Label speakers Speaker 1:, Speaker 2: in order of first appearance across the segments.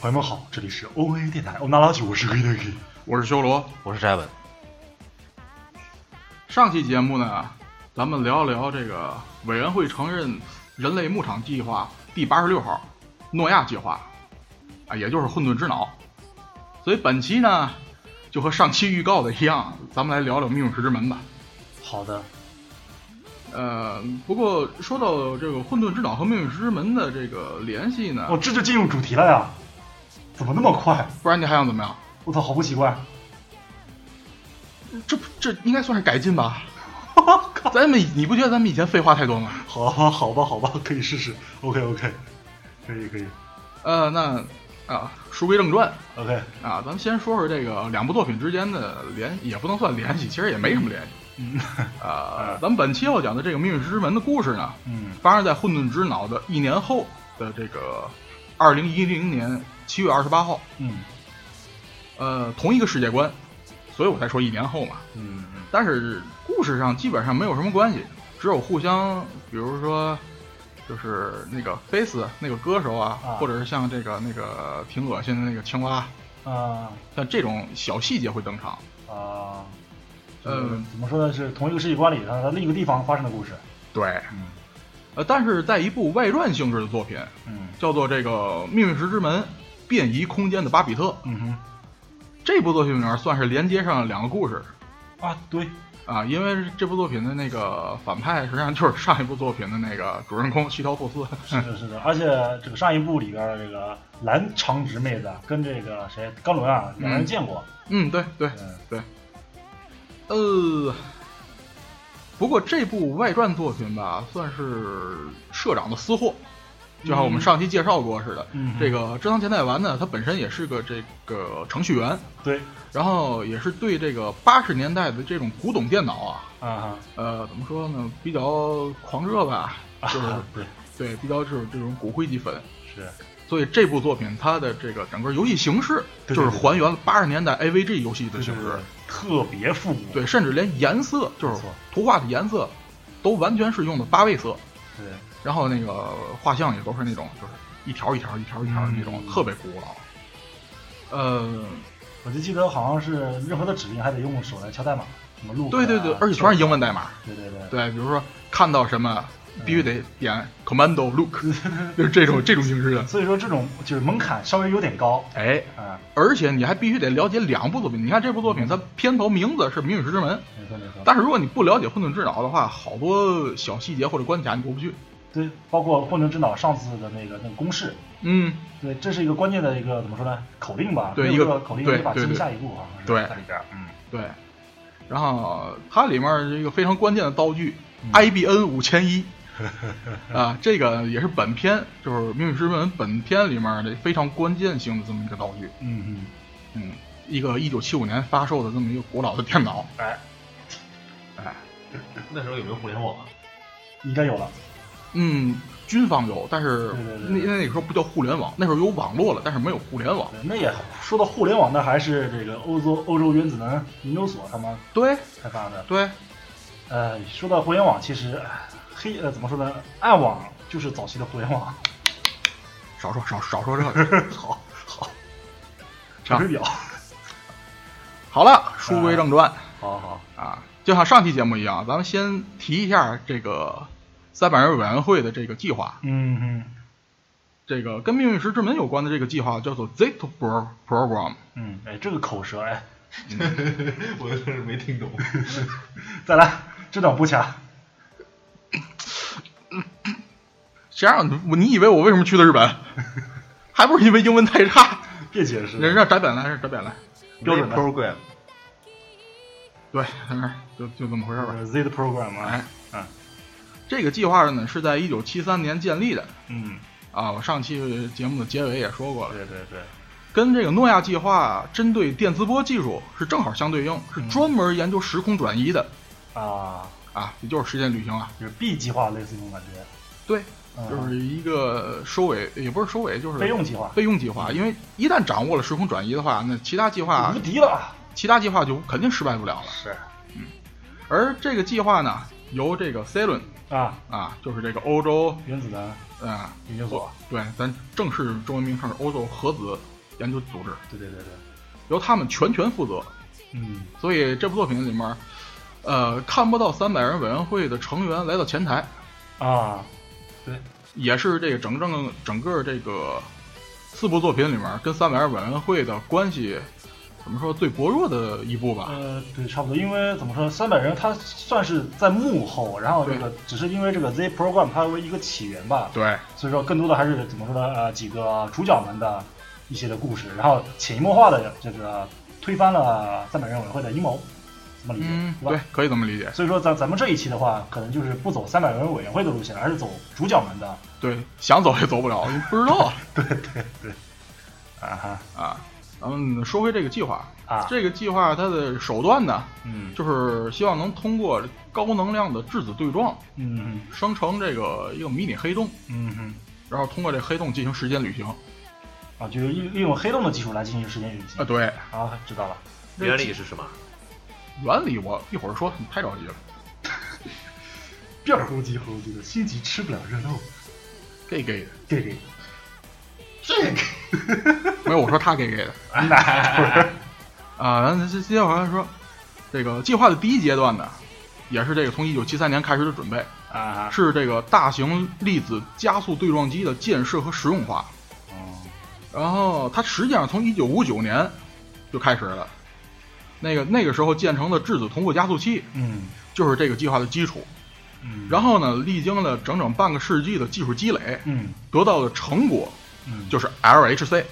Speaker 1: 朋友们好，这里是 ONA 电台欧娜老曲，我是 K K。
Speaker 2: 我是修罗。
Speaker 3: 我是斋文，
Speaker 2: 上期节目呢，咱们聊聊这个委员会承认人类牧场计划第八十六号诺亚计划，啊，也就是混沌之脑。所以本期呢，就和上期预告的一样，咱们来聊聊《密室之门》吧。
Speaker 1: 好的，
Speaker 2: 呃，不过说到这个混沌之脑和命运之门的这个联系呢，
Speaker 1: 哦，这就进入主题了呀？怎么那么快？
Speaker 2: 不然你还想怎么样？
Speaker 1: 我操，好不习惯！
Speaker 2: 这这应该算是改进吧？
Speaker 1: 我靠，
Speaker 2: 咱们你不觉得咱们以前废话太多吗？
Speaker 1: 好好好吧，好吧，可以试试。OK OK，可以可以
Speaker 2: 呃，那啊，书归正传，
Speaker 1: OK。
Speaker 2: 啊，咱们先说说这个两部作品之间的联，也不能算联系，其实也没什么联系。
Speaker 1: 嗯
Speaker 2: 啊
Speaker 1: 嗯，
Speaker 2: 咱们本期要讲的这个《命运之门》的故事呢，
Speaker 1: 嗯
Speaker 2: 发生在混沌之脑的一年后的这个二零一零年七月二十八号，
Speaker 1: 嗯
Speaker 2: 呃，同一个世界观，所以我才说一年后嘛。
Speaker 1: 嗯
Speaker 2: 但是故事上基本上没有什么关系，只有互相，比如说，就是那个菲斯那个歌手啊，
Speaker 1: 啊
Speaker 2: 或者是像这个那个挺恶心的那个青蛙，
Speaker 1: 啊
Speaker 2: 像这种小细节会登场。
Speaker 1: 啊，
Speaker 2: 嗯
Speaker 1: 怎么说呢？是同一个世界观里，它它另一个地方发生的故事。
Speaker 2: 对，
Speaker 1: 嗯
Speaker 2: 呃，但是在一部外传性质的作品，
Speaker 1: 嗯
Speaker 2: 叫做这个《命运石之门：变移空间的巴比特》
Speaker 1: 嗯哼
Speaker 2: 这部作品里面算是连接上了两个故事
Speaker 1: 啊，对，
Speaker 2: 啊，因为这部作品的那个反派实际上就是上一部作品的那个主人公西条拓司。
Speaker 1: 是的，是的，而且这个上一部里边儿的这个蓝长直妹子啊跟这个谁钢轮啊，两人见过，
Speaker 2: 嗯，对对
Speaker 1: 嗯
Speaker 2: 对，呃，不过这部外传作品吧，算是社长的私货，就像我们上期介绍过似的。
Speaker 1: 嗯
Speaker 2: 这个知堂前代丸呢，他本身也是个这个程序员，
Speaker 1: 对，
Speaker 2: 然后也是对这个八十年代的这种古董电脑啊，
Speaker 1: 啊
Speaker 2: 呃，怎么说呢，比较狂 热吧，
Speaker 1: 哈，
Speaker 2: 就是、
Speaker 1: 啊对，
Speaker 2: 对比较就是这种骨灰级粉。
Speaker 1: 是，
Speaker 2: 所以这部作品它的这个整个游戏形式，
Speaker 1: 对对
Speaker 2: 就是
Speaker 1: 对
Speaker 2: 还原了八十年代 AVG 游戏的
Speaker 1: 对
Speaker 2: 形式，
Speaker 1: 对，特别复古，
Speaker 2: 对，甚至连颜色，就
Speaker 1: 没
Speaker 2: 是
Speaker 1: 错
Speaker 2: 图画的颜色，都完全是用的八位色，
Speaker 1: 对，
Speaker 2: 然后那个画像也都是那种，就是一条一条一条一条的那种，
Speaker 1: 嗯
Speaker 2: 特别古老。呃，
Speaker 1: 我就记得好像是任何的指令还得用手来敲代码，什么录、啊，
Speaker 2: 对对对，而且全是英文代码。
Speaker 1: 对对对，
Speaker 2: 对，比如说看到什么，必须得点 commando look，就是 这种这种形式的。
Speaker 1: 所以说这种就是门槛稍微有点高，
Speaker 2: 哎，
Speaker 1: 啊，
Speaker 2: 而且你还必须得了解两部作品。你看这部作品，它片头名字是《明与石之门》，
Speaker 1: 没错没错，
Speaker 2: 但是如果你不了解混沌之脑的话，好多小细节或者关卡你过不去。
Speaker 1: 对，包括混沌之脑上次的那个那个公式。
Speaker 2: 嗯，
Speaker 1: 对，这是一个关键的一个怎么说呢？口令吧，
Speaker 2: 对
Speaker 1: 没有
Speaker 2: 一个
Speaker 1: 这口令
Speaker 2: 对
Speaker 1: 可以把
Speaker 2: 对
Speaker 1: 进
Speaker 2: 对
Speaker 1: 下一步好像是
Speaker 2: 对
Speaker 1: 在里边儿，嗯，
Speaker 2: 对。然后它里面有一个非常关键的道具、
Speaker 1: 嗯
Speaker 2: IBN 五千 一啊，这个也是本片就是《明与石之门》本片里面的非常关键性的这么一个道具。
Speaker 1: 嗯嗯，
Speaker 2: 嗯，一个一九七五年发售的这么一个古老的电脑，
Speaker 1: 哎，
Speaker 2: 哎，
Speaker 3: 那时候有没有互联网啊？
Speaker 1: 应该有了。
Speaker 2: 嗯，军方有，但是
Speaker 1: 对对对
Speaker 2: 那那那个时候不叫互联网，那时候有网络了，但是没有互联网。
Speaker 1: 对那也好说到互联网，那还是这个欧洲欧洲原子能研究所他们
Speaker 2: 对
Speaker 1: 开发的。
Speaker 2: 对，
Speaker 1: 呃，说到互联网，其实唉黑呃怎么说呢？暗网就是早期的互联
Speaker 2: 啊
Speaker 1: 网，
Speaker 2: 少说少少说这个。
Speaker 1: 好好，查
Speaker 2: 啊
Speaker 1: 水 表，
Speaker 2: 好了，书归正传
Speaker 1: 好好，
Speaker 2: 啊，就像上期节目一样，咱们先提一下这个三百人委员会的这个计划，
Speaker 1: 嗯嗯
Speaker 2: 这个跟命运石之门有关的这个计划叫做 Zit Pro Program。
Speaker 1: 嗯，哎，这个口舌哎，
Speaker 3: 我真是没听 懂。
Speaker 1: 再来，这档不掐，
Speaker 2: 谁让你你以为我为什么去的日本？ 还不是因为英文太差。
Speaker 1: 别解释，
Speaker 2: 人让翟本来，让翟本来。
Speaker 1: 标准的
Speaker 3: program
Speaker 2: 对，嗯就就这么回事吧。
Speaker 1: 呃 Z 的 program 啊
Speaker 2: 哎，
Speaker 1: 嗯
Speaker 2: 这个计划呢是在一九七三年建立的
Speaker 1: 嗯，
Speaker 2: 啊，我上期节目的结尾也说过了，
Speaker 1: 对对对，
Speaker 2: 跟这个诺亚计划针对电磁波技术是正好相对应，是
Speaker 1: 嗯
Speaker 2: 专门研究时空转移的
Speaker 1: 啊，
Speaker 2: 啊，也就是时间旅行啊。
Speaker 1: 就是 B 计划类似这种感觉，
Speaker 2: 对，
Speaker 1: 嗯
Speaker 2: 就是一个收尾，也不是收尾，就是
Speaker 1: 备用计划，
Speaker 2: 备用计划。因为一旦掌握了时空转移的话，那其他计划
Speaker 1: 无敌了，
Speaker 2: 其他计划就肯定失败不了了。
Speaker 1: 是，
Speaker 2: 而这个计划呢，由这个 C 伦
Speaker 1: 啊，
Speaker 2: 啊，就是这个欧洲
Speaker 1: 原子弹
Speaker 2: 嗯
Speaker 1: 研究所，
Speaker 2: 对，咱正式中文名称是欧洲核子研究组织，
Speaker 1: 对对对对，
Speaker 2: 由他们全权负责。
Speaker 1: 嗯
Speaker 2: 所以这部作品里面，呃，看不到三百人委员会的成员来到前台，
Speaker 1: 啊，
Speaker 2: 也是这个整整整个这个四部作品里面跟三百人委员会的关系怎么说最薄弱的一部吧。
Speaker 1: 呃，对，差不多，因为怎么说，三百人他算是在幕后，然后这个只是因为这个 Z program 它为一个起源吧，
Speaker 2: 对，
Speaker 1: 所以说更多的还是怎么说呢？呃，几个主角们的一些的故事，然后潜移默化的这个推翻了三百人委员会的阴谋，怎么理解？
Speaker 2: 嗯，
Speaker 1: 对吧？
Speaker 2: 对，可以这么理解。
Speaker 1: 所以说咱咱们这一期的话，可能就是不走三百人委员会的路线，而是走主角们的。
Speaker 2: 对，想走也走不了，不知道
Speaker 1: 对对对，啊哈
Speaker 2: 啊。咱们说回这个计划，
Speaker 1: 啊，
Speaker 2: 这个计划它的手段呢，
Speaker 1: 嗯
Speaker 2: 就是希望能通过高能量的质子对撞，
Speaker 1: 嗯
Speaker 2: 生成这个一个迷你黑洞，
Speaker 1: 嗯嗯
Speaker 2: 然后通过这黑洞进行时间旅行。
Speaker 1: 啊，就是利利用黑洞的技术来进行时间旅行
Speaker 2: 啊，对，
Speaker 1: 啊，知道了。
Speaker 2: 原
Speaker 4: 原
Speaker 2: 理
Speaker 4: 理是什么？
Speaker 2: 原理我一会儿说，你太着急了。
Speaker 1: 变猴急猴急的，心急吃不了热豆腐。
Speaker 2: gay gay 的，
Speaker 1: 这个
Speaker 2: 没有我说他 gay gay 的
Speaker 1: 那
Speaker 2: 啊。然后接接下来说，这个计划的第一阶段呢，也是这个从一九七三年开始的准备，
Speaker 1: 啊，
Speaker 2: 是这个大型粒子加速对撞机的建设和实用化。
Speaker 1: 嗯
Speaker 2: 然后它实际上从一九五九年就开始了，那个那个时候建成的质子同步加速器
Speaker 1: 嗯
Speaker 2: 就是这个计划的基础。
Speaker 1: 嗯，
Speaker 2: 然后呢，历经了整整半个世纪的技术积累，
Speaker 1: 嗯
Speaker 2: 得到的成果
Speaker 1: 嗯，
Speaker 2: 就是 LHC，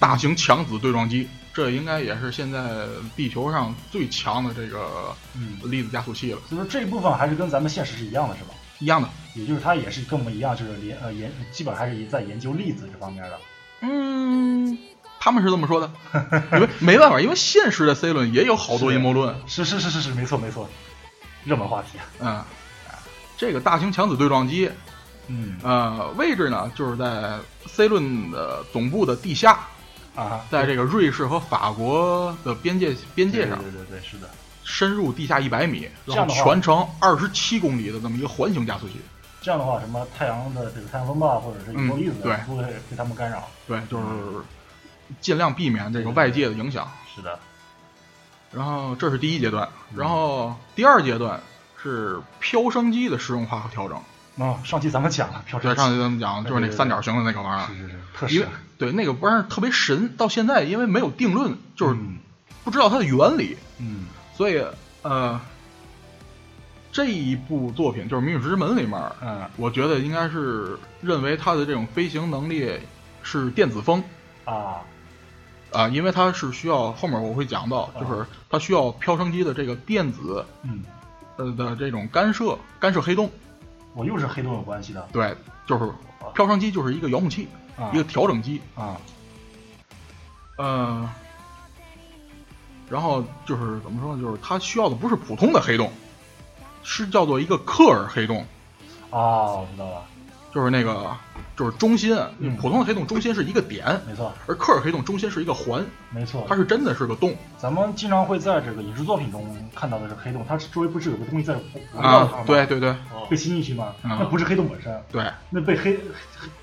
Speaker 2: 大型强子对撞机，这应该也是现在地球上最强的这个
Speaker 1: 嗯，
Speaker 2: 粒子加速器了。
Speaker 1: 所以说这一部分还是跟咱们现实是一样的，是吧？
Speaker 2: 一样的，
Speaker 1: 也就是它也是跟我们一样，就是研呃研，基本还是在研究粒子这方面的。
Speaker 2: 嗯，他们是这么说的，因为没办法，因为现实的 C 论也有好多
Speaker 1: 是
Speaker 2: 阴谋论，
Speaker 1: 是是是是是，没错没错，热门话题啊。
Speaker 2: 嗯。这个大型强子对撞机，
Speaker 1: 嗯
Speaker 2: 呃，位置呢就是在 C 论的总部的地下，
Speaker 1: 啊，
Speaker 2: 在这个瑞士和法国的边界边界上，
Speaker 1: 对对对对，是的。
Speaker 2: 深入地下一百米，
Speaker 1: 这
Speaker 2: 然
Speaker 1: 样
Speaker 2: 后
Speaker 1: 的话
Speaker 2: 全程二十七公里的这么一个环形加速器。
Speaker 1: 这样的话，什么太阳的这个太阳风暴或者是宇宙粒子，不会被他们干扰。
Speaker 2: 对，就是尽量避免这个外界的影响。
Speaker 1: 是的，
Speaker 2: 然后这是第一阶段，
Speaker 1: 嗯
Speaker 2: 然后第二阶段是飘升机的实用化和调整。
Speaker 1: 啊，上期咱们讲了飘
Speaker 2: 对，
Speaker 1: 升，
Speaker 2: 上期咱们讲就是那三角形的那个玩意儿
Speaker 1: 是，是是，特
Speaker 2: 因
Speaker 1: 是
Speaker 2: 为对那个玩意儿特别神，到现在因为没有定论，就是不知道它的原理，
Speaker 1: 嗯
Speaker 2: 所以呃，这一部作品就是《谜语之门》里面，
Speaker 1: 嗯
Speaker 2: 我觉得应该是认为它的这种飞行能力是电子风，
Speaker 1: 啊，
Speaker 2: 啊、因为它是需要后面我会讲到，就是它需要飘升机的这个电子
Speaker 1: 嗯，
Speaker 2: 呃的这种干涉，干涉黑洞。
Speaker 1: 我又是黑洞有关系的
Speaker 2: 对，就是飘升机就是一个遥控器，
Speaker 1: 啊
Speaker 2: 一个调整机。
Speaker 1: 啊，
Speaker 2: 呃，然后就是怎么说呢？就是它需要的不是普通的黑洞，是叫做一个克尔黑洞，
Speaker 1: 哦，我知道了，
Speaker 2: 就是那个就是中心，啊
Speaker 1: 嗯
Speaker 2: 普通的黑洞中心是一个点，
Speaker 1: 没错
Speaker 2: 而克尔黑洞中心是一个环，
Speaker 1: 没错
Speaker 2: 它，是真的是个洞。
Speaker 1: 咱们经常会在这个影视作品中看到的是黑洞，它周围不是有个东西在围绕它
Speaker 2: 啊
Speaker 1: 吗？，
Speaker 2: 对，对对
Speaker 3: 哦
Speaker 1: 被，吸进去吗？
Speaker 2: 嗯
Speaker 1: 那不是黑洞本身，
Speaker 2: 对
Speaker 1: 那被黑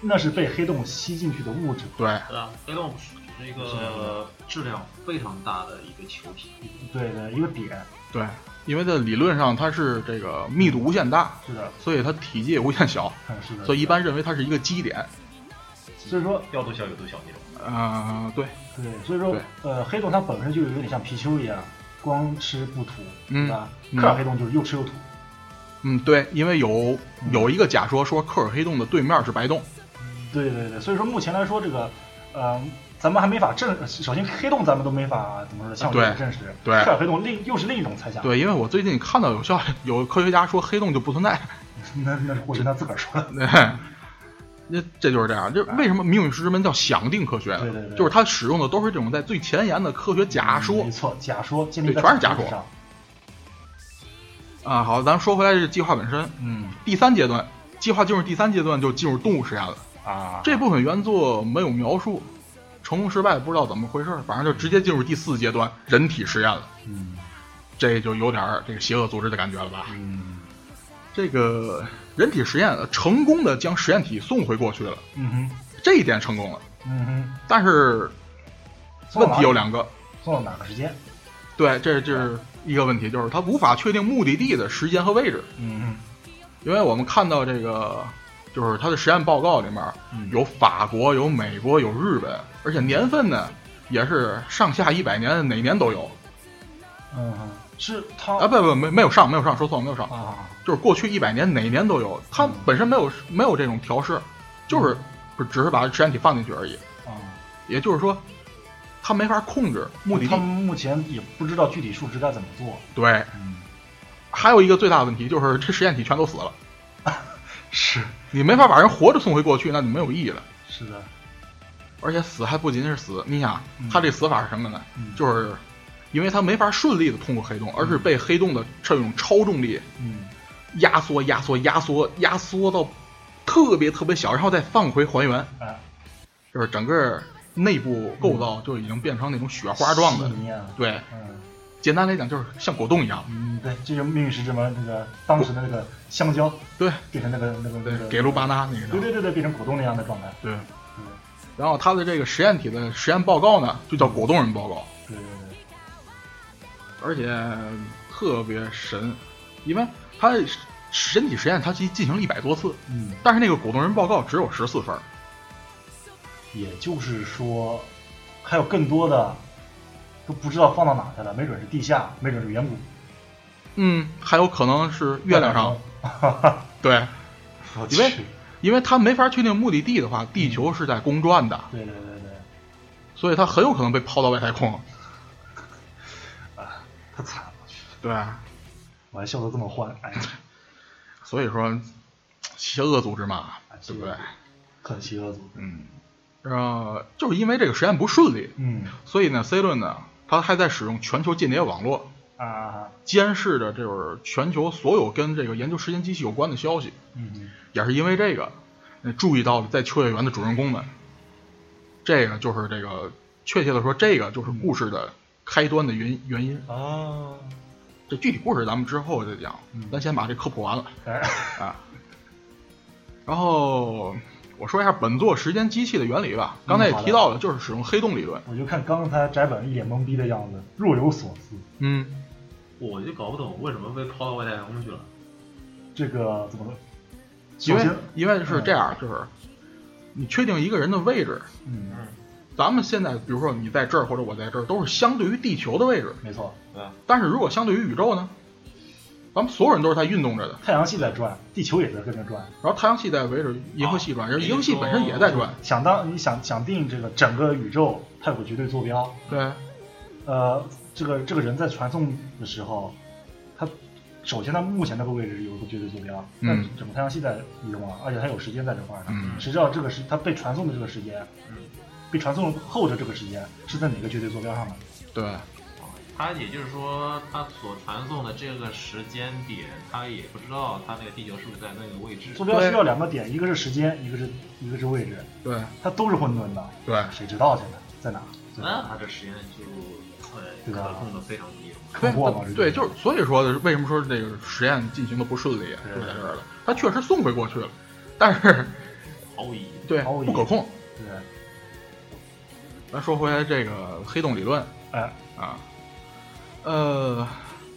Speaker 1: 那是被黑洞吸进去的物质。
Speaker 2: 对，
Speaker 4: 对啊，黑洞是一个质量非常大的一个球体，
Speaker 1: 对对，一个点，
Speaker 2: 对，因为在理论上它是这个密度无限大，
Speaker 1: 是的，
Speaker 2: 所以它体积也无限小，
Speaker 1: 嗯是的。
Speaker 2: 所以一般认为它是一个基点。
Speaker 1: 所以说，
Speaker 3: 要多小有多小那种。
Speaker 2: 呃，对，
Speaker 1: 对，所以说
Speaker 2: 对，
Speaker 1: 呃，黑洞它本身就有点像皮球一样，光吃不吐，
Speaker 2: 嗯
Speaker 1: 对吧？
Speaker 2: 嗯
Speaker 1: 克尔黑洞就是又吃又吐。
Speaker 2: 嗯，对，因为有有一个假说说克尔黑洞的对面是白洞，
Speaker 1: 对对对，所以说目前来说，这个，呃，咱们还没法证，首先黑洞咱们都没法怎么说呢，像
Speaker 2: 对
Speaker 1: 证实。
Speaker 2: 对
Speaker 1: 克尔黑洞另又是另一种猜想。，
Speaker 2: 对，因为我最近看到有效有科学家说黑洞就不存在，
Speaker 1: 那那或许他自个儿说的。
Speaker 2: 那这就是这样，就是为什么命运石之门叫想定科学呢？
Speaker 1: 对对对
Speaker 2: 就是它使用的都是这种在最前沿的科学假说
Speaker 1: 没错，假说建立
Speaker 2: 对
Speaker 1: 在
Speaker 2: 全是假
Speaker 1: 基础
Speaker 2: 说
Speaker 1: 上。
Speaker 2: 啊。好，咱们说回来这个计划本身，
Speaker 1: 嗯
Speaker 2: 第三阶段计划进入第三阶段就进入动物实验了。
Speaker 1: 啊，
Speaker 2: 这部分原作没有描述，成功失败不知道怎么回事儿，反正就直接进入第四阶段人体实验了，
Speaker 1: 嗯
Speaker 2: 这就有点儿这个邪恶组织的感觉了吧？
Speaker 1: 嗯
Speaker 2: 这个人体实验成功的将实验体送回过去了，
Speaker 1: 嗯哼，
Speaker 2: 这一点成功了。
Speaker 1: 嗯哼，
Speaker 2: 但是
Speaker 1: 送
Speaker 2: 问
Speaker 1: 到哪
Speaker 2: 题
Speaker 1: 里
Speaker 2: 有两个，
Speaker 1: 送到哪个时间？
Speaker 2: 对，这就是一个问题，就是它无法确定目的地的时间和位置，
Speaker 1: 嗯
Speaker 2: 因为我们看到这个就是它的实验报告里面
Speaker 1: 嗯
Speaker 2: 有法国、有美国、有日本，而且年份呢也是上下一百年，哪年都有
Speaker 1: 哼，嗯哼，是他
Speaker 2: 啊，不不没没有上没有上，说错了没有上，
Speaker 1: 啊，
Speaker 2: 就是过去一百年哪年都有，它
Speaker 1: 嗯
Speaker 2: 本身没有没有这种调试，就是不只是把实验体放进去而已，
Speaker 1: 啊，
Speaker 2: 也就是说它没法控制目的
Speaker 1: 他
Speaker 2: 地
Speaker 1: 们。目前也不知道具体数值该怎么做。
Speaker 2: 对，
Speaker 1: 嗯，
Speaker 2: 还有一个最大的问题就是这实验体全都死了。
Speaker 1: 是
Speaker 2: 你没法把人活着送回过去，那就没有意义了。
Speaker 1: 是的，
Speaker 2: 而且死还不仅是死，你想
Speaker 1: 嗯
Speaker 2: 他这死法是什么呢？
Speaker 1: 嗯
Speaker 2: 就是因为他没法顺利的通过黑洞，而是被黑洞的这种超重力
Speaker 1: 嗯
Speaker 2: 压缩、压缩、压缩、压缩到特别特别小，然后再放回还原，
Speaker 1: 啊，
Speaker 2: 就是整个内部构造就已经变成那种雪花状的。
Speaker 1: 信念了。
Speaker 2: 对，
Speaker 1: 嗯
Speaker 2: 简单来讲就是像果冻一样。
Speaker 1: 嗯，对，这就是命运石之门那个当时的那个香蕉
Speaker 2: 对
Speaker 1: 变成那个那个那
Speaker 2: 对，
Speaker 1: 个
Speaker 2: 给路巴纳那
Speaker 1: 对
Speaker 2: 个叫
Speaker 1: 对对对，变成果冻那样的状态。
Speaker 2: 对。
Speaker 1: 嗯，
Speaker 2: 然后他的这个实验体的实验报告呢，就叫果冻人报告。
Speaker 1: 对对对，
Speaker 2: 而且特别神，因为他身体实验他进进行了一百多次，
Speaker 1: 嗯，
Speaker 2: 但是那个果冻人报告只有十四分儿，
Speaker 1: 也就是说，还有更多的都不知道放到哪去了，没准是地下，没准是远古
Speaker 2: 嗯，还有可能是月 亮上，。对，
Speaker 1: 我
Speaker 2: 因为
Speaker 1: 去
Speaker 2: 因为他没法确定目的地的话，地球是在公转的，
Speaker 1: 对对对 对，
Speaker 2: 所以他很有可能被抛到外太空。
Speaker 1: 太惨了，
Speaker 2: 对，
Speaker 1: 我还笑得这么欢，哎呀，
Speaker 2: 所以说邪恶组织嘛，
Speaker 1: 哎
Speaker 2: 对不对？
Speaker 1: 很邪恶组织。
Speaker 2: 嗯，然后就是因为这个实验不顺利，
Speaker 1: 嗯
Speaker 2: 所以呢，C 论呢，他还在使用全球间谍网络。
Speaker 1: 啊，
Speaker 2: 监视着这种全球所有跟这个研究时间机器有关的消息，
Speaker 1: 嗯哼
Speaker 2: 也是因为这个，呃注意到了在秋叶原的主人公们。这个就是这个，确切的说，这个就是故事的开端的原原因。哦
Speaker 1: 啊，
Speaker 2: 这具体故事咱们之后再讲
Speaker 1: 嗯，
Speaker 2: 咱先把这科普完了
Speaker 1: 哎，
Speaker 2: 啊。然后我说一下本作时间机器的原理吧。刚才也
Speaker 1: 嗯好的
Speaker 2: 提到了，就是使用黑洞理论。
Speaker 1: 我就看刚才翟本一脸懵逼的样子，若有所思。
Speaker 2: 嗯，
Speaker 4: 我就搞不懂为什么被抛到外太空去了。
Speaker 1: 这个怎么了？
Speaker 2: 因
Speaker 1: 首
Speaker 2: 为
Speaker 1: 先，
Speaker 2: 因为是这样，就是你确定一个人的位置，
Speaker 1: 嗯，
Speaker 2: 咱们现在，比如说你在这儿或者我在这儿，都是相对于地球的位置。
Speaker 1: 没错，
Speaker 2: 但是如果相对于宇宙呢，咱们所有人都是在运动着的，
Speaker 1: 太阳系在转，地球也在跟着转。
Speaker 2: 然后太阳系在围着银河系转，然后银河系本身也在转。
Speaker 1: 想当你想想定这个整个宇宙，它有个绝对坐标。
Speaker 2: 对，
Speaker 1: 呃，这个这个人在传送的时候，他首先他目前那个位置有一个绝对坐标，
Speaker 2: 嗯
Speaker 1: 但整个太阳系在移动啊，而且它有时间在这块儿呢。
Speaker 2: 嗯
Speaker 1: 谁知道这个时它被传送的这个时间，
Speaker 4: 嗯
Speaker 1: 被传送后的这个时间是在哪个绝对坐标上呢？
Speaker 2: 对，
Speaker 4: 他也就是说，他所传送的这个时间点，他也不知道他那个地球是不是在那个位置。
Speaker 1: 坐标需
Speaker 2: 对
Speaker 1: 要两个点，一个是时间，一个是一个是位置，
Speaker 2: 对，
Speaker 1: 它都是混沌的，
Speaker 2: 对，
Speaker 1: 谁知道现在在哪？对吧
Speaker 2: 啊
Speaker 4: 那他这实验就呃
Speaker 1: 对啊吧
Speaker 4: 可控的非常低。
Speaker 1: 坑货嘛
Speaker 2: 对，
Speaker 1: 这
Speaker 2: 对，就是所以说为什么说这个实验进行的不顺利，就在这儿了。它确实送回过去了，但是
Speaker 4: 毫无意义。
Speaker 2: 对
Speaker 1: 毫无意义
Speaker 2: 不可控。
Speaker 1: 对，
Speaker 2: 咱说回来这个黑洞理论
Speaker 1: 哎，
Speaker 2: 啊，呃，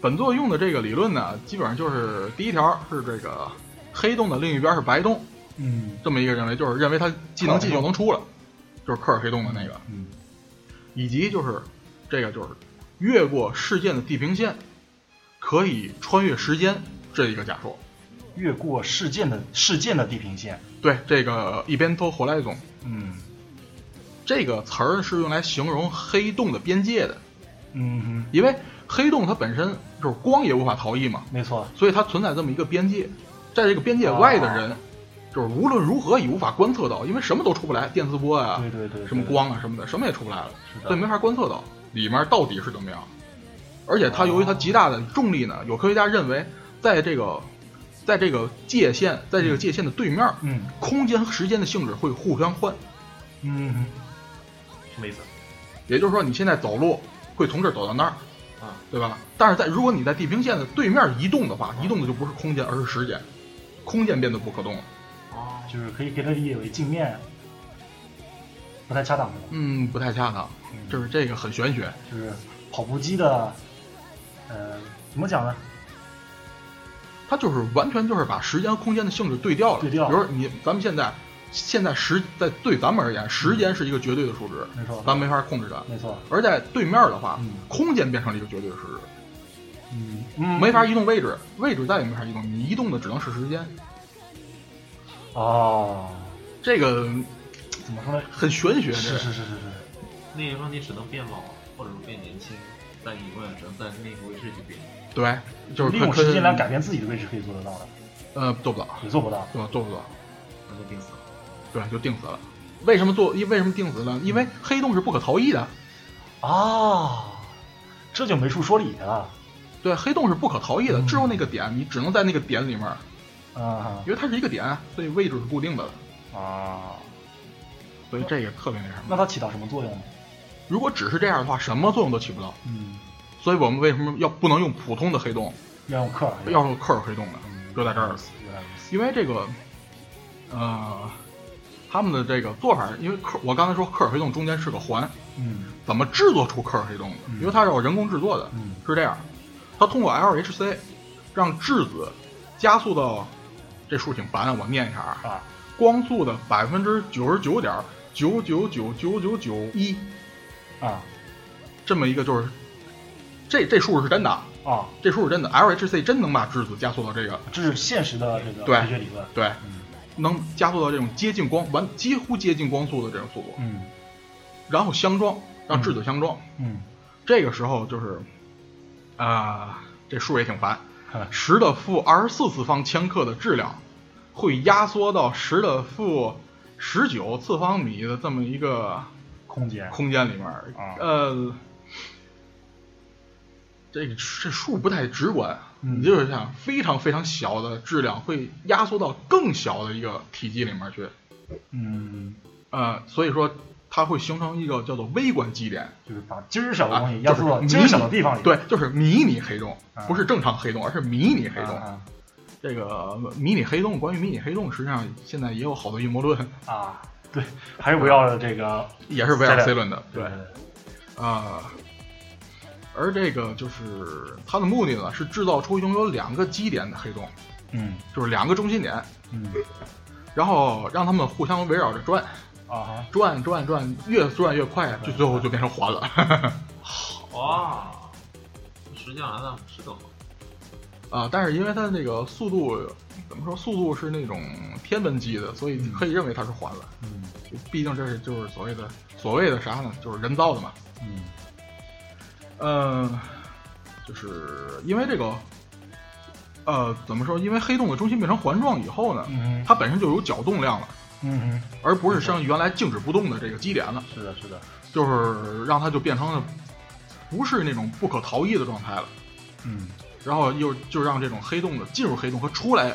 Speaker 2: 本作用的这个理论呢，基本上就是第一条是这个黑洞的另一边是白洞，
Speaker 1: 嗯
Speaker 2: 这么一个认为，就是认为它既能进又能出了，就是科尔黑洞的那个，
Speaker 1: 嗯
Speaker 2: 以及就是这个就是越过事件的地平线，可以穿越时间这一个假说。
Speaker 1: 越过事件的事件的地平线，
Speaker 2: 对，这个一边都活来总
Speaker 1: 嗯
Speaker 2: 这个词儿是用来形容黑洞的边界的，
Speaker 1: 嗯哼，
Speaker 2: 因为黑洞它本身就是光也无法逃逸嘛，
Speaker 1: 没错，
Speaker 2: 所以它存在这么一个边界，在这个边界外的人，就是无论如何也无法观测到，因为什么都出不来，电磁波啊，
Speaker 1: 对对对，
Speaker 2: 什么
Speaker 1: 对，
Speaker 2: 光啊什么的，什么也出不来了，
Speaker 1: 嗯是的
Speaker 2: 所以没法观测到里面到底是怎么样。而且它由于它极大的重力呢，有科学家认为，在这个在这个界限，在这个界限的对面，
Speaker 1: 嗯
Speaker 2: 空间和时间的性质会互相换。
Speaker 1: 嗯哼。
Speaker 4: 什么意思？
Speaker 2: 也就是说，你现在走路会从这儿走到那儿，
Speaker 1: 啊
Speaker 4: 嗯，
Speaker 2: 对吧？但是在如果你在地平线的对面移动的话，移动的就不是空间，而是时间，空间变得不可动了。
Speaker 4: 哦，
Speaker 1: 就是可以给它理解为镜面，不太恰当是吧？
Speaker 2: 嗯，不太恰当，
Speaker 1: 嗯
Speaker 2: 就是这个很玄学。
Speaker 1: 就是跑步机的，呃，怎么讲呢？
Speaker 2: 它就是完全就是把时间和空间的性质对调了。
Speaker 1: 对调
Speaker 2: 比如你咱们现在现在时在对咱们而言，时间是一个绝对的数值，
Speaker 1: 没错，
Speaker 2: 咱没法控制它。
Speaker 1: 没错，
Speaker 2: 而在对面的话，
Speaker 1: 嗯
Speaker 2: 空间变成了一个绝对的数值，
Speaker 1: 嗯嗯，
Speaker 2: 没法移动位置，位置再也没法移动，你移动的只能是时间。
Speaker 1: 哦，
Speaker 2: 这个
Speaker 1: 怎么说呢？
Speaker 2: 很玄学，
Speaker 1: 是是
Speaker 2: 这个
Speaker 1: 是是是是，
Speaker 4: 另一方你只能变老或者变年轻，但你永远只能在那个位置去变。
Speaker 2: 对，就是
Speaker 1: 利
Speaker 2: 可
Speaker 1: 用时间来改
Speaker 2: 可
Speaker 1: 变自己的位置可以做得到的，
Speaker 2: 呃做不到，
Speaker 1: 也做不到。
Speaker 2: 对吧？做不到，
Speaker 4: 那就病死了。
Speaker 2: 对，就定死了。为什么做？因为什么定死了？因为黑洞是不可逃逸的，
Speaker 1: 啊，这就没处说理去了。
Speaker 2: 对，黑洞是不可逃逸的，
Speaker 1: 嗯
Speaker 2: 只有那个点，你只能在那个点里面，
Speaker 1: 啊
Speaker 2: 因为它是一个点，所以位置是固定的，
Speaker 1: 啊，
Speaker 2: 所以这个特别那什么。
Speaker 1: 那它起到什么作用呢？
Speaker 2: 如果只是这样的话，什么作用都起不到。
Speaker 1: 嗯，
Speaker 2: 所以我们为什么要不能用普通的黑洞，
Speaker 1: 要用克尔
Speaker 2: 要用克尔黑洞呢？
Speaker 1: 嗯
Speaker 2: 就在这儿了
Speaker 1: 原来如此
Speaker 2: 因为这个，呃，他们的这个做法，因为克我刚才说克尔黑洞中间是个环，
Speaker 1: 嗯
Speaker 2: 怎么制作出克尔黑洞的？
Speaker 1: 嗯
Speaker 2: 因为它是有人工制作的，
Speaker 1: 嗯
Speaker 2: 是这样，它通过 LHC 让质子加速到这数挺烦啊，我念一下啊，
Speaker 1: 啊，
Speaker 2: 光速的百分之九十九点九九九九九九一，
Speaker 1: 啊
Speaker 2: 这么一个就是，这这数是真的啊，
Speaker 1: 啊，
Speaker 2: 这数是真的，LHC 真能把质子加速到这个，
Speaker 1: 这是现实的这个
Speaker 2: 对
Speaker 1: 科学理论。
Speaker 2: 对，
Speaker 1: 嗯
Speaker 2: 能加速到这种接近光完几乎接近光速的这种速度，
Speaker 1: 嗯
Speaker 2: 然后相撞，让质子相撞。
Speaker 1: 嗯，
Speaker 2: 这个时候就是，啊、这数也挺烦，
Speaker 1: 呵
Speaker 2: 十的负二十四次方千克的质量会压缩到十的负十九次方米的这么一个
Speaker 1: 空间
Speaker 2: 空间里面。
Speaker 1: 啊
Speaker 2: 呃，这个这数不太直观，
Speaker 1: 嗯
Speaker 2: 你就是想非常非常小的质量会压缩到更小的一个体积里面去。
Speaker 1: 嗯，
Speaker 2: 呃，所以说它会形成一个叫做微观基点，
Speaker 1: 就是把今儿小的东
Speaker 2: 啊
Speaker 1: 西压缩到
Speaker 2: 就是
Speaker 1: 今儿小的地方里。
Speaker 2: 对，就是迷你黑洞
Speaker 1: 啊，
Speaker 2: 不是正常黑洞，而是迷你黑
Speaker 1: 啊，
Speaker 2: 洞。
Speaker 1: 啊
Speaker 2: 这个迷你黑洞，关于迷你黑洞，实际上现在也有好多阴谋论，
Speaker 1: 啊，对，还是围绕着这个
Speaker 2: 也是围绕 C 论的。
Speaker 1: 对
Speaker 2: 啊、而这个就是它的目的呢，是制造出拥有两个基点的黑洞，
Speaker 1: 嗯
Speaker 2: 就是两个中心点，
Speaker 1: 嗯
Speaker 2: 然后让它们互相围绕着转，
Speaker 1: 啊哈，
Speaker 2: 转转转，越转越快，就最后就变成环了。
Speaker 4: 哇，实际上来了是个好。
Speaker 2: 啊，但是因为它那个速度怎么说，速度是那种天文级的，所以可以认为它是环了。
Speaker 1: 嗯
Speaker 2: 毕竟这是就是所谓的所谓的啥呢，就是人造的嘛。
Speaker 1: 嗯
Speaker 2: 呃，就是因为这个，呃，怎么说？因为黑洞的中心变成环状以后呢，
Speaker 1: 嗯
Speaker 2: 它本身就有搅动量了，
Speaker 1: 嗯
Speaker 2: 而不是像原来静止不动的这个基点了
Speaker 1: 哼，，是的，是的，
Speaker 2: 就是让它就变成了不是那种不可逃逸的状态了。
Speaker 1: 嗯
Speaker 2: 然后又就让这种黑洞的进入黑洞和出来，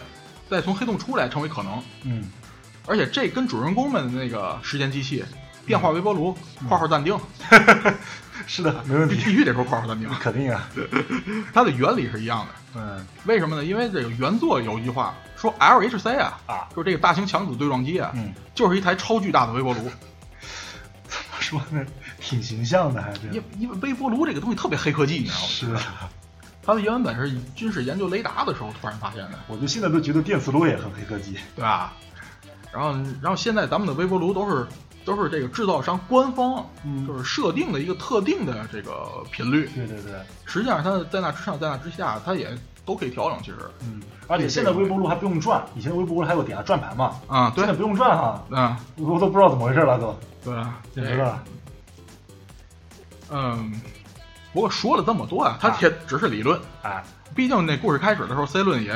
Speaker 2: 再从黑洞出来成为可能。
Speaker 1: 嗯
Speaker 2: 而且这跟主人公们的那个时间机器、电话微波炉、
Speaker 1: 嗯
Speaker 2: 括号 暂定，
Speaker 1: 是的，没问
Speaker 2: 必
Speaker 1: 题，
Speaker 2: 必须得说括号暂定，
Speaker 1: 肯定啊，
Speaker 2: 它的原理是一样的。
Speaker 1: 嗯
Speaker 2: 为什么呢？因为这个原作有一句话说 LHC 啊，
Speaker 1: 啊，
Speaker 2: 就是这个大型强子对撞机啊，
Speaker 1: 嗯，
Speaker 2: 就是一台超巨大的微波炉。
Speaker 1: 怎么说呢，挺形象的，还是
Speaker 2: 因因为微波炉这个东西特别黑科技，你知道吗？
Speaker 1: 是的，
Speaker 2: 它的原本是军事研究雷达的时候突然发现的，
Speaker 1: 我就现在都觉得电磁炉也很黑科技，
Speaker 2: 对吧？然后，然后现在咱们的微波炉都是都是这个制造商官方
Speaker 1: 嗯
Speaker 2: 就是设定的一个特定的这个频率，
Speaker 1: 对对对，
Speaker 2: 实际上它在那之上，在那之下，它也都可以调整。其实，
Speaker 1: 嗯，而且现在微波炉还不用转，以前的微波炉还有底下转盘嘛，
Speaker 2: 啊、
Speaker 1: 现在
Speaker 2: 对，
Speaker 1: 不用转哈，
Speaker 2: 嗯，
Speaker 1: 我都不知道怎么回事了都，
Speaker 2: 对，
Speaker 1: 啊简直了，
Speaker 2: 嗯，不过说了这么多啊，它
Speaker 1: 啊
Speaker 2: 也只是理论，
Speaker 1: 哎，
Speaker 2: 毕竟那故事开始的时候，C 论也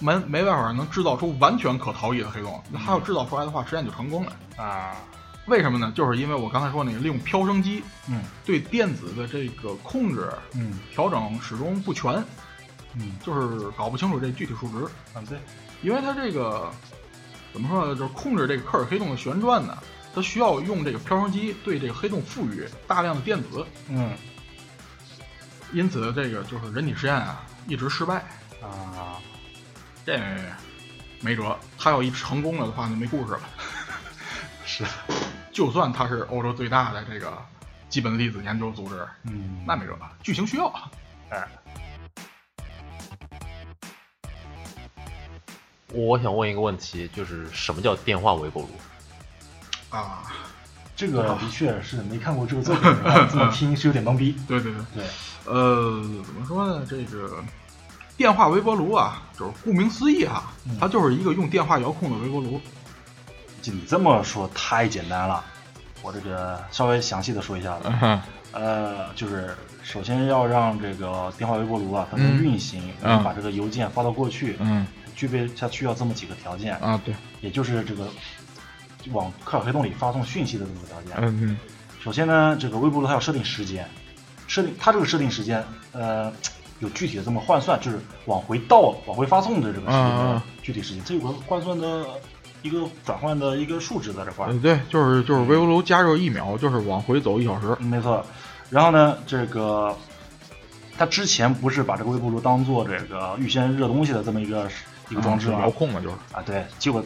Speaker 2: 没没办法能制造出完全可逃逸的黑洞，那它要制造出来的话，实验就成功了。
Speaker 1: 啊，
Speaker 2: 为什么呢？就是因为我刚才说那个利用飘升机
Speaker 1: 嗯
Speaker 2: 对电子的这个控制
Speaker 1: 嗯
Speaker 2: 调整始终不全，
Speaker 1: 嗯，
Speaker 2: 就是搞不清楚这具体数值，
Speaker 1: 啊对，
Speaker 2: 因为它这个怎么说呢，就是控制这个克尔黑洞的旋转呢，它需要用这个飘升机对这个黑洞赋予大量的电子，
Speaker 1: 嗯
Speaker 2: 因此这个就是人体实验啊一直失败，
Speaker 1: 啊，
Speaker 2: 这没辙。他要一成功了的话，就没故事了。
Speaker 1: 是，
Speaker 2: 就算他是欧洲最大的这个基本粒子研究组织，
Speaker 1: 嗯，
Speaker 2: 那没辙，剧情需要啊。
Speaker 1: 哎，
Speaker 5: 我想问一个问题，就是什么叫电话微波炉？
Speaker 2: 啊，
Speaker 1: 这个的确是没看过这个作品，然 后这么听是有点懵逼。
Speaker 2: 对对对，
Speaker 1: 对，
Speaker 2: 呃，怎么说呢？这个电话微波炉啊，就是顾名思义啊，
Speaker 1: 嗯
Speaker 2: 它就是一个用电话遥控的微波炉。
Speaker 1: 就你这么说太简单了，我这个稍微详细的说一下子。
Speaker 2: 嗯
Speaker 1: 呃，就是首先要让这个电话微波炉啊，它能
Speaker 2: 嗯
Speaker 1: 运行，
Speaker 2: 嗯
Speaker 1: 能把这个邮件发到过去，
Speaker 2: 嗯
Speaker 1: 具备它需要这么几个条件，
Speaker 2: 啊，对，
Speaker 1: 也就是这个往克尔黑洞里发送讯息的这么个条件。
Speaker 2: 嗯
Speaker 1: 首先呢，这个微波炉它要设定时间，设定它这个设定时间，呃，有具体的这么换算，就是往回倒、往回发送的这个时间
Speaker 2: 嗯嗯
Speaker 1: 的
Speaker 2: 嗯
Speaker 1: 具体时间，这有个换算的一个转换的一个数值在这块儿。
Speaker 2: 嗯，对，就是就是微波炉加热一秒，就是往回走一小时。
Speaker 1: 嗯没错。然后呢，这个他之前不是把这个微波炉当做这个预先热东西的这么一个一个装置吗
Speaker 2: 遥？控嘛，嗯就是，
Speaker 1: 啊，对，结果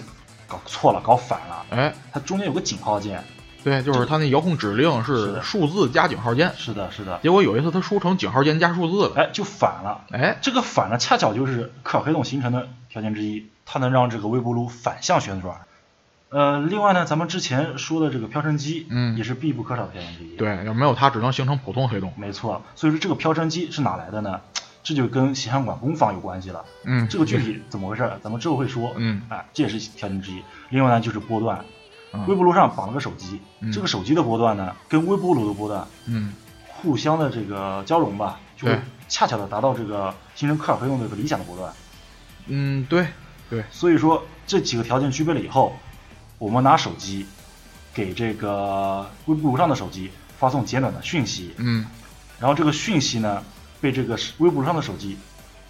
Speaker 1: 搞错了，搞反了。
Speaker 2: 哎，
Speaker 1: 它中间有个井号键。
Speaker 2: 对，就是它那遥控指令
Speaker 1: 是
Speaker 2: 是
Speaker 1: 的
Speaker 2: 数字加井号键，
Speaker 1: 是的，是的。
Speaker 2: 结果有一次它输成井号键加数字了，
Speaker 1: 哎，就反了。
Speaker 2: 哎，
Speaker 1: 这个反呢，恰巧就是克尔黑洞形成的条件之一，它能让这个微波炉反向旋转。呃，另外呢，咱们之前说的这个飘升机，
Speaker 2: 嗯
Speaker 1: 也是必不可少的条件之一。，
Speaker 2: 对，要没有它只能形成普通黑洞。
Speaker 1: 没错。所以说这个飘升机是哪来的呢？这就跟形象馆工坊有关系了。
Speaker 2: 嗯，
Speaker 1: 这个具体怎么回事儿，咱们之后会说。
Speaker 2: 嗯
Speaker 1: 哎，这也是条件之一。另外呢，就是波段，
Speaker 2: 嗯
Speaker 1: 微波炉上绑了个手机，
Speaker 2: 嗯
Speaker 1: 这个手机的波段呢，跟微波炉的波段
Speaker 2: 嗯
Speaker 1: 互相的这个交融吧，就
Speaker 2: 对
Speaker 1: 会恰巧的达到这个形成科尔黑洞的这个理想的波段。
Speaker 2: 嗯，对对，
Speaker 1: 所以说这几个条件具备了以后，我们拿手机给这个微波炉上的手机发送简短的讯息，
Speaker 2: 嗯
Speaker 1: 然后这个讯息呢被这个微波炉上的手机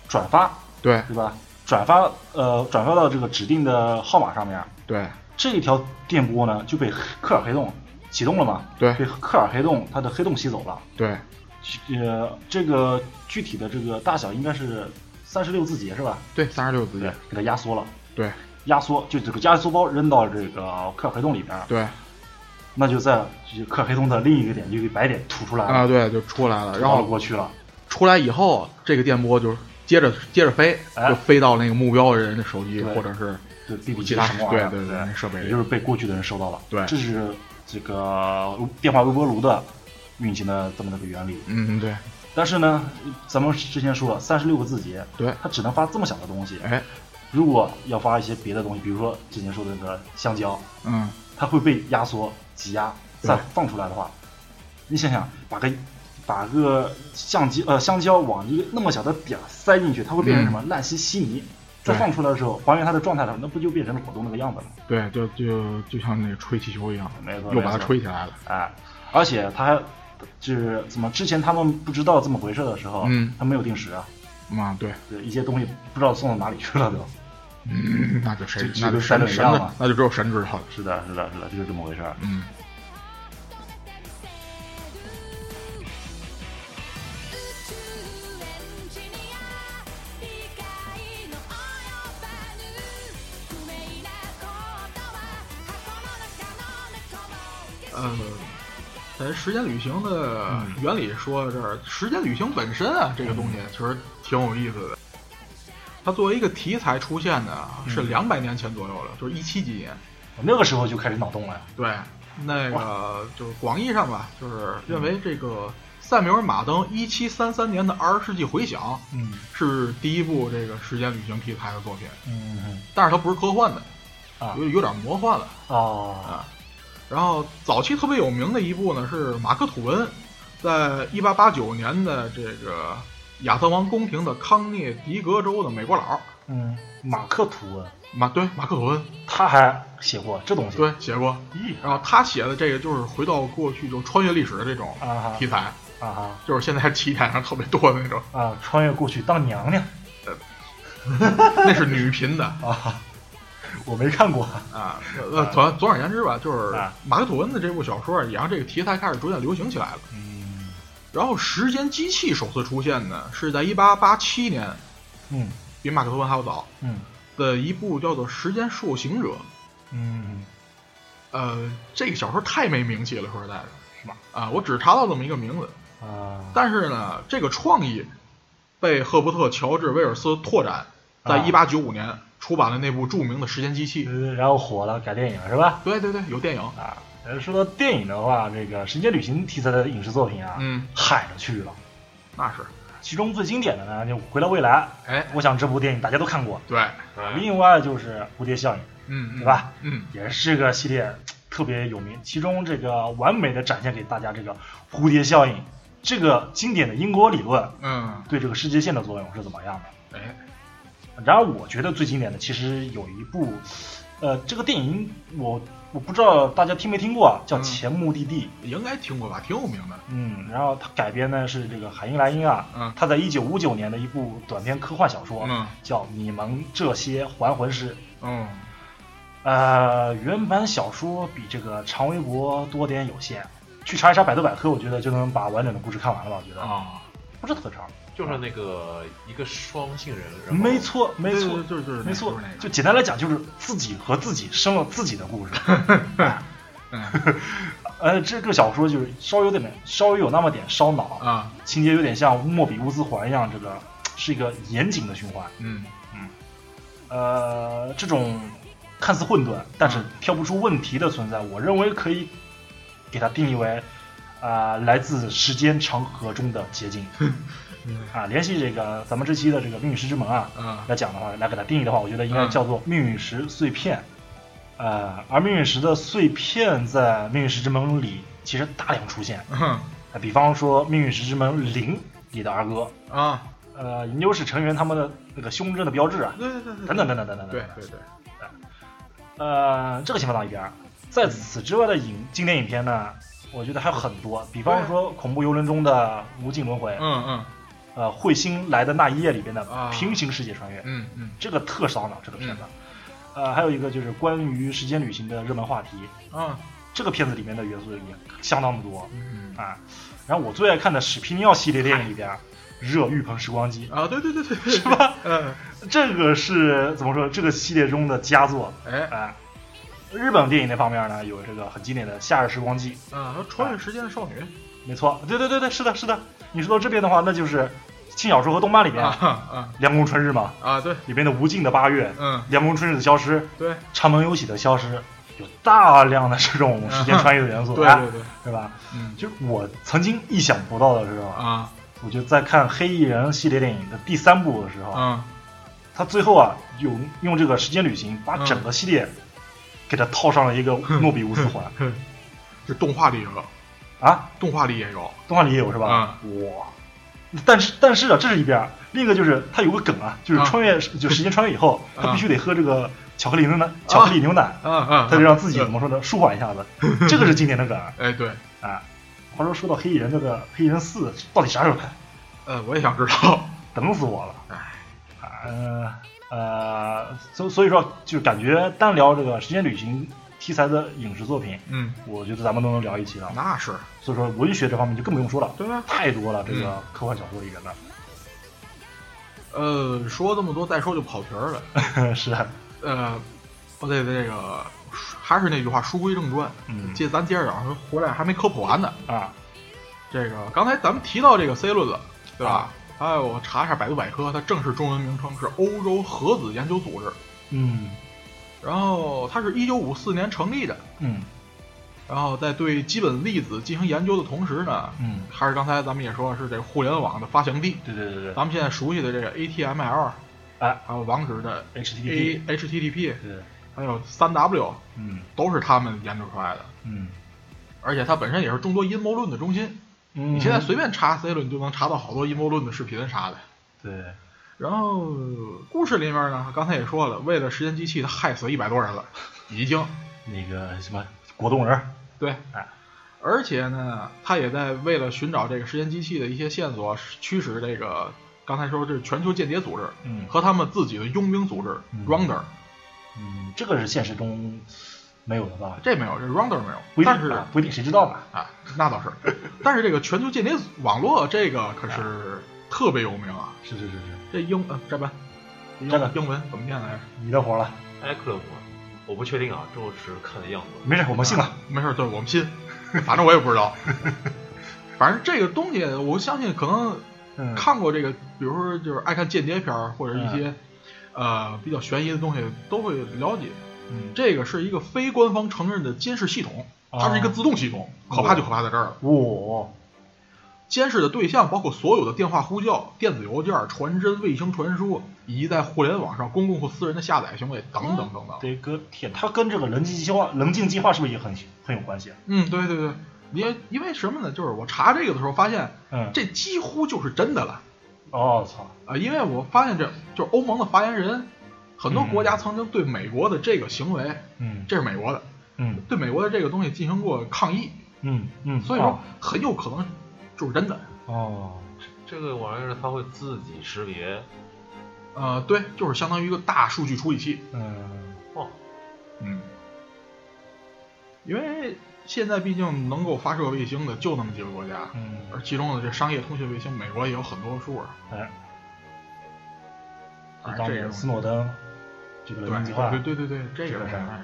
Speaker 1: 转发
Speaker 2: 对
Speaker 1: 对吧？转发呃转发到这个指定的号码上面，
Speaker 2: 对
Speaker 1: 这一条电波呢就被克尔黑洞启动了嘛？
Speaker 2: 对
Speaker 1: 被克尔黑洞它的黑洞吸走了。
Speaker 2: 对，
Speaker 1: 呃，这个具体的这个大小应该是三十六字节是吧？
Speaker 2: 对三十六字节，，
Speaker 1: 给它压缩了，
Speaker 2: 对
Speaker 1: 压缩就这个压缩包扔到这个克尔黑洞里边儿，
Speaker 2: 对
Speaker 1: 那就在这克尔黑洞的另一个点就给白点吐出来了，
Speaker 2: 啊对就出来
Speaker 1: 吐
Speaker 2: 了，然
Speaker 1: 到了
Speaker 2: 后
Speaker 1: 过去了。
Speaker 2: 出来以后，这个电波就接着接着飞，
Speaker 1: 哎
Speaker 2: 就飞到那个目标的人的手机
Speaker 1: 对
Speaker 2: 或者是
Speaker 1: 对 BB
Speaker 2: 其
Speaker 1: 机
Speaker 2: 他
Speaker 1: 什么玩意儿，
Speaker 2: 对对对那设备里
Speaker 1: 也就是被过去的人收到了。
Speaker 2: 对
Speaker 1: 这是这个电话微波炉的运行的这么一个原理。
Speaker 2: 嗯对
Speaker 1: 但是呢，咱们之前说了，三十六个字节，
Speaker 2: 对，
Speaker 1: 它只能发这么小的东西。
Speaker 2: 哎
Speaker 1: 如果要发一些别的东西，比如说之前说的那个香蕉，
Speaker 2: 嗯
Speaker 1: 它会被压缩、挤压、
Speaker 2: 对
Speaker 1: 散放出来的话，你想想，把个把个相机呃香蕉往一个那么小的点儿塞进去，它会变成什么？烂稀稀泥。再
Speaker 2: 嗯对
Speaker 1: 放出来的时候，还原它的状态的时候，那不就变成了果冻那个样子了？
Speaker 2: 对，就就就像那个吹气球一样，
Speaker 1: 没错
Speaker 2: 又把
Speaker 1: 没
Speaker 2: 它
Speaker 1: 错
Speaker 2: 吹起来了。
Speaker 1: 哎，而且它还就是怎么之前他们不知道这么回事的时候，
Speaker 2: 嗯
Speaker 1: 他没有定时啊，
Speaker 2: 嘛，对，
Speaker 1: 对一些东西不知道送到哪里去了都。
Speaker 2: 嗯那就谁
Speaker 1: 就
Speaker 2: 那
Speaker 1: 就
Speaker 2: 就
Speaker 1: 跟三
Speaker 2: 神
Speaker 1: 六一
Speaker 2: 神
Speaker 1: 样
Speaker 2: 的
Speaker 1: 嘛，
Speaker 2: 那就只有神知道了。
Speaker 1: 是的，是的，是的，就是这么回事儿。
Speaker 2: 嗯，呃，在时间旅行的原理说到这儿，时间旅行本身啊，这个东西其实挺有意思的。它作为一个题材出现的啊是两百年前左右了，就是一七几年。
Speaker 1: 我嗯那个时候就开始脑洞了，
Speaker 2: 对，那个就是广义上吧，就是认为这个塞缪尔·马登一七三三年的《二十世纪回响》
Speaker 1: 嗯
Speaker 2: 是第一部这个时间旅行题材的作品，
Speaker 1: 嗯
Speaker 2: 但是它不是科幻的，
Speaker 1: 啊
Speaker 2: 有有点魔幻了。
Speaker 1: 哦，
Speaker 2: 啊。然后早期特别有名的一部呢是马克·吐温，在一八八九年的这个亚瑟王宫廷的康涅狄格州的美国佬，
Speaker 1: 嗯，马克吐温
Speaker 2: 马对马克·吐温
Speaker 1: 他还写过这东西，
Speaker 2: 对写过。
Speaker 1: 咦
Speaker 2: 然后他写的这个就是回到过去，就穿越历史的这种
Speaker 1: 啊
Speaker 2: 题材，
Speaker 1: 哈啊
Speaker 2: 就是现在起点上特别多的那种，
Speaker 1: 哈啊，穿越过去当娘娘
Speaker 2: 那是女频的
Speaker 1: 啊， 我没看过
Speaker 2: 啊。呃，总总而言之吧，就是
Speaker 1: 啊
Speaker 2: 马克·吐温的这部小说也让这个题材开始逐渐流行起来了。
Speaker 1: 嗯
Speaker 2: 然后时间机器首次出现呢，是在一八八七年，
Speaker 1: 嗯
Speaker 2: 比马克吐温还要早
Speaker 1: 嗯
Speaker 2: 的一部叫做《时间受刑者》。
Speaker 1: 嗯
Speaker 2: 呃，这个小说太没名气了，说实在的，是吧？啊、我只查到这么一个名字，
Speaker 1: 啊，
Speaker 2: 但是呢，这个创意被赫伯特·乔治·威尔斯拓展，在
Speaker 1: 啊
Speaker 2: 一八九五年出版了那部著名的《时间机器》。
Speaker 1: 呃然后火了，改电影是吧？
Speaker 2: 对对对，有电影。
Speaker 1: 啊，呃说到电影的话，这个时间旅行题材的影视作品啊，
Speaker 2: 嗯，
Speaker 1: 海着去了。
Speaker 2: 那是。
Speaker 1: 其中最经典的呢，就《回到未来》。
Speaker 2: 哎，
Speaker 1: 我想这部电影大家都看过。
Speaker 2: 对，
Speaker 1: 另外就是《蝴蝶效应》，
Speaker 2: 嗯，
Speaker 1: 对吧？
Speaker 2: 嗯，
Speaker 1: 也是这个系列特别有名，其中这个完美的展现给大家这个蝴蝶效应这个经典的因果理论
Speaker 2: 嗯，
Speaker 1: 对这个世界线的作用是怎么样的。
Speaker 2: 哎，
Speaker 1: 然而，我觉得最经典的其实有一部，呃，这个电影我我不知道大家听没听过，啊，叫《
Speaker 2: 嗯
Speaker 1: 前目的地》。
Speaker 2: 应该听过吧？挺有名的。
Speaker 1: 嗯，然后它改编呢是这个海因莱因啊，
Speaker 2: 嗯
Speaker 1: 他在一九五九年的一部短篇科幻小说，
Speaker 2: 嗯
Speaker 1: 叫《你们这些还魂师》。
Speaker 2: 嗯，
Speaker 1: 呃，原版小说比这个长微博多点有限，去查一查百度百科，我觉得就能把完整的故事看完了吧？我觉得、
Speaker 2: 啊，
Speaker 1: 不是特长，
Speaker 5: 就是那个一个双性人，然后
Speaker 1: 没，错，没
Speaker 2: 对
Speaker 1: 错，
Speaker 2: 对就是就是
Speaker 1: 没错
Speaker 2: 那个，
Speaker 1: 就简单来讲，就是自己和自己生了自己的故事。
Speaker 2: 嗯
Speaker 1: 呃，这个小说就是稍微有点，稍微有那么点烧脑，
Speaker 2: 啊，
Speaker 1: 情节有点像莫比乌斯环一样，这个是一个严谨的循环。
Speaker 2: 嗯，
Speaker 1: 呃，这种看似混沌，但是挑不出问题的存在，我认为可以给它定义为啊、来自时间长河中的捷径。
Speaker 2: 嗯
Speaker 1: 啊，联系这个咱们这期的这个命运石之门啊
Speaker 2: 啊，
Speaker 1: 来讲的话，来给它定义的话，我觉得应该
Speaker 2: 嗯
Speaker 1: 叫做命运石碎片。呃，而命运石的碎片在命运石之门里其实大量出现，
Speaker 2: 嗯
Speaker 1: 啊，比方说命运石之门零里的二哥，
Speaker 2: 啊，
Speaker 1: 呃，研究室成员他们的那个胸针的标志啊，
Speaker 2: 对对对对，
Speaker 1: 等等等等等等等
Speaker 2: 嗯对
Speaker 1: 等。
Speaker 2: 对对，
Speaker 1: 呃，这个先放到一边儿。在此之外的影经典影片呢，我觉得还有很多，比方说《恐怖游轮》中的无尽轮回，
Speaker 2: 嗯嗯
Speaker 1: 呃，《彗星来的那一夜》里边的
Speaker 2: 啊
Speaker 1: 平行世界穿越，
Speaker 2: 嗯嗯
Speaker 1: 这个特烧脑，这个片子。呃，还有一个就是关于时间旅行的热门话题，
Speaker 2: 啊，
Speaker 1: 这个片子里面的元素也相当的多
Speaker 2: 嗯
Speaker 1: 啊。然后我最爱看的史皮尼奥系列电影里边，《热浴盆时光机
Speaker 2: 啊，对对对对，是吧？嗯，》
Speaker 1: 这个是怎么说？这个系列中的佳作，
Speaker 2: 哎，
Speaker 1: 啊，日本电影那方面呢，有这个很经典的《夏日时光机》，
Speaker 2: 啊，穿越时间的少女
Speaker 1: 没错，对对对对，是的，是的。你说到这边的话，那就是轻小说和动漫里面
Speaker 2: 啊
Speaker 1: 《
Speaker 2: 啊
Speaker 1: 凉宫春日》嘛，
Speaker 2: 啊，对，
Speaker 1: 里边的无尽的八月，
Speaker 2: 嗯
Speaker 1: 《凉宫春日的消失》，
Speaker 2: 对，
Speaker 1: 长门有喜的消失，有大量的这种时间穿越的元素，
Speaker 2: 对
Speaker 1: 啊
Speaker 2: 嗯对对，
Speaker 1: 是吧？
Speaker 2: 嗯
Speaker 1: 就是我曾经意想不到的时候，
Speaker 2: 啊
Speaker 1: 我就在看《黑衣人》系列电影的第三部的时候，
Speaker 2: 啊
Speaker 1: 他最后啊，有用这个时间旅行把
Speaker 2: 嗯
Speaker 1: 整个系列给它套上了 一个诺比乌斯环
Speaker 2: 这动画里有，
Speaker 1: 啊。
Speaker 2: 动画里也有，
Speaker 1: 动画里也有是吧？
Speaker 2: 嗯
Speaker 1: 哇！但是但是啊，这是一边儿，另一个就是它有个梗啊，就是
Speaker 2: 啊
Speaker 1: 穿越、就时间穿越以后，
Speaker 2: 啊
Speaker 1: 他必须得喝这个巧克力牛奶，巧克力牛奶，
Speaker 2: 嗯嗯，
Speaker 1: 他就让自己怎么说呢，舒缓一 下子，这个是经典的梗啊。
Speaker 2: 哎，对，
Speaker 1: 话说说到黑衣人这个黑衣人四到底啥时候拍，
Speaker 2: 呃，我也想知道，
Speaker 1: 等死我了。呃呃，所所以说就是感觉单聊这个时间旅行题材的影视作品，
Speaker 2: 嗯，
Speaker 1: 我觉得咱们都能聊一期了。
Speaker 2: 那是，
Speaker 1: 所以说文学这方面就更不用说了，
Speaker 2: 对啊吧？
Speaker 1: 太多了，这个科幻小说里面的。
Speaker 2: 呃，说这么多，再说就跑题儿 了。
Speaker 1: 是啊，
Speaker 2: 呃，我得这个，还是那句话，书归正传。
Speaker 1: 嗯
Speaker 2: 接咱接着讲，回来还没科普完呢。
Speaker 1: 啊，
Speaker 2: 这个刚才咱们提到这个 C 论了，对
Speaker 1: 啊
Speaker 2: 吧？哎，我查一下百度百科，它正式中文名称是欧洲核子研究组织，
Speaker 1: 嗯
Speaker 2: 然后它是一九五四年成立的，
Speaker 1: 嗯
Speaker 2: 然后在对基本粒子进行研究的同时呢，
Speaker 1: 嗯，
Speaker 2: 还是刚才咱们也说是这个互联网的发祥地，
Speaker 1: 对对对对
Speaker 2: 咱们现在熟悉的这个 ATML，
Speaker 1: 哎
Speaker 2: 还有网址的
Speaker 1: ，HTTP，
Speaker 2: A HTTP，
Speaker 1: 对，
Speaker 2: 还有三 W，
Speaker 1: 嗯
Speaker 2: 都是他们研究出来的。
Speaker 1: 嗯
Speaker 2: 而且它本身也是众多阴谋论的中心，
Speaker 1: 嗯，
Speaker 2: 你现在随便查 C 论就能查到好多阴谋论的视频啥的。
Speaker 1: 对，
Speaker 2: 然后故事里面呢，刚才也说了，为了时间机器，他害死一百多人了，已 经
Speaker 1: 那个什么果冻人儿，
Speaker 2: 对
Speaker 1: 哎。
Speaker 2: 而且呢，他也在为了寻找这个时间机器的一些线索，驱使这个刚才说这是全球间谍组织
Speaker 1: 嗯
Speaker 2: 和他们自己的佣兵组织
Speaker 1: 嗯
Speaker 2: Rounder，
Speaker 1: 嗯，这个是现实中没有了吧？
Speaker 2: 这没有，这 Rounder 没
Speaker 1: 不
Speaker 2: 有，
Speaker 1: 一定
Speaker 2: 但是
Speaker 1: 啊不一定，谁知道呢？
Speaker 2: 啊，那倒 是，但是这个全球间谍网络这个
Speaker 1: 哎
Speaker 2: 可是特别有名啊。
Speaker 1: 是是是是，
Speaker 2: 这英呃，这不，英
Speaker 1: 这个
Speaker 2: 英文怎么念来着？
Speaker 1: 你的活了，
Speaker 5: 艾克勒姆，我不确定啊，这我只是看的样子。
Speaker 1: 没事，我们信了。
Speaker 2: 没事儿，对我们信，反正我也不 知道。反正这个东西，我相信可能
Speaker 1: 嗯，
Speaker 2: 看过这个，比如说就是爱看间谍片儿或者一些、呃比较悬疑的东西，都会了解。
Speaker 1: 嗯
Speaker 2: 这个是一个非官方承认的监视系统，
Speaker 1: 哦
Speaker 2: 它是一个自动系统，可怕就可怕在这儿了。
Speaker 1: 我
Speaker 2: 监视的对象包括所有的电话呼叫、电子邮件、传真、卫星传输，以及在互联网上公共或私人的下载行为等等等等。
Speaker 1: 的个天，它跟这个棱镜计划、棱镜计划是不是也很很有关系啊？
Speaker 2: 嗯，对对对，因因为什么呢？就是我查这个的时候发现，
Speaker 1: 嗯，
Speaker 2: 这几乎就是真的了
Speaker 1: 哦操，
Speaker 2: 啊、因为我发现这就是欧盟的发言人，很多国家曾经对美国的这个行为，
Speaker 1: 嗯
Speaker 2: 这是美国的，
Speaker 1: 嗯
Speaker 2: 对美国的这个东西进行过抗议，
Speaker 1: 嗯嗯，
Speaker 2: 所以说很有可能就是真的。
Speaker 1: 哦，
Speaker 5: 这个玩意儿它会自己识别，
Speaker 2: 呃，对，就是相当于一个大数据处理器。
Speaker 1: 嗯
Speaker 5: 哦，
Speaker 2: 嗯，因为现在毕竟能够发射卫星的就那么几个国家，而
Speaker 1: 嗯，
Speaker 2: 其中的这商业通讯卫星，美国也有很多数啊。
Speaker 1: 哎，
Speaker 2: 啊
Speaker 1: 就当
Speaker 2: 这个
Speaker 1: 年斯诺登这个
Speaker 2: 啊对
Speaker 1: 棱镜计划，
Speaker 2: 对对对对，这
Speaker 1: 这
Speaker 2: 个
Speaker 1: 个
Speaker 2: 事
Speaker 1: 事儿
Speaker 2: 儿。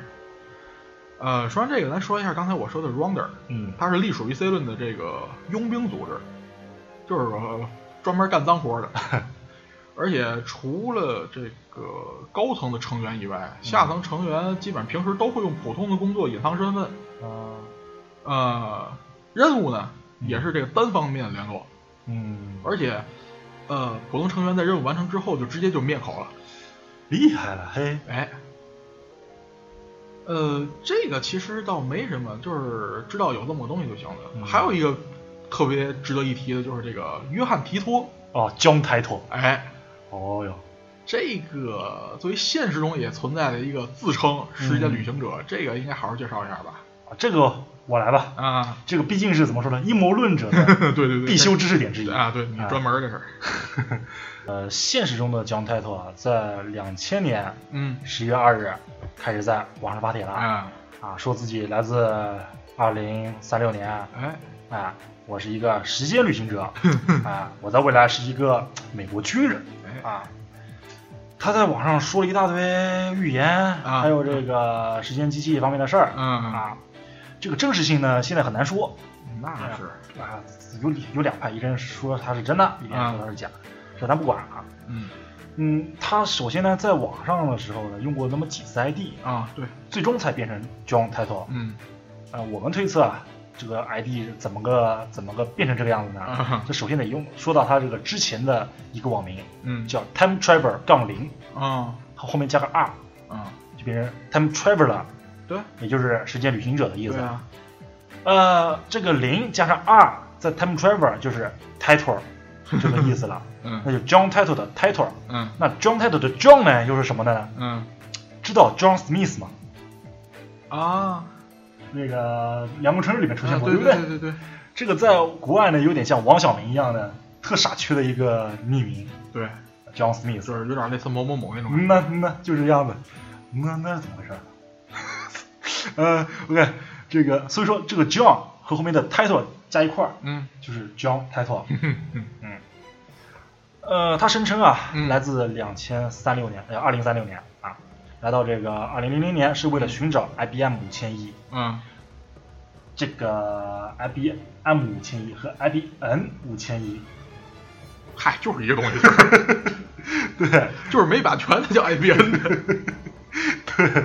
Speaker 2: 呃，说完这个，咱说一下刚才我说的 Rounder，
Speaker 1: 嗯
Speaker 2: 它是隶属于 C 论的这个佣兵组织，就是、呃专门干脏活 的。而且除了这个高层的成员以外，下层成员基本平时都会用普通的工作隐藏身份，
Speaker 1: 啊
Speaker 2: 呃，任务呢
Speaker 1: 嗯
Speaker 2: 也是这个单方面联络，
Speaker 1: 嗯，
Speaker 2: 而且，呃，普通成员在任务完成之后就直接就灭口了。
Speaker 1: 厉害了嘿，
Speaker 2: 哎，呃，这个其实倒没什么，就是知道有这么个东西就行了。
Speaker 1: 嗯
Speaker 2: 还有一个特别值得一提的就是这个约翰提托，
Speaker 1: 哦，John Title，
Speaker 2: 哎，
Speaker 1: 哦哟，
Speaker 2: 这个作为现实中也存在的一个自称时间旅行者，这个应该好好介绍一下吧。
Speaker 1: 啊这个我来吧，
Speaker 2: 啊，
Speaker 1: 这个毕竟是怎么说呢，阴谋论者的
Speaker 2: 对对对，
Speaker 1: 必修知识点之一
Speaker 2: 啊，对你专门儿的事儿，
Speaker 1: 呃，现实中的 John Title 啊，在两千年
Speaker 2: 嗯
Speaker 1: 十月二日开始在网上发帖了
Speaker 2: 啊，
Speaker 1: 啊，说自己来自二零三六年
Speaker 2: 哎，
Speaker 1: 啊，我是一个时间旅行 者啊，我在未来是一个美国军人
Speaker 2: 哎，
Speaker 1: 啊。他在网上说了一大堆预言，
Speaker 2: 啊
Speaker 1: 还有这个时间机器方面的事儿、
Speaker 2: 嗯，
Speaker 1: 啊。这个真实性呢，现在很难说，
Speaker 2: 那是，
Speaker 1: 啊，有有两派，一个人说他是真的，一个人说他是假，这咱不管啊。
Speaker 2: 嗯
Speaker 1: 嗯，他首先呢，在网上的时候呢，用过那么几次 ID，
Speaker 2: 啊，对，
Speaker 1: 最终才变成 John Title。啊、
Speaker 2: 嗯
Speaker 1: 我们推测啊，这个 ID 怎么个怎么个变成这个样子呢？
Speaker 2: 啊
Speaker 1: 这首先得用说到他这个之前的一个网名
Speaker 2: 嗯，
Speaker 1: 叫 Time Traveler 杠零，
Speaker 2: 啊
Speaker 1: 他后面加个 R，
Speaker 2: 啊，
Speaker 1: 就变成 Time Traveler，
Speaker 2: 对
Speaker 1: 也就是时间旅行者的意思。
Speaker 2: 对啊，
Speaker 1: 呃，这个零加上 R，在 Time Traveler 就是 Title 这个意思 了，那
Speaker 2: 嗯
Speaker 1: 就 John Title 的 Title。
Speaker 2: 嗯
Speaker 1: 那 John Title 的 John 呢，又是什么呢？
Speaker 2: 嗯
Speaker 1: 知道 John Smith 吗？
Speaker 2: 啊，
Speaker 1: 那个《梁国春日》里面出现
Speaker 2: 啊
Speaker 1: 过，
Speaker 2: 对
Speaker 1: 不
Speaker 2: 对对对
Speaker 1: 这个在国外呢，有点像王小明一样的特傻缺的一个匿名
Speaker 2: 对，
Speaker 1: John Smith。
Speaker 2: 就是有点类似某某某那种，
Speaker 1: 嗯那嗯那就是这样子，嗯那那是怎么回事？ 呃，OK，这个所以说这个 John 和后面的 title 加一块儿
Speaker 2: 嗯
Speaker 1: 就是 John title。
Speaker 2: 嗯
Speaker 1: 呃，他声称啊，
Speaker 2: 嗯
Speaker 1: 来自两千三六年，呃，二零三六年啊，来到这个二零零零年是为了寻找 IBM 五千一。
Speaker 2: 嗯
Speaker 1: 这个 IBM 五千一和 IBM 五千一，
Speaker 2: 嗨，就是一个东西，
Speaker 1: 对
Speaker 2: 就是没版权的叫 IBM
Speaker 1: 对，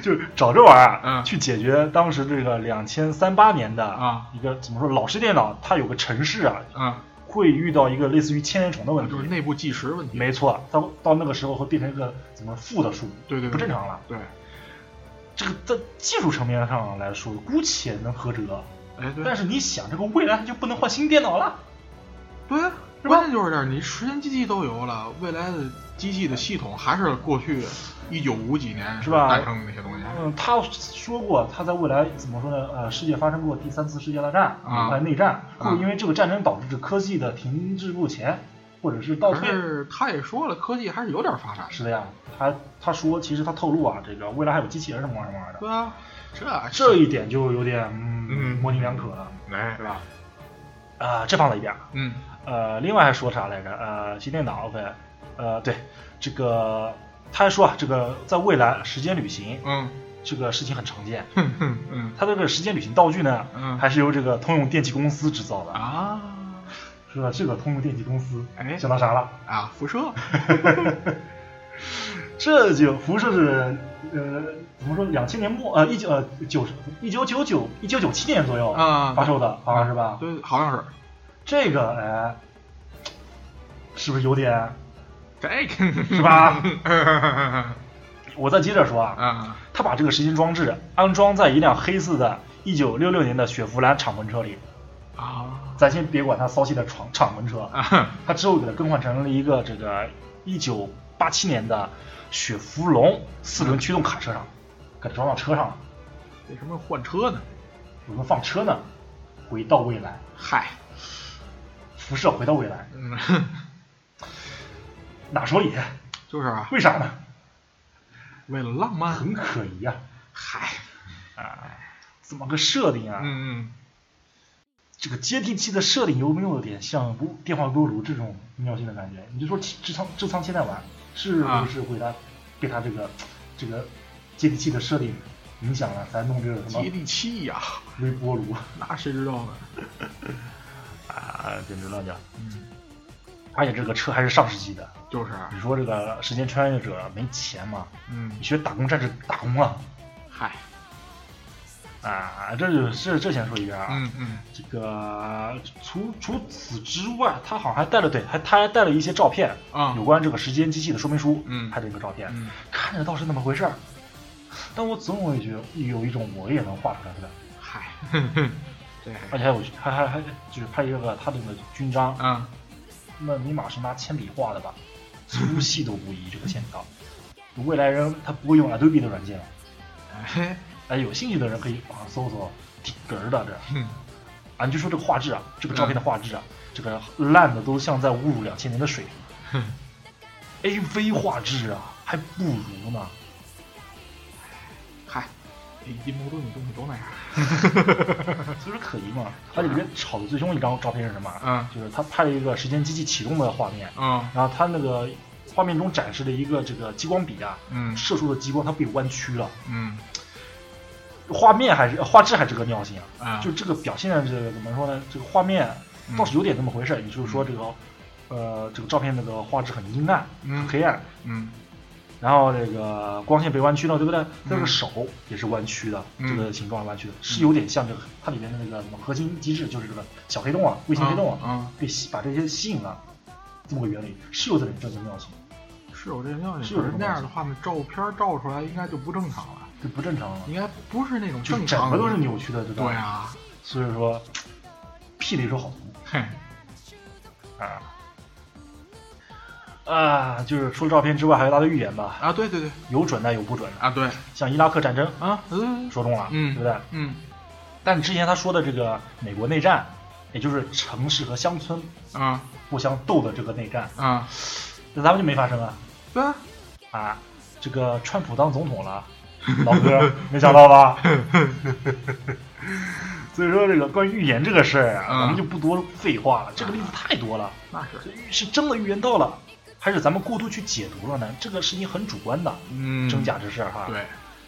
Speaker 1: 就是找这玩意儿啊
Speaker 2: 嗯
Speaker 1: 去解决当时这个两千三八年的
Speaker 2: 啊
Speaker 1: 一个怎么说，老式电脑它有个程式啊，
Speaker 2: 啊，
Speaker 1: 会遇到一个类似于千年虫的问
Speaker 2: 就是
Speaker 1: 题。
Speaker 2: 内部计时问题，
Speaker 1: 没错，到到那个时候会变成一个怎么说负的数，
Speaker 2: 对对对
Speaker 1: 不正常了。
Speaker 2: 对，
Speaker 1: 这个在技术层面上来说，姑且能合辙，
Speaker 2: 哎对，
Speaker 1: 但是你想，这个未来它就不能换新电脑了。
Speaker 2: 对啊，关键就是这儿，你时间机器都有了，未来的机器的系统还是过去一九五几年
Speaker 1: 是吧
Speaker 2: 诞生的那些东西，
Speaker 1: 嗯，他说过，他在未来怎么说呢？呃，世界发生过第三次世界大战，
Speaker 2: 啊
Speaker 1: 还有内战，
Speaker 2: 啊
Speaker 1: 或者因为这个战争导致这科技的停滞不前，或者是倒
Speaker 2: 可
Speaker 1: 退。
Speaker 2: 是他也说了，科技还是有点发展，
Speaker 1: 是的呀，他他说，其实他透露啊，这个未来还有机器人什么玩意儿什么玩意儿的。
Speaker 2: 对啊，
Speaker 3: 这
Speaker 1: 这一点就有点嗯
Speaker 3: 嗯
Speaker 1: 模棱两可了
Speaker 2: 哎
Speaker 3: 来
Speaker 1: 对吧？啊、这放在一边儿。
Speaker 2: 嗯，
Speaker 1: 呃，另外还说啥来着？呃，新电脑 OK，呃，对，这个他还说啊，这个在未来时间旅行
Speaker 2: 嗯
Speaker 1: 这个事情很常见。
Speaker 2: 哼哼嗯
Speaker 1: 他这个时间旅行道具呢，
Speaker 2: 嗯
Speaker 1: 还是由这个通用电气公司制造的，
Speaker 2: 啊
Speaker 1: 是吧？这个通用电气公司
Speaker 2: 哎
Speaker 1: 想到啥了？
Speaker 2: 啊，辐 射，
Speaker 1: 这就辐射是呃怎么说？两千年末呃一九呃九十一九九九一九九七年左右
Speaker 2: 啊
Speaker 1: 发售的，好像是吧？
Speaker 2: 对，好像是
Speaker 1: 这个哎，是不是有点？
Speaker 2: 这 个
Speaker 1: 是吧？
Speaker 2: 啊
Speaker 1: 我再接着说啊，他把这个时间装置安装在一辆黑色的1966年的雪佛兰敞篷车里，
Speaker 2: 啊
Speaker 1: 咱先别管它骚气的敞敞篷车，
Speaker 2: 啊
Speaker 1: 它之后给它更换成了一个这个1987年的雪佛龙四轮驱动卡车上，给它装到车上了。
Speaker 2: 为什么换车呢？
Speaker 1: 有个放车呢，回到未来，
Speaker 2: 嗨，
Speaker 1: 辐射回到未来，
Speaker 2: 嗯，
Speaker 1: 哪说理？
Speaker 2: 就是啊，
Speaker 1: 为啥呢？
Speaker 2: 为了浪漫，
Speaker 1: 很可疑啊！
Speaker 2: 嗨，
Speaker 1: 啊，怎么个设定啊？
Speaker 2: 嗯嗯，
Speaker 1: 这个接地气的设定有没有点像不电话锅炉这种尿性的感觉？你就说智仓智仓现在玩是不是会他被他这个这个接地气的设定影响了，才弄这个什么
Speaker 2: 接地气呀，
Speaker 1: 微波炉
Speaker 2: 那谁知道呢？
Speaker 1: 啊，简直乱讲！
Speaker 2: 嗯，
Speaker 1: 而且这个车还是上世纪的，
Speaker 2: 就是啊，
Speaker 1: 你说这个时间穿越者没钱嘛？
Speaker 2: 嗯
Speaker 1: 你，学打工战士打工啊
Speaker 2: 嗨，
Speaker 1: 啊！这就这这先说一遍啊。
Speaker 2: 嗯嗯，
Speaker 1: 这个除除此之外，他好像还带了对，还他还带了一些照片
Speaker 2: 啊
Speaker 1: 有关这个时间机器的说明书，
Speaker 2: 嗯
Speaker 1: 拍了一个照片，
Speaker 2: 嗯
Speaker 1: 看着倒是那么回事儿，但我总有一觉有一种我也能画出来的，
Speaker 2: 嗨， 哼哼，这
Speaker 1: 而且还有还还还就是拍一个他那个军章，
Speaker 2: 啊，
Speaker 1: 那尼玛是拿铅笔画的吧，粗细都不一，这个线条，未来人他不会用 Adobe 的软件，啊
Speaker 2: 哎，
Speaker 1: 哎，有兴趣的人可以网上搜搜，挺哏儿的这。
Speaker 2: 哼，
Speaker 1: 啊，你就说这个画质啊，这个照片的画质啊，这个烂的都像在侮辱两千年的水
Speaker 2: 哼
Speaker 1: ，A V 画质啊，还不如呢。
Speaker 2: 嗨，哎阴谋论的东西都那样，
Speaker 1: 所以说可疑嘛。而且里面吵的最凶一张照片是什么？啊
Speaker 2: 嗯
Speaker 1: 就是他拍了一个时间机器启动的画面，
Speaker 2: 嗯
Speaker 1: 然后他那个画面中展示的一个这个激光笔啊，
Speaker 2: 嗯
Speaker 1: 射出的激光它被弯曲了，
Speaker 2: 嗯
Speaker 1: 画面还是呃画质还是个尿性啊。
Speaker 2: 啊，
Speaker 1: 就这个表现的这个怎么说呢？这个画面
Speaker 2: 嗯
Speaker 1: 倒是有点那么回事儿，也就是说这个呃这个照片那个画质很阴暗、很
Speaker 2: 嗯
Speaker 1: 黑暗，
Speaker 2: 嗯
Speaker 1: 然后这个光线被弯曲了，对不对？这个手也是弯曲的，
Speaker 2: 嗯
Speaker 1: 这个形状弯曲的，是有点像这个它里面的那个什么核心机制，就是这个小黑洞啊、卫星黑洞啊，
Speaker 2: 啊，
Speaker 1: 被吸把这些吸引了，这么个原理是有这种这种妙性，
Speaker 2: 是有这尿
Speaker 1: 是
Speaker 2: 性，
Speaker 1: 有
Speaker 2: 可
Speaker 1: 这
Speaker 2: 是
Speaker 1: 种
Speaker 2: 那样的话呢，照片照出来应该就不正常了，
Speaker 1: 这不正常了，
Speaker 2: 应该不是那种
Speaker 1: 就是
Speaker 2: 正
Speaker 1: 整
Speaker 2: 常
Speaker 1: 个
Speaker 2: 的，
Speaker 1: 都是扭曲的，对吧？
Speaker 2: 对。啊，
Speaker 1: 所以说，屁的一手好毒
Speaker 2: 嘿，
Speaker 1: 啊啊！就是除了照片之外，还有一大堆预言吧，
Speaker 2: 啊对对对，
Speaker 1: 有准的有不准的，
Speaker 2: 啊对，
Speaker 1: 像伊拉克战争
Speaker 2: 啊嗯
Speaker 1: 说中了，
Speaker 2: 嗯
Speaker 1: 对不对？
Speaker 2: 嗯
Speaker 1: 但之前他说的这个美国内战，也就是城市和乡村
Speaker 2: 啊
Speaker 1: 互相斗的这个内战，
Speaker 2: 啊，
Speaker 1: 那咱们就没发生啊
Speaker 2: 对啊，
Speaker 1: 啊！这个川普当总统了，老 哥，没想到吧？ 所以说这个关于预言这个事儿啊，
Speaker 2: 嗯
Speaker 1: 咱们就不多废话了，这个例子太多了，
Speaker 2: 那是，
Speaker 1: 是真的预言到了，还是咱们过度去解读了呢？这个事情很主观的，
Speaker 2: 嗯，
Speaker 1: 真假之事儿哈，，
Speaker 2: 对，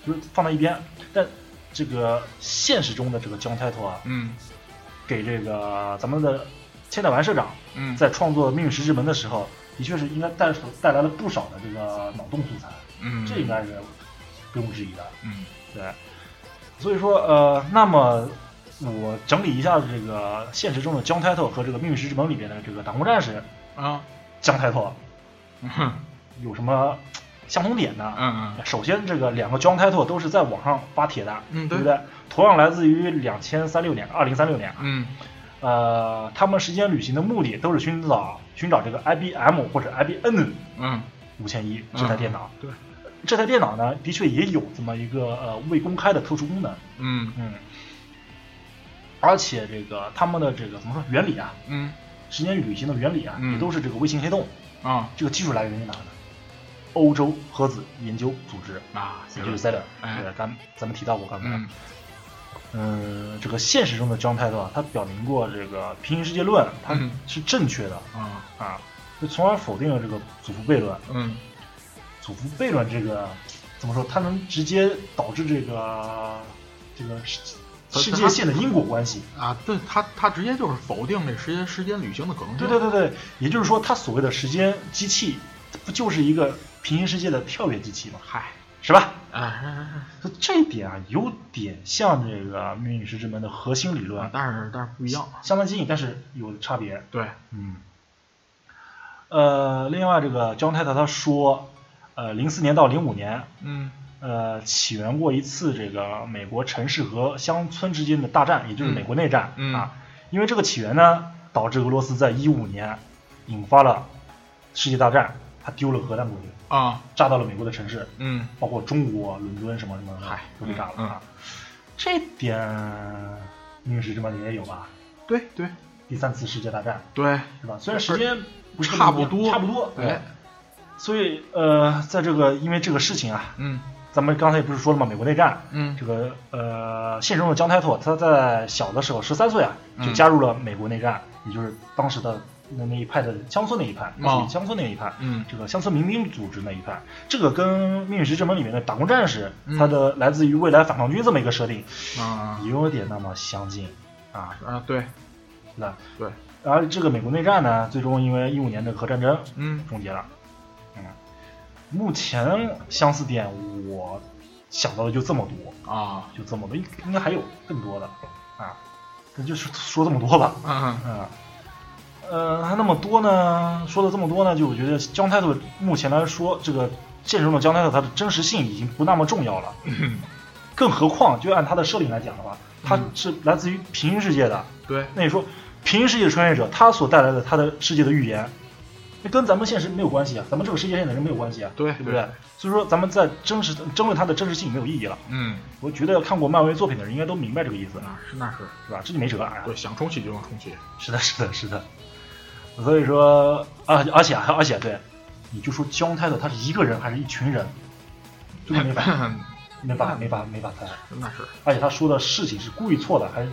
Speaker 1: 就是放在一边。但这个现实中的这个 John Title 啊，
Speaker 2: 嗯
Speaker 1: 给这个咱们的千代丸社长
Speaker 2: 嗯，
Speaker 1: 在创作《命运石之门》的时候，的确是应该带带来了不少的这个脑洞素材，
Speaker 2: 嗯
Speaker 1: 这应该是不用质疑的。
Speaker 2: 嗯
Speaker 1: 对，所以说呃，那么我整理一下这个现实中的江 title 和这个《命运石之门》里边的这个打工战士
Speaker 2: 啊，
Speaker 1: 江 title
Speaker 2: 嗯嗯
Speaker 1: 有什么相同点呢？
Speaker 2: 嗯
Speaker 1: 首先，这个两个江 title 都是在网上发帖的，
Speaker 2: 嗯
Speaker 1: 对
Speaker 2: 对
Speaker 1: 不对？同样来自于两千三六年，二零三六年啊，
Speaker 2: 嗯
Speaker 1: 呃，他们时间旅行的目的都是寻找寻找这个 IBM 或者 IBN
Speaker 2: 嗯，
Speaker 1: 五千一这台电脑。
Speaker 2: 对，
Speaker 1: 这台电脑呢，的确也有这么一个呃未公开的特殊功能。
Speaker 2: 嗯
Speaker 1: 嗯，而且这个他们的这个怎么说原理啊，
Speaker 2: 嗯
Speaker 1: 时间旅行的原理啊，
Speaker 2: 嗯
Speaker 1: 也都是这个卫星黑洞
Speaker 2: 啊
Speaker 1: 这个技术来源于哪呢？欧洲核子研究组织，
Speaker 2: 啊，
Speaker 1: 也
Speaker 2: 行
Speaker 1: 就
Speaker 2: 了
Speaker 1: 是 CERN。
Speaker 2: 哎
Speaker 1: 对，刚咱们提到过刚才。
Speaker 2: 嗯
Speaker 1: 嗯，这个现实中的 John 派特啊，他表明过这个平行世界论，它
Speaker 2: 嗯
Speaker 1: 是正确的、
Speaker 2: 啊
Speaker 1: 啊，就从而否定了这个祖父悖论。
Speaker 2: 嗯
Speaker 1: 祖父悖论这个怎么说？它能直接导致这个这个世
Speaker 2: 它
Speaker 1: 世界线的因果关系。
Speaker 2: 啊，对他他直接就是否定这时间时间旅行的可能
Speaker 1: 对
Speaker 2: 性。
Speaker 1: 对对对，也就是说，它所谓的时间机器，不就是一个平行世界的跳跃机器吗？
Speaker 2: 嗨
Speaker 1: 是吧？
Speaker 2: 啊，
Speaker 1: 所以这一点啊，有点像这个命运石之门的核心理论，
Speaker 2: 但是但是不一样。
Speaker 1: 相当接近，但是有差别。
Speaker 2: 对，
Speaker 1: 嗯，呃，另外这个江太太她说，呃，零四年到零五年，
Speaker 2: 嗯
Speaker 1: 呃，起源过一次这个美国城市和乡村之间的大战，也就是美国内战、
Speaker 2: 嗯
Speaker 1: 啊。因为这个起源呢，导致俄罗斯在一五年引发了世界大战，他丢了核弹过去，
Speaker 2: 啊
Speaker 1: 炸到了美国的城市，
Speaker 2: 嗯
Speaker 1: 包括中国伦敦什么什么的
Speaker 2: 嗨
Speaker 1: 都被炸了、
Speaker 2: 嗯嗯
Speaker 1: 啊。这点历史这边也有吧？
Speaker 2: 对对
Speaker 1: 第三次世界大战
Speaker 2: 对，
Speaker 1: 是吧？虽然时间不是
Speaker 2: 差不多哎
Speaker 1: 差不多，
Speaker 2: 对，
Speaker 1: 所以呃，在这个因为这个事情啊，
Speaker 2: 嗯
Speaker 1: 咱们刚才也不是说了吗？美国内战，
Speaker 2: 嗯
Speaker 1: 这个呃，现实中的江太拓，他在小的时候十三岁啊，就
Speaker 2: 嗯
Speaker 1: 加入了美国内战，也就是当时的那那一派的乡村那一派，他属
Speaker 2: 哦
Speaker 1: 于乡村那一派，
Speaker 2: 嗯
Speaker 1: 这个乡村民兵组织那一派，这个跟《命运石之门》里面的打工战士，
Speaker 2: 嗯
Speaker 1: 他的来自于未来反抗军这么一个设定，
Speaker 2: 啊
Speaker 1: 有点那么相近啊，
Speaker 2: 啊对
Speaker 1: 那
Speaker 2: 对，
Speaker 1: 而这个美国内战呢，最终因为一五年的核战争
Speaker 2: 嗯
Speaker 1: 终结了。嗯，目前相似点我想到的就这么多，
Speaker 2: 啊
Speaker 1: 就这么多，应应该还有更多的啊，那就是说这么多吧。
Speaker 2: 嗯
Speaker 1: 嗯，呃，他那么多呢，说了这么多呢，就我觉得江太特目前来说，这个现实中的江太特它的真实性已经不那么重要 了，更何况就按它的设定来讲的话，它
Speaker 2: 嗯
Speaker 1: 是来自于平行世界的。
Speaker 2: 对
Speaker 1: 那你说平行世界的穿越者，他所带来的他的世界的预言，那跟咱们现实没有关系啊，咱们这个世界线的人没有关系啊，
Speaker 2: 对
Speaker 1: 对不对？所以说咱们在真实争论它的真实性没有意义了。
Speaker 2: 嗯
Speaker 1: 我觉得看过漫威作品的人应该都明白这个意思，
Speaker 2: 那是那是
Speaker 1: 是吧？这就没辙啊。
Speaker 2: 对，想重启就能重启。
Speaker 1: 是的，是的，是的。所以说，啊，而且啊而且对，你就说江太的他是一个人还是一群人，这个没 法没法没法没法猜。
Speaker 2: 那嗯是
Speaker 1: 而且他说的事情是故意错的，还是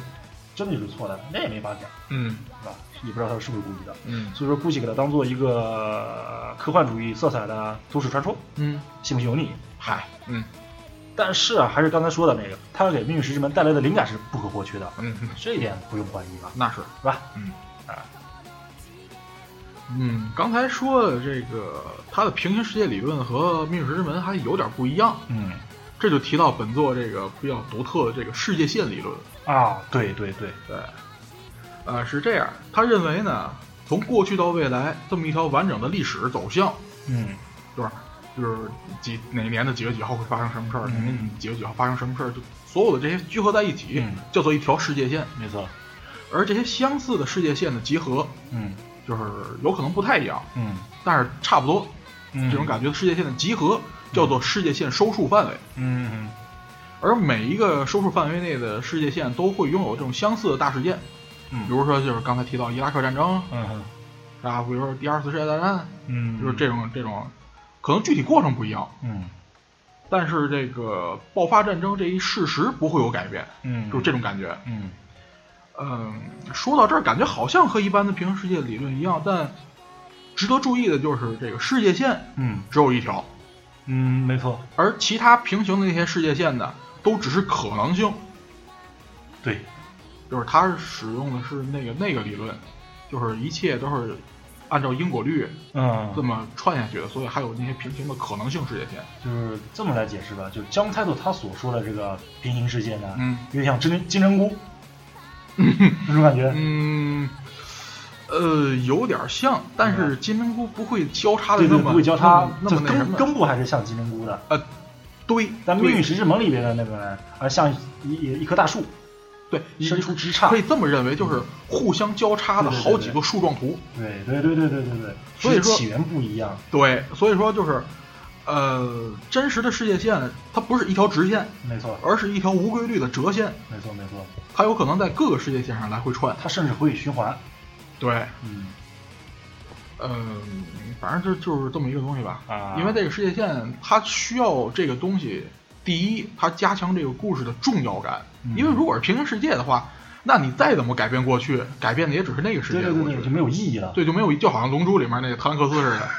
Speaker 1: 真的就是错的，那也没法讲，
Speaker 2: 嗯
Speaker 1: 是吧？也不知道他是不是故意的。
Speaker 2: 嗯
Speaker 1: 所以说姑且给它当做一个呃科幻主义色彩的都市传说，
Speaker 2: 嗯
Speaker 1: 信不信由你。
Speaker 2: 嗨嗯
Speaker 1: 但是啊，还是刚才说的那个，它给《命运石之门》带来的灵感是不可或缺的，
Speaker 2: 嗯
Speaker 1: 这一点不用怀疑吧，
Speaker 2: 那是。
Speaker 1: 是吧？
Speaker 2: 嗯
Speaker 1: 啊，
Speaker 2: 嗯，刚才说的这个，它的平行世界理论和命运石之门还有点不一样，
Speaker 1: 嗯，
Speaker 2: 这就提到本作这个比较独特的这个世界线理论。
Speaker 1: 啊，对对对，
Speaker 2: 对，呃，是这样，他认为呢，从过去到未来这么一条完整的历史走向，
Speaker 1: 嗯
Speaker 2: 就是就是几哪年的几月几号会发生什么事儿，
Speaker 1: 嗯
Speaker 2: 哪年几月几号发生什么事儿，就所有的这些聚合在一起，
Speaker 1: 嗯
Speaker 2: 叫做一条世界线。
Speaker 1: 没错，
Speaker 2: 而这些相似的世界线的集合，
Speaker 1: 嗯
Speaker 2: 就是有可能不太一样，
Speaker 1: 嗯
Speaker 2: 但是差不多
Speaker 1: 嗯，
Speaker 2: 这种感觉的世界线的集合叫做世界线收束范围，
Speaker 1: 嗯，嗯
Speaker 2: 而每一个收束范围内的世界线都会拥有这种相似的大事件，
Speaker 1: 嗯
Speaker 2: 比如说就是刚才提到伊拉克战争
Speaker 1: 嗯嗯
Speaker 2: 啊，比如说第二次世界大战，
Speaker 1: 嗯，
Speaker 2: 就是这种这种，可能具体过程不一样，
Speaker 1: 嗯
Speaker 2: 但是这个爆发战争这一事实不会有改变，
Speaker 1: 嗯，
Speaker 2: 就是这种感觉。
Speaker 1: 嗯
Speaker 2: 嗯，说到这儿，感觉好像和一般的平行世界理论一样，但值得注意的就是这个世界线
Speaker 1: 嗯
Speaker 2: 只有一条，
Speaker 1: 嗯，没错，
Speaker 2: 而其他平行的那些世界线呢，都只是可能性。
Speaker 1: 对，
Speaker 2: 就是它使用的是那个那个理论，就是一切都是按照因果律
Speaker 1: 嗯
Speaker 2: 这，么串下去的，所以还有那些平行的可能性世界线。
Speaker 1: 就是这么来解释吧，就江太斗他所说的这个平行世界呢，
Speaker 2: 嗯
Speaker 1: 有点像金针金针 菇，那种感觉，
Speaker 2: 嗯，呃，有点像，但是金针菇不会交叉的
Speaker 1: 对
Speaker 2: 那
Speaker 1: 对，
Speaker 2: 么
Speaker 1: 不会交叉，
Speaker 2: 那
Speaker 1: 就
Speaker 2: 么那么那什
Speaker 1: 根
Speaker 2: 么。
Speaker 1: 根部还是像金针菇的，
Speaker 2: 对，
Speaker 1: 但《命运
Speaker 2: 对
Speaker 1: 石之门》里边的那个啊，像一一一棵大树
Speaker 2: 对，你
Speaker 1: 伸出枝杈，
Speaker 2: 可以这么认为，就是互相交叉的
Speaker 1: 对对
Speaker 2: 好
Speaker 1: 对
Speaker 2: 几
Speaker 1: 对
Speaker 2: 个树状图。
Speaker 1: 对对对对对对对，
Speaker 2: 所以
Speaker 1: 只是
Speaker 2: 说
Speaker 1: 起源不一样，
Speaker 2: 对，所以说就是，呃，真实的世界线它不是一条直线，
Speaker 1: 没错
Speaker 2: 而是一条无规律的折线，
Speaker 1: 没错没错，
Speaker 2: 它有可能在各个世界线上来回串。
Speaker 1: 嗯它甚至可以循环，
Speaker 2: 对，
Speaker 1: 嗯
Speaker 2: 嗯，反正就就是这么一个东西吧。
Speaker 1: 啊，
Speaker 2: 因为这个世界线，它需要这个东西，第一，它加强这个故事的重要感。
Speaker 1: 嗯
Speaker 2: 因为如果是平行世界的话，那你再怎么改变过去，改变的也只是那个世
Speaker 1: 对对
Speaker 2: 界的
Speaker 1: 对
Speaker 2: 过去，
Speaker 1: 对，就没有意义了。
Speaker 2: 对就没有就好像《龙珠》里面那个特兰克斯似的，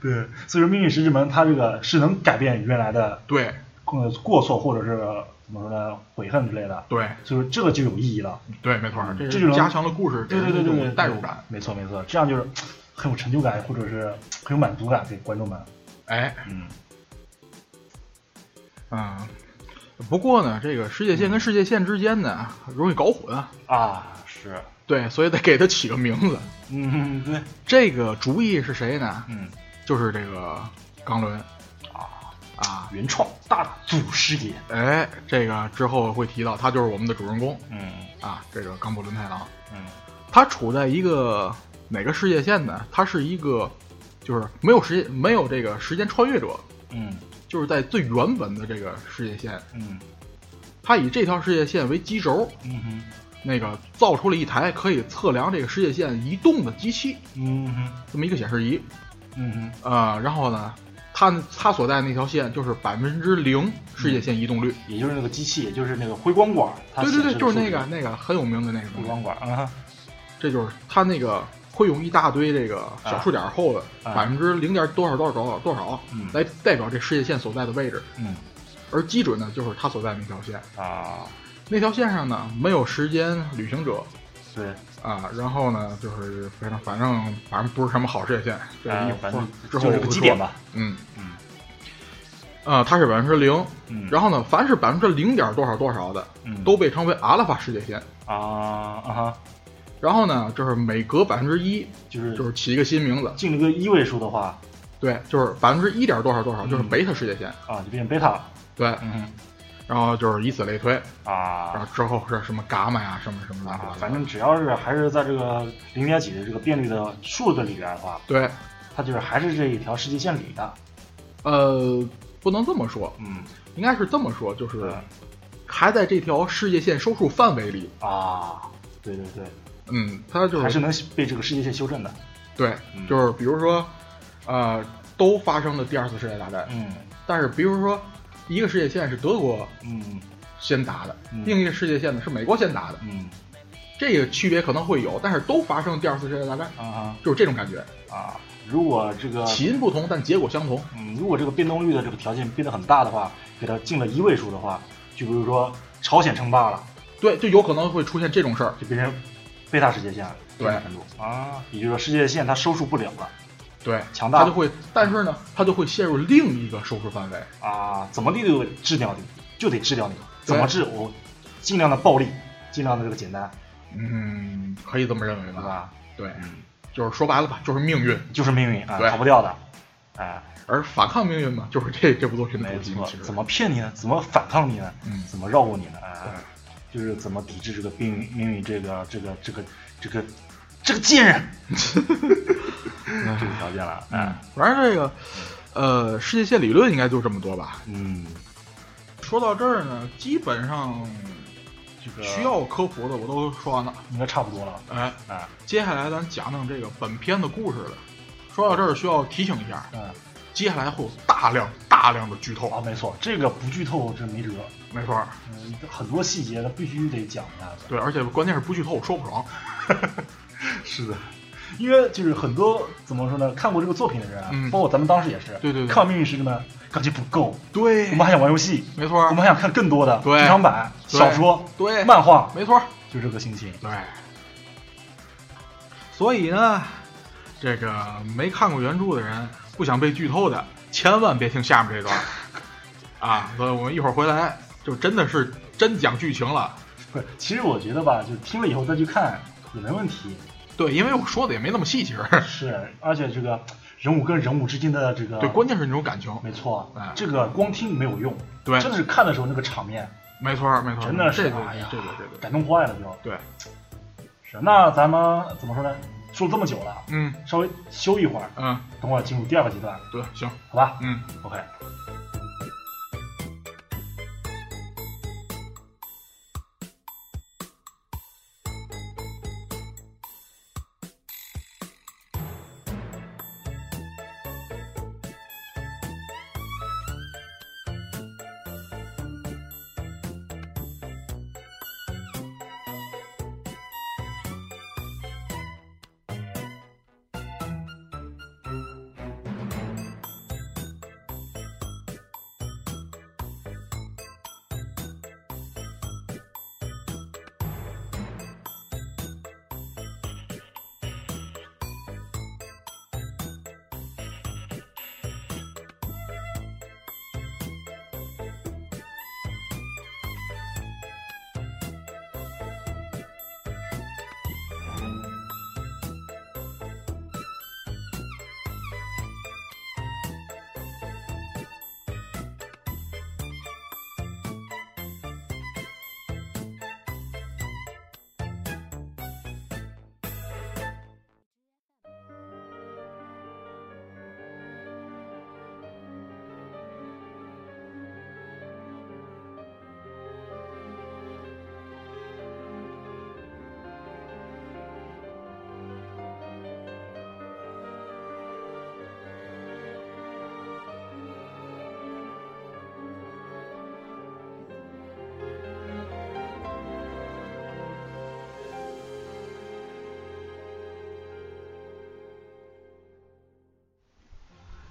Speaker 1: 对，所以说命运石之门它这个是能改变原来的
Speaker 2: 对
Speaker 1: 呃过错或者是怎么说呢悔恨之类的，
Speaker 2: 对
Speaker 1: 所以说这个就有意义了。
Speaker 2: 对，没错，这
Speaker 1: 嗯这就
Speaker 2: 是
Speaker 1: 能
Speaker 2: 加强了故事
Speaker 1: 对对对
Speaker 2: 这
Speaker 1: 对
Speaker 2: 种
Speaker 1: 对，
Speaker 2: 代入感。
Speaker 1: 没错没错，这样就是很有成就感或者是很有满足感给观众们。
Speaker 2: 哎，
Speaker 1: 嗯，
Speaker 2: 嗯，不过呢，这个世界线跟世界线之间呢，容易搞混，
Speaker 1: 啊是，
Speaker 2: 对，所以得给它起个名字。
Speaker 1: 嗯 对，
Speaker 2: 这个主意是谁呢？
Speaker 1: 嗯，
Speaker 2: 就是这个冈伦啊
Speaker 1: 原创大祖师爷，
Speaker 2: 啊，哎，这个之后会提到，他就是我们的主人公
Speaker 1: 嗯
Speaker 2: 啊，这个冈部伦太郎，
Speaker 1: 嗯
Speaker 2: 他处在一个哪个世界线呢？他是一个就是没有时间没有这个时间穿越者，
Speaker 1: 嗯
Speaker 2: 就是在最原本的这个世界线，
Speaker 1: 嗯
Speaker 2: 他以这条世界线为基轴，
Speaker 1: 嗯哼
Speaker 2: 那个造出了一台可以测量这个世界线移动的机器，
Speaker 1: 嗯哼
Speaker 2: 这么一个显示仪。
Speaker 1: 嗯哼
Speaker 2: 呃，然后呢，它它所在那条线就是百分之零世界线移动率。
Speaker 1: 也就是那个机器，也就是那个辉光管，它
Speaker 2: 对对
Speaker 1: 显
Speaker 2: 对，
Speaker 1: 示的
Speaker 2: 就是
Speaker 1: 数
Speaker 2: 那
Speaker 1: 据
Speaker 2: 个那个很有名的那个
Speaker 1: 辉
Speaker 2: 东西，
Speaker 1: 光管啊哈，
Speaker 2: 这就是它那个会用一大堆这个小数点后的
Speaker 1: 啊
Speaker 2: 百分之零点多少多少多少多少
Speaker 1: 嗯
Speaker 2: 来代表这世界线所在的位置，
Speaker 1: 嗯
Speaker 2: 而基准呢就是它所在的那条线。
Speaker 1: 啊
Speaker 2: 那条线上呢没有时间旅行者，
Speaker 1: 对
Speaker 2: 啊，然后呢，就是反正反正反正不是什么好事情，这
Speaker 1: 啊
Speaker 2: 一会
Speaker 1: 反
Speaker 2: 儿
Speaker 1: 正
Speaker 2: 之后
Speaker 1: 就
Speaker 2: 我
Speaker 1: 是个
Speaker 2: 会说
Speaker 1: 基点，吧，
Speaker 2: 嗯
Speaker 1: 嗯
Speaker 2: 啊，它是百分之零，
Speaker 1: 嗯，
Speaker 2: 然后呢，凡是百分之零点多少多少的，
Speaker 1: 嗯
Speaker 2: 都被称为阿拉法世界线。
Speaker 1: 啊啊哈，
Speaker 2: 然后呢，就是每隔百分之一，
Speaker 1: 就是
Speaker 2: 就是起一个新名字，
Speaker 1: 进了个一位数的话
Speaker 2: 对，就是百分之一点多少多少，就是
Speaker 1: 嗯
Speaker 2: 贝塔世界线，
Speaker 1: 啊，就变贝塔了，
Speaker 2: 对，
Speaker 1: 嗯哼
Speaker 2: 然后就是以此类推，然
Speaker 1: 啊
Speaker 2: 后之后是什么伽马呀，什么什么的，
Speaker 1: 啊，反正只要是还是在这个零点几的这个变率的数的里边的话，
Speaker 2: 对，
Speaker 1: 它就是还是这一条世界线里的，
Speaker 2: 呃，不能这么说，
Speaker 1: 嗯，
Speaker 2: 应该是这么说，就是
Speaker 1: 对
Speaker 2: 还在这条世界线收束范围里，
Speaker 1: 啊，对对对，
Speaker 2: 嗯，它就
Speaker 1: 还是
Speaker 2: 是
Speaker 1: 能被这个世界线修正的，
Speaker 2: 对
Speaker 1: 嗯，
Speaker 2: 就是比如说，呃，都发生了第二次世界大战，
Speaker 1: 嗯
Speaker 2: 但是比如说一个世界线是德国
Speaker 1: 嗯
Speaker 2: 先打的，
Speaker 1: 嗯
Speaker 2: 另一个世界线呢是美国先打的，
Speaker 1: 嗯
Speaker 2: 这个区别可能会有，但是都发生了第二次世界大战，
Speaker 1: 啊
Speaker 2: 就是这种感觉，
Speaker 1: 哈啊，如果这个
Speaker 2: 起因不同，但结果相同。
Speaker 1: 嗯，如果这个变动率的这个条件变得很大的话，给它进了一位数的话，就比如说朝鲜称霸了，
Speaker 2: 对，就有可能会出现这种事儿。
Speaker 1: 就变成贝塔世界线了，
Speaker 2: 对
Speaker 1: 这种程度啊，也就是说世界线它收束不了了
Speaker 2: 对，
Speaker 1: 强大
Speaker 2: 它就会，但是呢，它就会陷入另一个收束范围。
Speaker 1: 啊，怎么地都得治掉你，就得治掉你，
Speaker 2: 对
Speaker 1: 怎么治我尽量的暴力，尽量的这个简单，
Speaker 2: 嗯，可以这么认为
Speaker 1: 对
Speaker 2: 吧？
Speaker 1: 吧？
Speaker 2: 对，
Speaker 1: 嗯，
Speaker 2: 就是说白了吧，就是命运，
Speaker 1: 就是命运啊，
Speaker 2: 对
Speaker 1: 逃不掉的，哎，
Speaker 2: 而反抗命运嘛，就是这这部作品的
Speaker 1: 没
Speaker 2: 主题
Speaker 1: 错
Speaker 2: 其实，
Speaker 1: 怎么骗你呢？怎么反抗你呢？
Speaker 2: 嗯
Speaker 1: 怎么绕过你呢？啊
Speaker 2: 对，
Speaker 1: 就是怎么抵制这个命运命运这个这个这个这个这个贱 人，这个条件了，
Speaker 2: 嗯
Speaker 1: 哎，，
Speaker 2: 反正这个，呃，世界线理论应该就这么多吧。
Speaker 1: 嗯，
Speaker 2: 说到这儿呢，基本上
Speaker 1: 这个
Speaker 2: 需要科普的我都说完了。
Speaker 1: 应该差不多了，
Speaker 2: 哎，
Speaker 1: 哎，
Speaker 2: 接下来咱讲讲这个本片的故事了。说到这儿需要提醒一下，
Speaker 1: 嗯，
Speaker 2: 接下来会有大量大量的剧
Speaker 1: 啊，
Speaker 2: 透。
Speaker 1: 没错，这个不剧透这没辙，
Speaker 2: 没错儿，
Speaker 1: 嗯，很多细节它必须得讲一下 子，
Speaker 2: 对，而且关键是不剧透我说不爽。
Speaker 1: 是的。因为就是很多怎么说呢，看过这个作品的人啊，
Speaker 2: 嗯
Speaker 1: 包括咱们当时也是，
Speaker 2: 对对对
Speaker 1: 看完《命运石之门》感觉不够，
Speaker 2: 对
Speaker 1: 我们还想玩游戏，
Speaker 2: 没错
Speaker 1: 我们
Speaker 2: 儿，
Speaker 1: 还想看更多的
Speaker 2: 对
Speaker 1: 剧场版、
Speaker 2: 对
Speaker 1: 小说、
Speaker 2: 对，
Speaker 1: 漫画，
Speaker 2: 没错儿，
Speaker 1: 就这个心情。
Speaker 2: 对。所以呢，这个没看过原著的人，不想被剧透的，千万别听下面这段儿啊！所以我们一会儿回来就真的是真讲剧情了。
Speaker 1: 不是，其实我觉得吧，就听了以后再去看也没问题。
Speaker 2: 对，因为我说的也没那么细，其实
Speaker 1: 是，而且这个人物跟人物之间的这个，
Speaker 2: 对，关键是那种感情，
Speaker 1: 没错
Speaker 2: 哎，
Speaker 1: 这个光听没有用，
Speaker 2: 对
Speaker 1: 真的是看的时候那个场面
Speaker 2: 没错儿，没错儿，
Speaker 1: 真的是，
Speaker 2: 这个
Speaker 1: 哎呀，
Speaker 2: 这个这个，
Speaker 1: 感动坏了就。
Speaker 2: 对，
Speaker 1: 是，那咱们怎么说呢？说了这么久了，
Speaker 2: 嗯
Speaker 1: 稍微休一会儿，
Speaker 2: 嗯，
Speaker 1: 等会儿进入第二个阶段，
Speaker 2: 对，行，
Speaker 1: 好吧
Speaker 2: 嗯，
Speaker 1: ？OK。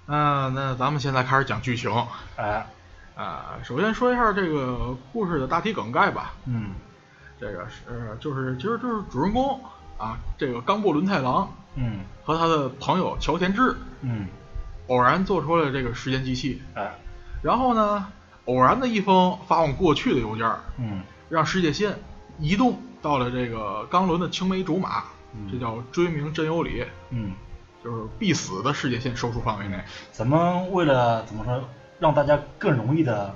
Speaker 2: 嗯，那咱们现在开始讲剧情啊、
Speaker 1: 哎，
Speaker 2: 首先说一下这个故事的大体梗概吧。
Speaker 1: 嗯
Speaker 2: 这个是、呃就是其实就是主人公啊，这个冈部伦太郎
Speaker 1: 嗯
Speaker 2: 和他的朋友乔田智
Speaker 1: 嗯，
Speaker 2: 偶然做出了这个时间机器，
Speaker 1: 哎，
Speaker 2: 然后呢，偶然的一封发往过去的邮件儿，
Speaker 1: 嗯
Speaker 2: 让世界线移动到了这个冈伦的青梅竹马，
Speaker 1: 嗯
Speaker 2: 这叫追名真由里，
Speaker 1: 嗯，
Speaker 2: 就是必死的世界线收束范围内。
Speaker 1: 咱们为了怎么说，让大家更容易的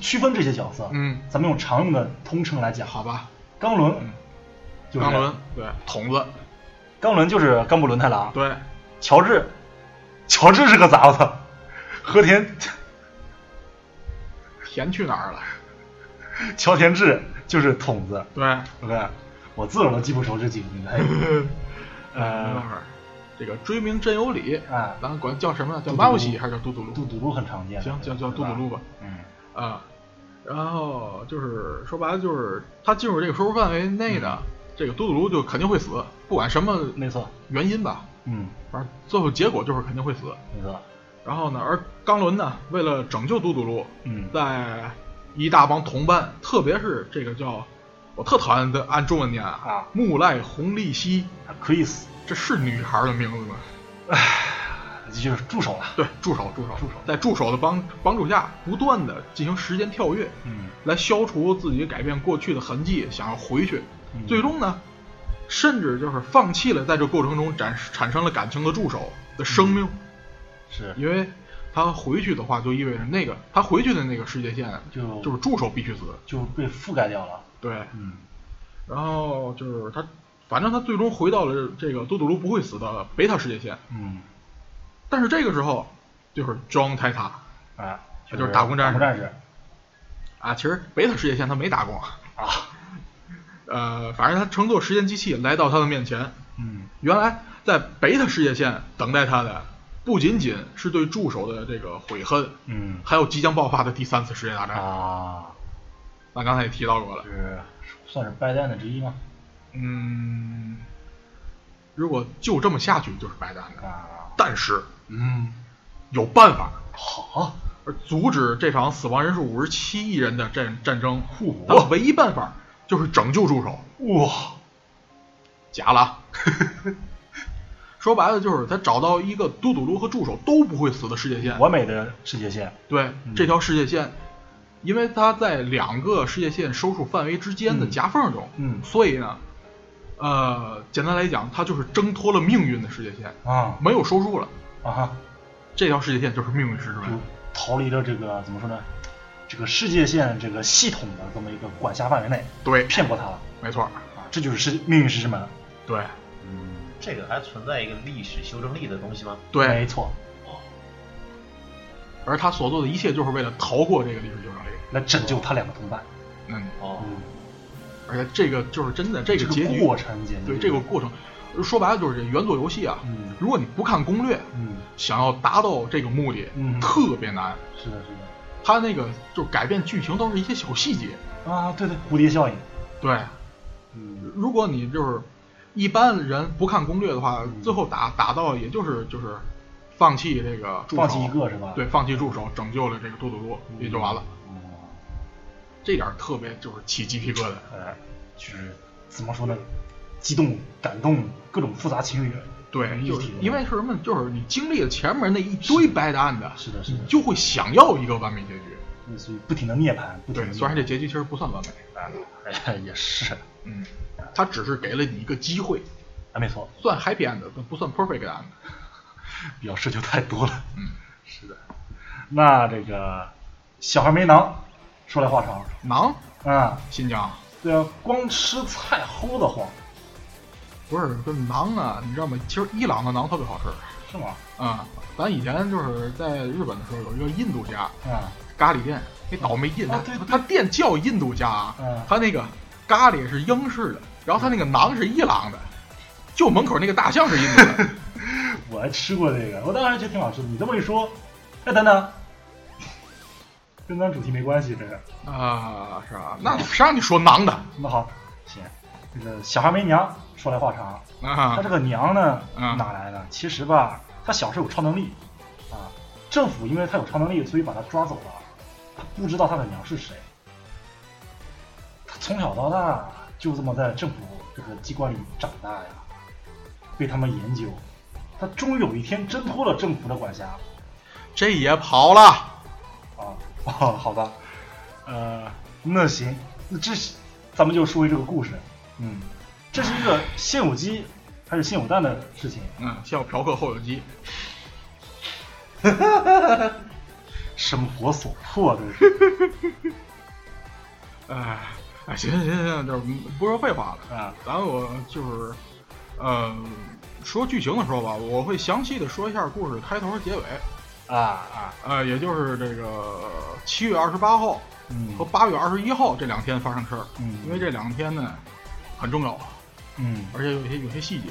Speaker 1: 区分这些角色，
Speaker 2: 嗯，
Speaker 1: 咱们用常用的通称来讲，
Speaker 2: 好吧，
Speaker 1: 冈伦
Speaker 2: 嗯，
Speaker 1: 就是
Speaker 2: 冈伦对筒子
Speaker 1: 冈伦就是冈部伦太郎，
Speaker 2: 对
Speaker 1: 乔治，乔治是个杂子，和田
Speaker 2: 田去哪儿了？
Speaker 1: 乔田治就是筒子
Speaker 2: 对，
Speaker 1: ，OK，我自个儿都记不熟这几个名 字，哎
Speaker 2: 没办
Speaker 1: 呃，
Speaker 2: 法，这个追名真由里，
Speaker 1: 啊，
Speaker 2: 咱管叫什么呢？叫
Speaker 1: 嘟嘟噜
Speaker 2: 马布西还是叫嘟嘟噜？
Speaker 1: 杜嘟噜很常见，
Speaker 2: 行，叫叫
Speaker 1: 对
Speaker 2: 嘟
Speaker 1: 吧
Speaker 2: 嘟噜吧。
Speaker 1: 嗯
Speaker 2: 啊，然后就是说白了，就是他进入这个收束范围内的、这个嘟嘟噜就肯定会死，不管什么
Speaker 1: 嗯没错，
Speaker 2: 原因吧，
Speaker 1: 嗯，
Speaker 2: 反正最后结果就是肯定会死。
Speaker 1: 没错，
Speaker 2: 然后呢，而冈伦呢，为了拯救嘟嘟噜，
Speaker 1: 嗯
Speaker 2: 在一大帮同伴，特别是这个叫我特讨厌的按中文念
Speaker 1: 啊
Speaker 2: 木濑红利希，
Speaker 1: 可以死，
Speaker 2: 这是女孩的名字吗？
Speaker 1: 就是助手了，
Speaker 2: 对，助手，助手，
Speaker 1: 助手
Speaker 2: 在助手的帮帮助下，不断的进行时间跳跃，
Speaker 1: 嗯
Speaker 2: 来消除自己改变过去的痕迹，想要回去，
Speaker 1: 嗯
Speaker 2: 最终呢，甚至就是放弃了在这过程中产产生了感情的助手的生命，
Speaker 1: 是
Speaker 2: 因为他回去的话就意味着那个他回去的那个世界线
Speaker 1: 就
Speaker 2: 就是助手必须死，
Speaker 1: 就被覆盖掉了，
Speaker 2: 对，
Speaker 1: 嗯
Speaker 2: 然后就是他，反正他最终回到了这个多嘟噜不会死的贝塔世界线，
Speaker 1: 嗯
Speaker 2: 但是这个时候就是 John 泰塔
Speaker 1: 啊，
Speaker 2: 就是打工战
Speaker 1: 打
Speaker 2: 士
Speaker 1: 工战士
Speaker 2: 啊，其实贝塔世界线他没打过，
Speaker 1: 啊，
Speaker 2: 呃，反正他乘坐时间机器来到他的面前，
Speaker 1: 嗯
Speaker 2: 原来在贝塔世界线等待他的不仅仅是对助手的这个悔恨，
Speaker 1: 嗯
Speaker 2: 还有即将爆发的第三次世界大战。
Speaker 1: 啊，
Speaker 2: 咱刚才也提到过了，
Speaker 1: 是算是拜蛋的之一吗？
Speaker 2: 嗯，如果就这么下去就是白搭的，
Speaker 1: 啊，
Speaker 2: 但是
Speaker 1: 嗯，
Speaker 2: 有办法
Speaker 1: 好，
Speaker 2: 而阻止这场死亡人数五十七亿人的战战争。啊
Speaker 1: 嚯
Speaker 2: 他唯一办法就是拯救助手，
Speaker 1: 哇，
Speaker 2: 假了 啊。说白了就是他找到一个嘟嘟噜和助手都不会死的世界线，
Speaker 1: 完美的世界线，
Speaker 2: 对，
Speaker 1: 嗯
Speaker 2: 这条世界线，因为它在两个世界线收束范围之间的
Speaker 1: 嗯
Speaker 2: 夹缝中，
Speaker 1: 嗯
Speaker 2: 所以呢，呃，简单来讲，它就是挣脱了命运的世界线，
Speaker 1: 啊
Speaker 2: 没有收束了。
Speaker 1: 啊哈，
Speaker 2: 这条世界线就是命运石之
Speaker 1: 就
Speaker 2: 门。
Speaker 1: 逃离了这个怎么说呢？这个世界线这个系统的这么一个管辖范围内，
Speaker 2: 对，
Speaker 1: 骗过他了
Speaker 2: 没错，
Speaker 1: 啊！这就是世命运石之门，
Speaker 2: 对，
Speaker 3: 嗯，
Speaker 5: 这个还存在一个历史修正力的东西吗？
Speaker 1: 没
Speaker 2: 对。
Speaker 1: 错，
Speaker 2: 而他所做的一切就是为了逃过这个历史纠正力。
Speaker 1: 来拯救他两个同伴。
Speaker 2: 嗯，
Speaker 3: 哦，
Speaker 1: 嗯，
Speaker 2: 而且这个就是真的，这个
Speaker 1: 这
Speaker 2: 结局，
Speaker 1: 过程简直
Speaker 2: 对这个过程，说白了就是这原作游戏啊，
Speaker 1: 嗯
Speaker 2: 如果你不看攻略，
Speaker 1: 嗯，
Speaker 2: 想要达到这个目的，
Speaker 1: 嗯
Speaker 2: 特别难。
Speaker 1: 是的，是的
Speaker 2: 他那个就是改变剧情都是一些小细节。
Speaker 1: 啊，对对，蝴蝶效应，
Speaker 2: 对，
Speaker 1: 嗯
Speaker 2: 如果你就是一般人不看攻略的话，
Speaker 1: 嗯
Speaker 2: 最后打打到也就是就是放弃这个助手，
Speaker 1: 放弃一个是吧
Speaker 2: 对，放弃助手，拯救了这个多多多，也就完了。
Speaker 1: 嗯，
Speaker 2: 这点儿特别就是起鸡皮疙瘩。
Speaker 1: 呃，就是怎么说呢？激动、感动，各种复杂情绪。
Speaker 2: 对，
Speaker 1: 一
Speaker 2: 就是
Speaker 1: 体的
Speaker 2: 因为是什么？就是你经历了前面那一堆白搭的，
Speaker 1: 是的是的
Speaker 2: 你嗯就会想要一个完美结局。
Speaker 1: 类似于不停的涅槃，不停
Speaker 2: 对，
Speaker 1: 的。
Speaker 2: 虽然这结局其实不算完美，
Speaker 1: 哎也是，
Speaker 2: 嗯，他只是给了你一个机会，
Speaker 1: 啊，没错，
Speaker 2: 算 happy end，但不算 perfect end。
Speaker 1: 比较奢求太多了。
Speaker 2: 嗯，
Speaker 1: 是的。 那这个小孩没囊，说来话长
Speaker 2: 囊，
Speaker 1: 啊、
Speaker 2: 新疆
Speaker 1: 对啊，光吃菜齁得慌，
Speaker 2: 不是这馕啊，你知道吗？其实伊朗的馕特别好吃。
Speaker 1: 是吗？
Speaker 2: 啊、咱以前就是在日本的时候，有一个印度家
Speaker 1: 啊、
Speaker 2: 咖喱店，那倒霉印，
Speaker 1: 啊
Speaker 2: 他
Speaker 1: 对对
Speaker 2: 他店叫印度家啊
Speaker 1: 嗯，
Speaker 2: 他那个咖喱是英式的，然后他那个馕是伊朗的，就门口那个大象是印度的。
Speaker 1: 我还吃过这个，我当时觉得挺好吃的。你这么一说，哎，等等， 跟咱主题没关系，这个。
Speaker 2: 啊，是吧？那谁让你说囊的
Speaker 1: 那好，行，这个小孩没娘，说来话长。他
Speaker 2: 啊
Speaker 1: 这？个娘呢，
Speaker 2: 嗯
Speaker 1: 哪来的？其实吧，他小时候有超能力啊，政府因为他有超能力，所以把他抓走了。他不知道他的娘是谁，他从小到大就这么在政府这个机关里长大呀，被他们研究。他终于有一天挣脱了政府的管辖，
Speaker 2: 这也跑了，
Speaker 1: 啊， 哦，好吧，呃，那行，那这是咱们就说回这个故事，嗯，这是一个现有鸡还是现有蛋的事情，
Speaker 2: 嗯，先有嫖客后有鸡，
Speaker 1: 生活所迫，这 是
Speaker 2: 哎哎，行行行行，就是不说废话了，
Speaker 1: 啊，
Speaker 2: 咱我就是，呃，说剧情的时候吧，我会详细的说一下故事开头和结尾，
Speaker 1: 啊啊，
Speaker 2: 呃，也就是这个七月二十八号
Speaker 1: 嗯
Speaker 2: 和八月二十一号这两天发生事儿，
Speaker 1: 嗯，
Speaker 2: 因为这两天呢很重要，
Speaker 1: 嗯
Speaker 2: 而且有一些有些细节。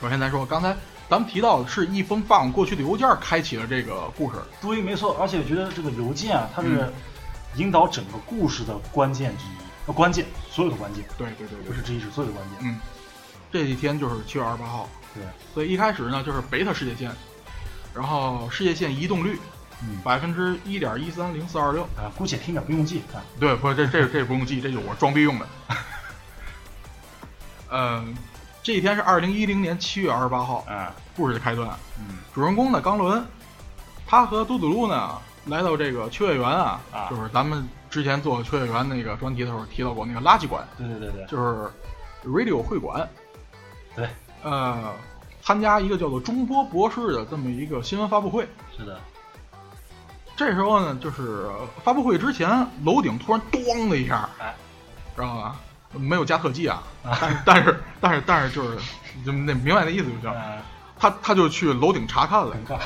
Speaker 2: 首先咱说，刚才咱们提到的是一封发往过去的邮件开启了这个故事，
Speaker 1: 对，没错，而且我觉得这个邮件啊，它是引导整个故事的关键之一，呃，关键所有的关键，
Speaker 2: 对对对
Speaker 1: 不
Speaker 2: 对
Speaker 1: 是，之一，是所有的关键，
Speaker 2: 嗯，这一天就是七月二十八号，
Speaker 1: 对，
Speaker 2: 所以一开始呢就是贝塔世界线，然后世界线移动率
Speaker 1: 嗯，
Speaker 2: 百分之一点一三零四二六，
Speaker 1: 啊，姑且听点，不用记啊，
Speaker 2: 对，不是这这这不用记，这就是我装逼用 的。嗯，这一天是二零一零年七月二十八号，
Speaker 1: 啊，
Speaker 2: 哎故事的开端。
Speaker 1: 嗯
Speaker 2: 主人公呢，冈伦，他和嘟嘟噜呢来到这个秋叶原啊，
Speaker 1: 啊
Speaker 2: 就是咱们之前做秋叶原那个专题的时候提到过那个垃圾馆，
Speaker 1: 对对对对，
Speaker 2: 就是 radio 会馆。
Speaker 1: 对，
Speaker 2: 呃，参加一个叫做中波博士的这么一个新闻发布会。
Speaker 1: 是的，
Speaker 2: 这时候呢，就是呃发布会之前，楼顶突然咣的一下，
Speaker 1: 哎，
Speaker 2: 知道吧？没有加特技啊，
Speaker 1: 啊
Speaker 2: 但是 但是但是但是就是，就那明白那意思就行。
Speaker 1: 啊，
Speaker 2: 他他就去楼顶查看了，
Speaker 1: 尴尬，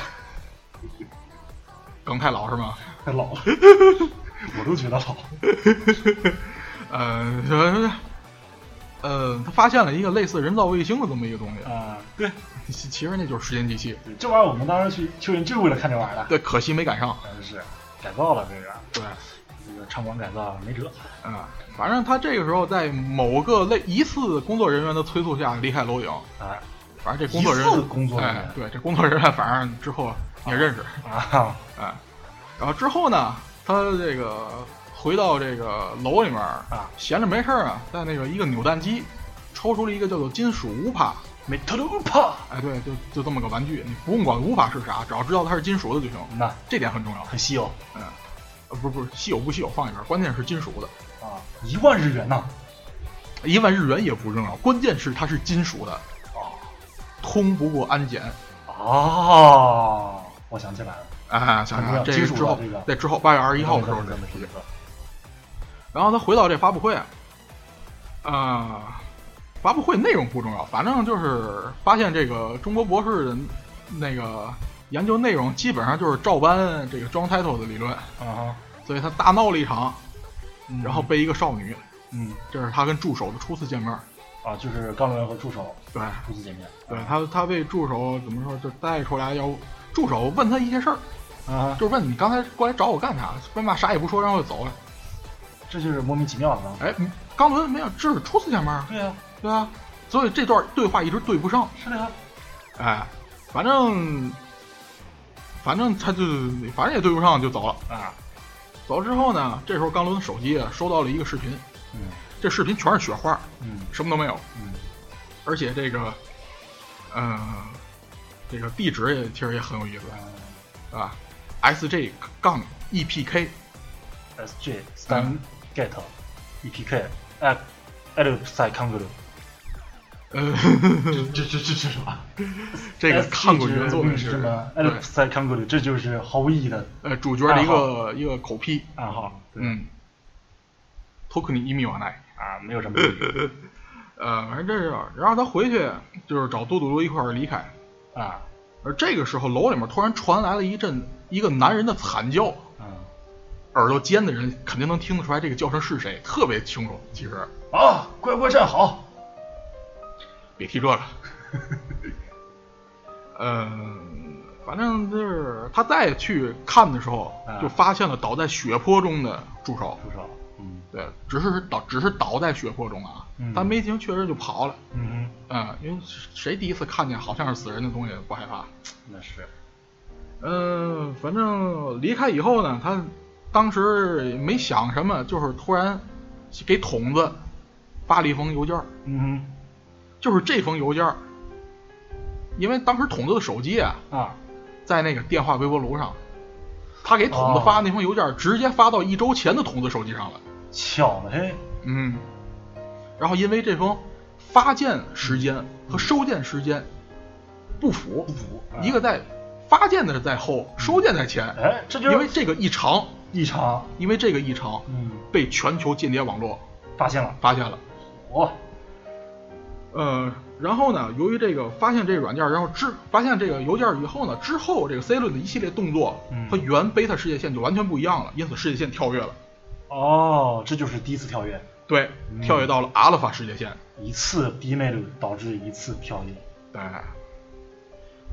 Speaker 2: 梗太老是吗？
Speaker 1: 太老 了，我都觉得老，
Speaker 2: 呃呃呃，他发现了一个类似人造卫星的这么一个东
Speaker 1: 啊，对，
Speaker 2: 西，其其实那就是时间机器，
Speaker 1: 对这玩意儿我们当时去秋园就是为了看这玩意儿的，
Speaker 2: 对，可惜没赶上。
Speaker 1: 真是改造了这个，
Speaker 2: 对，
Speaker 1: 这个场馆改造没辙，
Speaker 2: 啊，反正他这个时候在某个类疑似工作人员的催促下离开楼顶，
Speaker 1: 啊
Speaker 2: 反正这工作人
Speaker 1: 疑似
Speaker 2: 员，
Speaker 1: 工作人员
Speaker 2: 哎，对，这工作人员反正之后也认识，
Speaker 1: 啊，
Speaker 2: 哎，然后之后呢，他这个回到这个楼里面啊闲着没事儿啊，在那个一个扭蛋机抽出了一个叫做金属乌帕，
Speaker 1: 没特鲁帕，
Speaker 2: 哎，对，就就这么个玩具，你不用管乌帕是啥，只要知道它是金属的就行，
Speaker 1: 那
Speaker 2: 这点很重要。
Speaker 1: 很稀有
Speaker 2: 嗯，呃不是不是，稀有不稀有放一边，关键是金属的，
Speaker 1: 啊，一万日元呢，
Speaker 2: 一万日元也不重要，关键是它是金属的，
Speaker 1: 哦。
Speaker 2: 通不过安检。
Speaker 1: 哦，我想起来了，
Speaker 2: 哎，想想这
Speaker 1: 金
Speaker 2: 个
Speaker 1: 属
Speaker 2: 之后
Speaker 1: 的这个，
Speaker 2: 在之后八月二十一号的时
Speaker 1: 说
Speaker 2: 候再
Speaker 1: 这么
Speaker 2: 提
Speaker 1: 提。的，
Speaker 2: 然后他回到这发布会，啊、啊发布会内容不重要，反正就是发现这个中国博士的那个研究内容基本上就是照搬这个 John Title 的理论，
Speaker 1: 啊哈，
Speaker 2: 所以他大闹了一场，
Speaker 1: 嗯
Speaker 2: 然后被一个少女，
Speaker 1: 嗯
Speaker 2: 这是他跟助手的初次见面。
Speaker 1: 啊，就是钢轮和助手
Speaker 2: 对，
Speaker 1: 初次见面，啊
Speaker 2: 对他他被助手怎么说就带出来要。助手问他一些事儿，
Speaker 1: 啊哈，
Speaker 2: 就是问你刚才过来找我干啥？为嘛啥也不说，然后就走了？
Speaker 1: 这就是莫名其妙的吗？
Speaker 2: 哎，刚伦没有，这是初次见面啊，
Speaker 1: 对呀，
Speaker 2: 对啊，所以这段对话一直对不上。
Speaker 1: 是的呀，
Speaker 2: 哎，反正反正他就反正也对不上，就走了。哎
Speaker 1: 啊，
Speaker 2: 走了之后呢，这时候刚伦手机啊收到了一个视频，
Speaker 1: 嗯
Speaker 2: 这视频全是雪花，
Speaker 1: 嗯
Speaker 2: 什么都没有，
Speaker 1: 嗯，
Speaker 2: 而且这个，呃，这个地址也其实也很有意思，
Speaker 1: 啊
Speaker 2: 对吧？S 啊 J 杠 E P K，
Speaker 1: S J
Speaker 2: 嗯
Speaker 1: Stan Get E P K App App 赛康格鲁，
Speaker 2: 呃，
Speaker 3: 这
Speaker 5: 嗯
Speaker 3: 这这这这什么？
Speaker 2: 这个看过原作的
Speaker 1: 是
Speaker 2: 是
Speaker 1: 什么
Speaker 2: 对
Speaker 1: ？App，赛康格鲁，这就是毫无意义的
Speaker 2: 呃，主角的一个一个口癖，
Speaker 1: 暗号，对
Speaker 2: 嗯，Tokyo 伊米瓦奈。
Speaker 1: 啊，没有什么意义
Speaker 2: 呃，反正这是，然后他回去就是找嘟嘟噜一块儿离开。
Speaker 1: 啊，
Speaker 2: 而这个时候，楼里面突然传来了一阵一个男人的惨叫，
Speaker 1: 嗯
Speaker 2: 耳朵尖的人肯定能听得出来这个叫声是谁，特别清楚。其实
Speaker 1: 啊，乖乖站好，
Speaker 2: 别提这个，呃，反正就是他再去看的时候，
Speaker 1: 啊
Speaker 2: 就发现了倒在血泊中的助手。
Speaker 1: 助手，嗯
Speaker 2: 对，只是倒，只是倒在血泊中啊，
Speaker 1: 嗯
Speaker 2: 但没听确实就跑了。呃
Speaker 1: 嗯
Speaker 2: 嗯，因为谁第一次看见好像是死人的东西不害怕？
Speaker 1: 哼，那是。
Speaker 2: 嗯，反正离开以后呢，他当时也没想什么，就是突然给筒子发了一封邮件儿，
Speaker 1: 嗯
Speaker 2: 就是这封邮件儿，因为当时筒子的手机啊
Speaker 1: 哼啊，
Speaker 2: 在那个电话微波炉上，他给筒子
Speaker 1: 哦
Speaker 2: 发那封邮件儿直接发到一周前的筒子手机上了。
Speaker 1: 巧了嘿，
Speaker 2: 嗯，然后因为这封发件时间和收件时间不符，
Speaker 1: 不符啊
Speaker 2: 一个在发件的是在后，收件在前，
Speaker 1: 哎，这就
Speaker 2: 因为
Speaker 1: 是
Speaker 2: 这个异常，
Speaker 1: 异常，
Speaker 2: 因为这个异常
Speaker 1: 嗯，
Speaker 2: 被全球间谍网络
Speaker 1: 发现了，
Speaker 2: 发现了。
Speaker 1: 哦，
Speaker 2: 呃，然后呢，由于这个发现这个软件，然后之发现这个邮件以后呢，之后这个 C 轮的一系列动作
Speaker 1: 嗯，
Speaker 2: 和原贝塔世界线就完全不一样了，因此世界线跳跃了，
Speaker 1: 哦，这就是第一次跳跃，
Speaker 2: 对，
Speaker 1: 嗯
Speaker 2: 跳跃到了阿尔法世界线。
Speaker 1: 一次低内率导致一次跳跃，
Speaker 2: 对，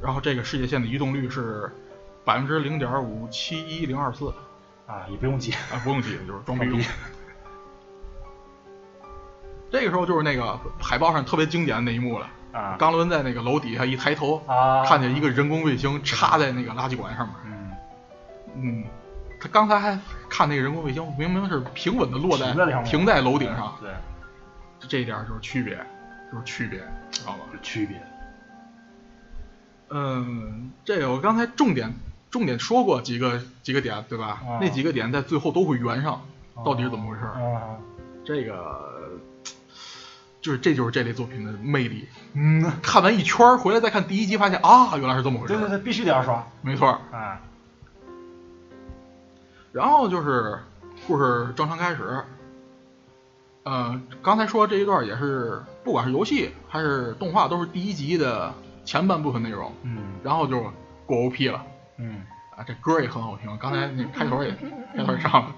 Speaker 2: 然后这个世界线的移动率是百分之零点五七一零二四
Speaker 1: 啊，也不用急，
Speaker 2: 啊，不用记，就是装逼
Speaker 1: 装
Speaker 2: 用
Speaker 1: 逼。
Speaker 2: 这个时候就是那个海报上特别经典的那一幕了。
Speaker 1: 啊，
Speaker 2: 冈伦在那个楼底下一抬头，
Speaker 1: 啊
Speaker 2: 看见一个人工卫星插在那个垃圾管上面。
Speaker 1: 嗯，
Speaker 2: 嗯，他刚才还看那个人工卫星，明明是平稳的落在
Speaker 1: 停在那上面
Speaker 2: 停在楼顶上，
Speaker 1: 对，
Speaker 2: 这一点就是区别，就是区别，知道吧？
Speaker 1: 有区别，
Speaker 2: 嗯，这个我刚才重点重点说过几个几个点，对吧？
Speaker 1: 啊
Speaker 2: 那几个点在最后都会圆上，到底是怎么回事？
Speaker 1: 啊，
Speaker 2: 这个就是这就是这类作品的魅力。
Speaker 1: 嗯，
Speaker 2: 看完一圈儿回来再看第一集，发现啊，原来是这么回事。
Speaker 1: 对对对，，必须得二刷
Speaker 2: 没错儿。
Speaker 1: 啊，
Speaker 2: 然后就是故事正常开始。呃，刚才说这一段也是，不管是游戏还是动画，都是第一集的前半部分内容，
Speaker 1: 嗯
Speaker 2: 然后就过 OP 了。
Speaker 1: 嗯，
Speaker 2: 啊，这歌也很好听，刚才那开头也开头也上了，
Speaker 1: 啊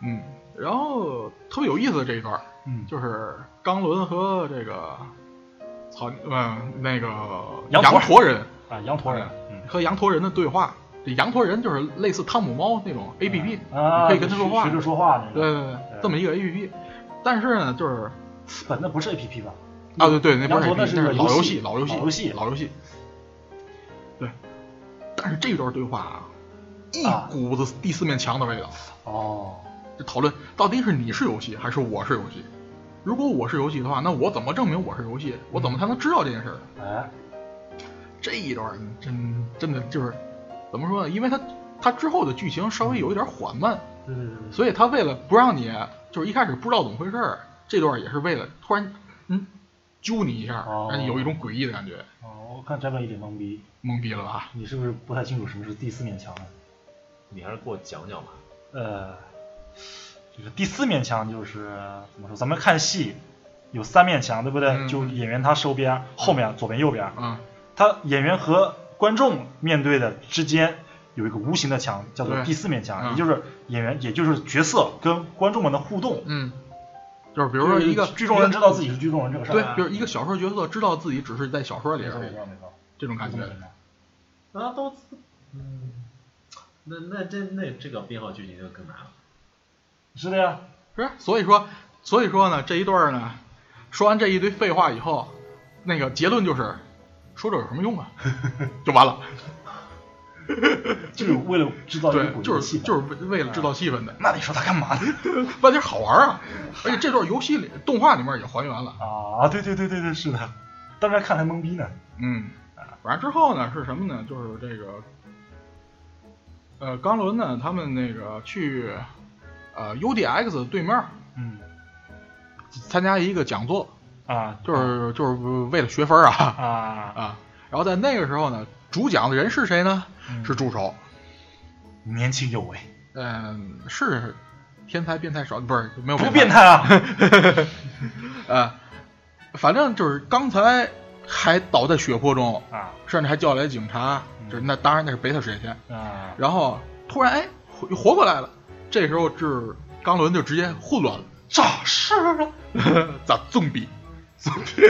Speaker 2: 嗯，然后特别有意思的这一段儿，
Speaker 1: 嗯，
Speaker 2: 就是冈伦和这个草嗯那个
Speaker 1: 羊驼
Speaker 2: 驼人
Speaker 1: 啊，羊驼人，嗯。
Speaker 2: 和羊驼人的对话，这羊驼人就是类似汤姆猫那种 A P P，、
Speaker 1: 啊，
Speaker 2: 你可以跟他
Speaker 1: 学
Speaker 2: 说话，
Speaker 1: 学着说话那
Speaker 2: 对
Speaker 1: 个，
Speaker 2: 对对，这么一个 A P P，但是呢，就是
Speaker 1: 本那不是 A P P 吧？
Speaker 2: 啊对对，那不
Speaker 1: 羊
Speaker 2: 是
Speaker 1: 驼
Speaker 2: A P
Speaker 1: 那
Speaker 2: P，
Speaker 1: 是个
Speaker 2: 老游
Speaker 1: 游
Speaker 2: 戏老游戏
Speaker 1: 老游戏，
Speaker 2: 老游戏，对，但是这段对话啊，一
Speaker 1: 啊
Speaker 2: 股子第四面墙的味道。
Speaker 1: 哦，
Speaker 2: 就讨论到底是你是游戏还是我是游戏。如果我是游戏的话，那我怎么证明我是游戏？我怎么才能知道这件事儿？啊
Speaker 1: 哎，
Speaker 2: 这一段儿真真的就是怎么说呢？因为它它之后的剧情稍微有一点缓慢，
Speaker 1: 对对对对，
Speaker 2: 所以它为了不让你就是一开始不知道怎么回事儿，这段也是为了突然嗯揪你一下，
Speaker 1: 哦
Speaker 2: 让你有一种诡异的感觉，
Speaker 1: 哦，我看翟本一脸懵逼，
Speaker 2: 懵逼了吧？
Speaker 1: 你是不是不太清楚什么是第四面墙呢？
Speaker 5: 你还是给我讲讲吧。
Speaker 1: 呃，就是第四面墙就是怎么说？咱们看戏有三面墙，对不对？
Speaker 2: 嗯
Speaker 1: 就演员他手边、后面、左边、右边，
Speaker 2: 啊、
Speaker 1: 他演员和观众面对的之间有一个无形的墙，叫做
Speaker 2: 对
Speaker 1: 第四面墙，
Speaker 2: 嗯
Speaker 1: 也就是演员，也就是角色跟观众们的互动。
Speaker 2: 嗯，就是比如说
Speaker 1: 就是
Speaker 2: 一个
Speaker 1: 剧中人知道自己是剧中人这个事儿，啊
Speaker 2: 对，就是一个小说角色知道自己只是在小说里
Speaker 1: 没错
Speaker 2: 而
Speaker 1: 没
Speaker 2: 已
Speaker 1: 错没错，
Speaker 2: 这种感觉
Speaker 1: 没。错没错
Speaker 4: 那都自，嗯，那那这那这个编号剧情就更难了。
Speaker 1: 是的呀，
Speaker 2: 是，所以说，所以说呢，这一段儿呢，说完这一堆废话以后，那个结论就是，说这有什么用啊？就完了。
Speaker 1: 就是为了制造一个
Speaker 2: 对
Speaker 1: 诡，异
Speaker 2: 就
Speaker 1: 的
Speaker 2: 是
Speaker 1: 气氛。
Speaker 2: 就是为为了制造气氛的，
Speaker 1: 那你说他干嘛呢？
Speaker 2: 那就是好玩儿啊！而且这段游戏里、动画里面也还原了。
Speaker 1: 啊，对对对对对，是的，当时还看还懵逼呢。
Speaker 2: 嗯，完之后呢是什么呢？就是这个，呃，冈伦呢，他们那个去呃 UDX 对面儿
Speaker 1: 嗯
Speaker 2: 参加一个讲座，
Speaker 1: 啊，
Speaker 2: 就是就是为了学分儿啊。
Speaker 1: 啊，
Speaker 2: 啊。然后在那个时候呢，主讲的人是谁呢？
Speaker 1: 嗯
Speaker 2: 是助手，
Speaker 1: 年轻有为，
Speaker 2: 嗯，是天才变态少，不是没有
Speaker 1: 不
Speaker 2: 变
Speaker 1: 变，态啊！
Speaker 2: 呃，反正就是刚才还倒在血泊中，
Speaker 1: 啊
Speaker 2: 甚至还叫来警察，
Speaker 1: 嗯
Speaker 2: 就是那当然那是贝塔实验线。
Speaker 1: 啊，
Speaker 2: 然后突然哎活活过来了，这时候就是冈伦就直接混乱了，
Speaker 1: 诈尸啊！
Speaker 2: 咋 纵逼？纵逼，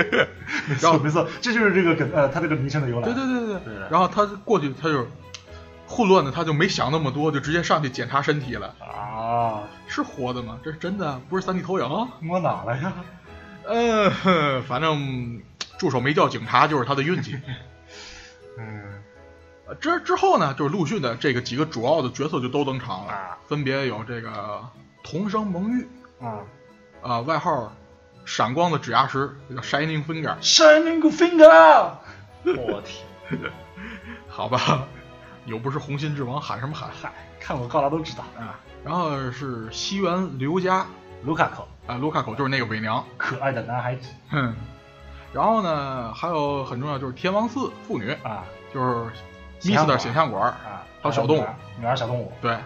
Speaker 1: 没
Speaker 2: 然
Speaker 1: 错
Speaker 2: 后
Speaker 1: 没错，这就是这个梗呃，他这个名称的由来。
Speaker 2: 对对对对
Speaker 1: 对
Speaker 2: 然后他过去他就混乱的，他就没想那么多，就直接上去检查身体了。
Speaker 1: 啊，
Speaker 2: 是活的吗？这是真的，不是三 D 投影。
Speaker 1: 摸哪了呀？
Speaker 2: 呃， 哼反正助手没叫警察就是他的运气。
Speaker 1: 嗯，
Speaker 2: 呃之之后呢，就是陆逊的这个几个主要的角色就都登场了，
Speaker 1: 啊，
Speaker 2: 分别有这个童生蒙玉，
Speaker 1: 嗯
Speaker 2: 啊、外号闪光的指压石，这叫 Shining Finger，
Speaker 1: ，Shining Finger，
Speaker 4: 我天，
Speaker 2: 好吧， 又不是红心之王，喊什么喊
Speaker 1: 嗨，看我高达都知道，
Speaker 2: 啊？然后是西园刘家，啊、
Speaker 1: 卢卡口，
Speaker 2: 卢卡口就是那个伪娘，
Speaker 1: 可爱的男孩子
Speaker 2: 哼。然后呢，还有很重要就是天王寺妇女，
Speaker 1: 啊
Speaker 2: 就是
Speaker 1: 显
Speaker 2: 密
Speaker 1: 像
Speaker 2: 斯
Speaker 1: 管
Speaker 2: 的显像管儿，
Speaker 1: 啊，
Speaker 2: 还有小动物
Speaker 1: 女儿，女儿小动物
Speaker 2: 对。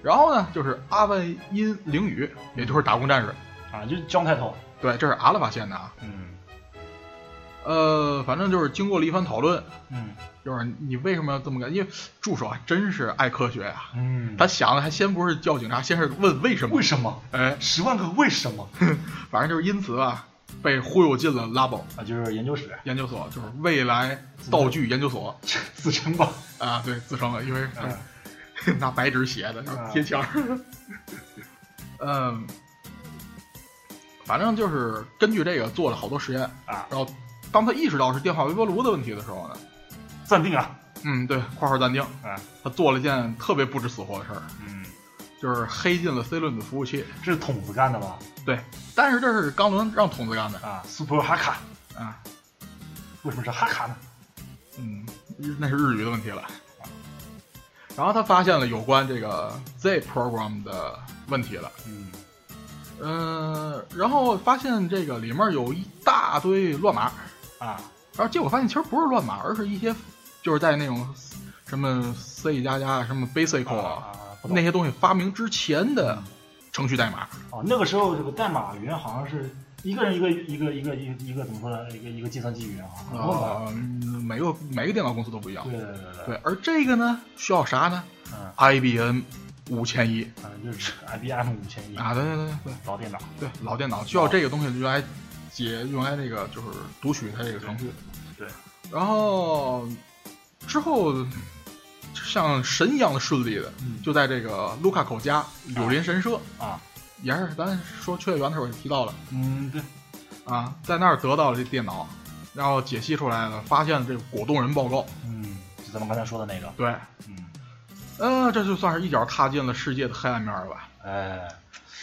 Speaker 2: 然后呢，就是阿外因灵雨，也就是打工战士，
Speaker 1: 啊，就是 John Title，
Speaker 2: 对，这是阿拉法县的啊。
Speaker 1: 嗯
Speaker 2: 呃，反正就是经过了一番讨论，
Speaker 1: 嗯
Speaker 2: 就是你为什么要这么干？因为助手啊，真是爱科学呀、
Speaker 1: 嗯，
Speaker 2: 他想的还先不是叫警察，先是问为什么
Speaker 1: 为。什么？
Speaker 2: 哎，
Speaker 1: 十万个为什么
Speaker 2: 反正就是因此啊，被忽悠进了拉宝
Speaker 1: 啊，就是研究室
Speaker 2: 研究所，就是未来道具研究所
Speaker 1: 自称吧，
Speaker 2: 啊。对，自称了，因为、
Speaker 1: 嗯
Speaker 2: 拿白纸写的，然后贴墙。 嗯，反正就是根据这个做了好多实验。
Speaker 1: 啊，
Speaker 2: 然后当他意识到是电话微波炉的问题的时候呢，
Speaker 1: 暂定啊，
Speaker 2: 嗯，对，括号暂定，
Speaker 1: 啊，
Speaker 2: 他做了一件特别不知死活的事儿，
Speaker 1: 嗯，
Speaker 2: 就是黑进了 C 论子服务器。
Speaker 1: 这是筒子干的吧？
Speaker 2: 对，但是这是钢轮让筒子干的
Speaker 1: 啊，Super 哈卡，
Speaker 2: 啊，
Speaker 1: 为什么是哈卡呢？
Speaker 2: 嗯，那是日语的问题了。然后他发现了有关这个 Z program 的问题了，
Speaker 1: 嗯
Speaker 2: 嗯、然后发现这个里面有一大堆乱码，
Speaker 1: 啊，
Speaker 2: 然后结果发现其实不是乱码，而是一些就是在那种什么 C 加加、什么 Basic
Speaker 1: 啊，
Speaker 2: 啊
Speaker 1: 不懂
Speaker 2: 那些东西发明之前的程序代码。
Speaker 1: 啊，那个时候这个代码源好像是一个人一个一个一个一个一个怎么说呢？一个一个计算机语言啊，很乱吧
Speaker 2: 啊，嗯每个每个电脑公司都不一样
Speaker 1: 对。对对对，
Speaker 2: 哦对，而这个呢，需要啥呢
Speaker 1: 嗯，
Speaker 2: ？IBM 五千一
Speaker 1: 反正就是 IBM 五千一
Speaker 2: 啊，对对对对
Speaker 1: 老电脑，
Speaker 2: 对，老电脑需要这个东西用来解用来那个就是读取它这个程序。
Speaker 1: 对，
Speaker 2: 然后之后像神一样的顺利的，
Speaker 1: 嗯
Speaker 2: 就在这个卢卡口家柳林神社
Speaker 1: 啊，
Speaker 2: 也是咱说缺源的时候也提到了
Speaker 1: 嗯对，
Speaker 2: 啊，在那儿得到了这电脑，然后解析出来了，发现了这个果冻人报告。
Speaker 1: 嗯，就咱们刚才说的那个，
Speaker 2: 对，
Speaker 1: 嗯，
Speaker 2: 呃，这就算是一脚踏进了世界的黑暗面了吧？
Speaker 1: 哎，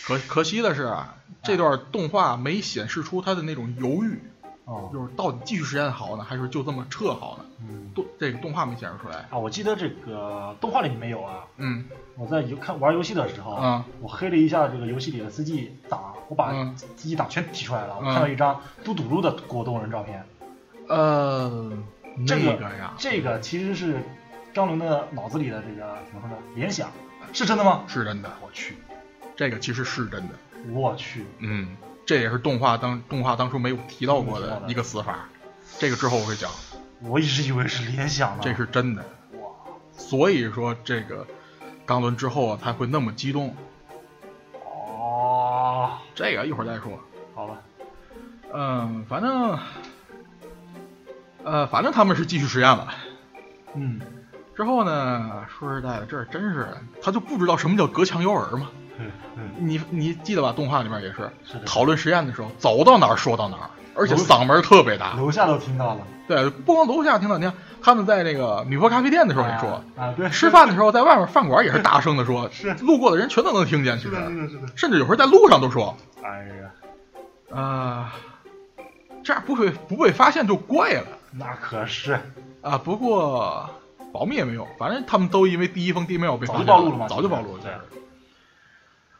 Speaker 2: 可可惜的是啊，这段动画没显示出他的那种犹豫，
Speaker 1: 哦，
Speaker 2: 就是到底继续实验好呢，还是就这么撤好呢？
Speaker 1: 嗯
Speaker 2: 动这个动画没显示出来。
Speaker 1: 啊，我记得这个动画里没有啊，
Speaker 2: 嗯
Speaker 1: 我在游看玩游戏的时候，
Speaker 2: 啊
Speaker 1: 我黑了一下这个游戏里的 CG 档，我把
Speaker 2: 嗯
Speaker 1: CG 档全提出来了，我
Speaker 2: 嗯
Speaker 1: 看到一张嘟嘟噜的果冻人照片，
Speaker 2: 呃，
Speaker 1: 这个
Speaker 2: 那个呀，
Speaker 1: 这个其实是张伦的脑子里的这个怎么说呢？联想是真的吗？
Speaker 2: 是真的，
Speaker 1: 我去，
Speaker 2: 这个其实是真的。
Speaker 1: 我去，
Speaker 2: 嗯，这也是动画当动画当初没有提到过的一个死法，这个之后我会讲，
Speaker 1: 我一直以为是联想呢。
Speaker 2: 这是真的。
Speaker 1: 哇，
Speaker 2: 所以说这个钢轮之后啊，才会那么激动。
Speaker 1: 哦，
Speaker 2: 这个一会儿再说。
Speaker 1: 好吧，
Speaker 2: 嗯，反正，呃，反正他们是继续实验了。
Speaker 1: 嗯，
Speaker 2: 之后呢，说实在的，这真是他就不知道什么叫隔墙有耳嘛。
Speaker 1: 嗯嗯，
Speaker 2: 你你记得吧？动画里面也是
Speaker 1: 是的
Speaker 2: 讨论实验的时候，走到哪儿说到哪儿，而且嗓门儿特别大。
Speaker 1: 楼下都听到了，
Speaker 2: 对，不光楼下听到，你看他们在那个米波咖啡店的时候也说
Speaker 1: 啊，啊，对，
Speaker 2: 吃饭的时候在外面饭馆也是大声的 说，路过的人全都能听见。其实，
Speaker 1: 的，是的，
Speaker 2: 甚至有时候在路上都说，
Speaker 1: 哎呀，
Speaker 2: 啊、这样不会不被发现就怪了。
Speaker 1: 那可是
Speaker 2: 啊，不过保密也没有，反正他们都因为第一封 email 被
Speaker 1: 早
Speaker 2: 发
Speaker 1: 就
Speaker 2: 现
Speaker 1: 暴露了嘛
Speaker 2: 早就暴露了。
Speaker 1: 对
Speaker 2: 这是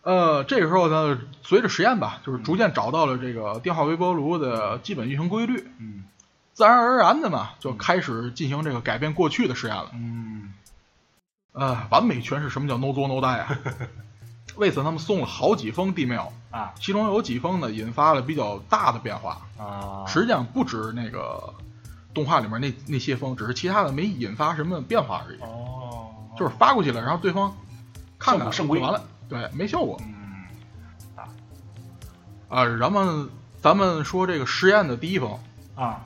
Speaker 2: 呃，这个时候呢，随着实验吧，就是逐渐找到了这个电话微波炉的基本运行规律，
Speaker 1: 嗯
Speaker 2: 自然而然的嘛，就开始进行这个改变过去的实验了。
Speaker 1: 嗯，
Speaker 2: 呃，完美诠释什么叫 no 作 no die 啊！为此，他们送了好几封 email，
Speaker 1: 啊
Speaker 2: 其中有几封呢引发了比较大的变化。
Speaker 1: 啊，
Speaker 2: 实际上不止那个动画里面那那些封，只是其他的没引发什么变化而已。
Speaker 1: 哦，
Speaker 2: 就是发过去了，然后对方看看
Speaker 1: 圣母圣规
Speaker 2: 就完了，对，没效果
Speaker 1: 嗯
Speaker 2: 啊。然后咱们说这个实验的第一封，
Speaker 1: 啊，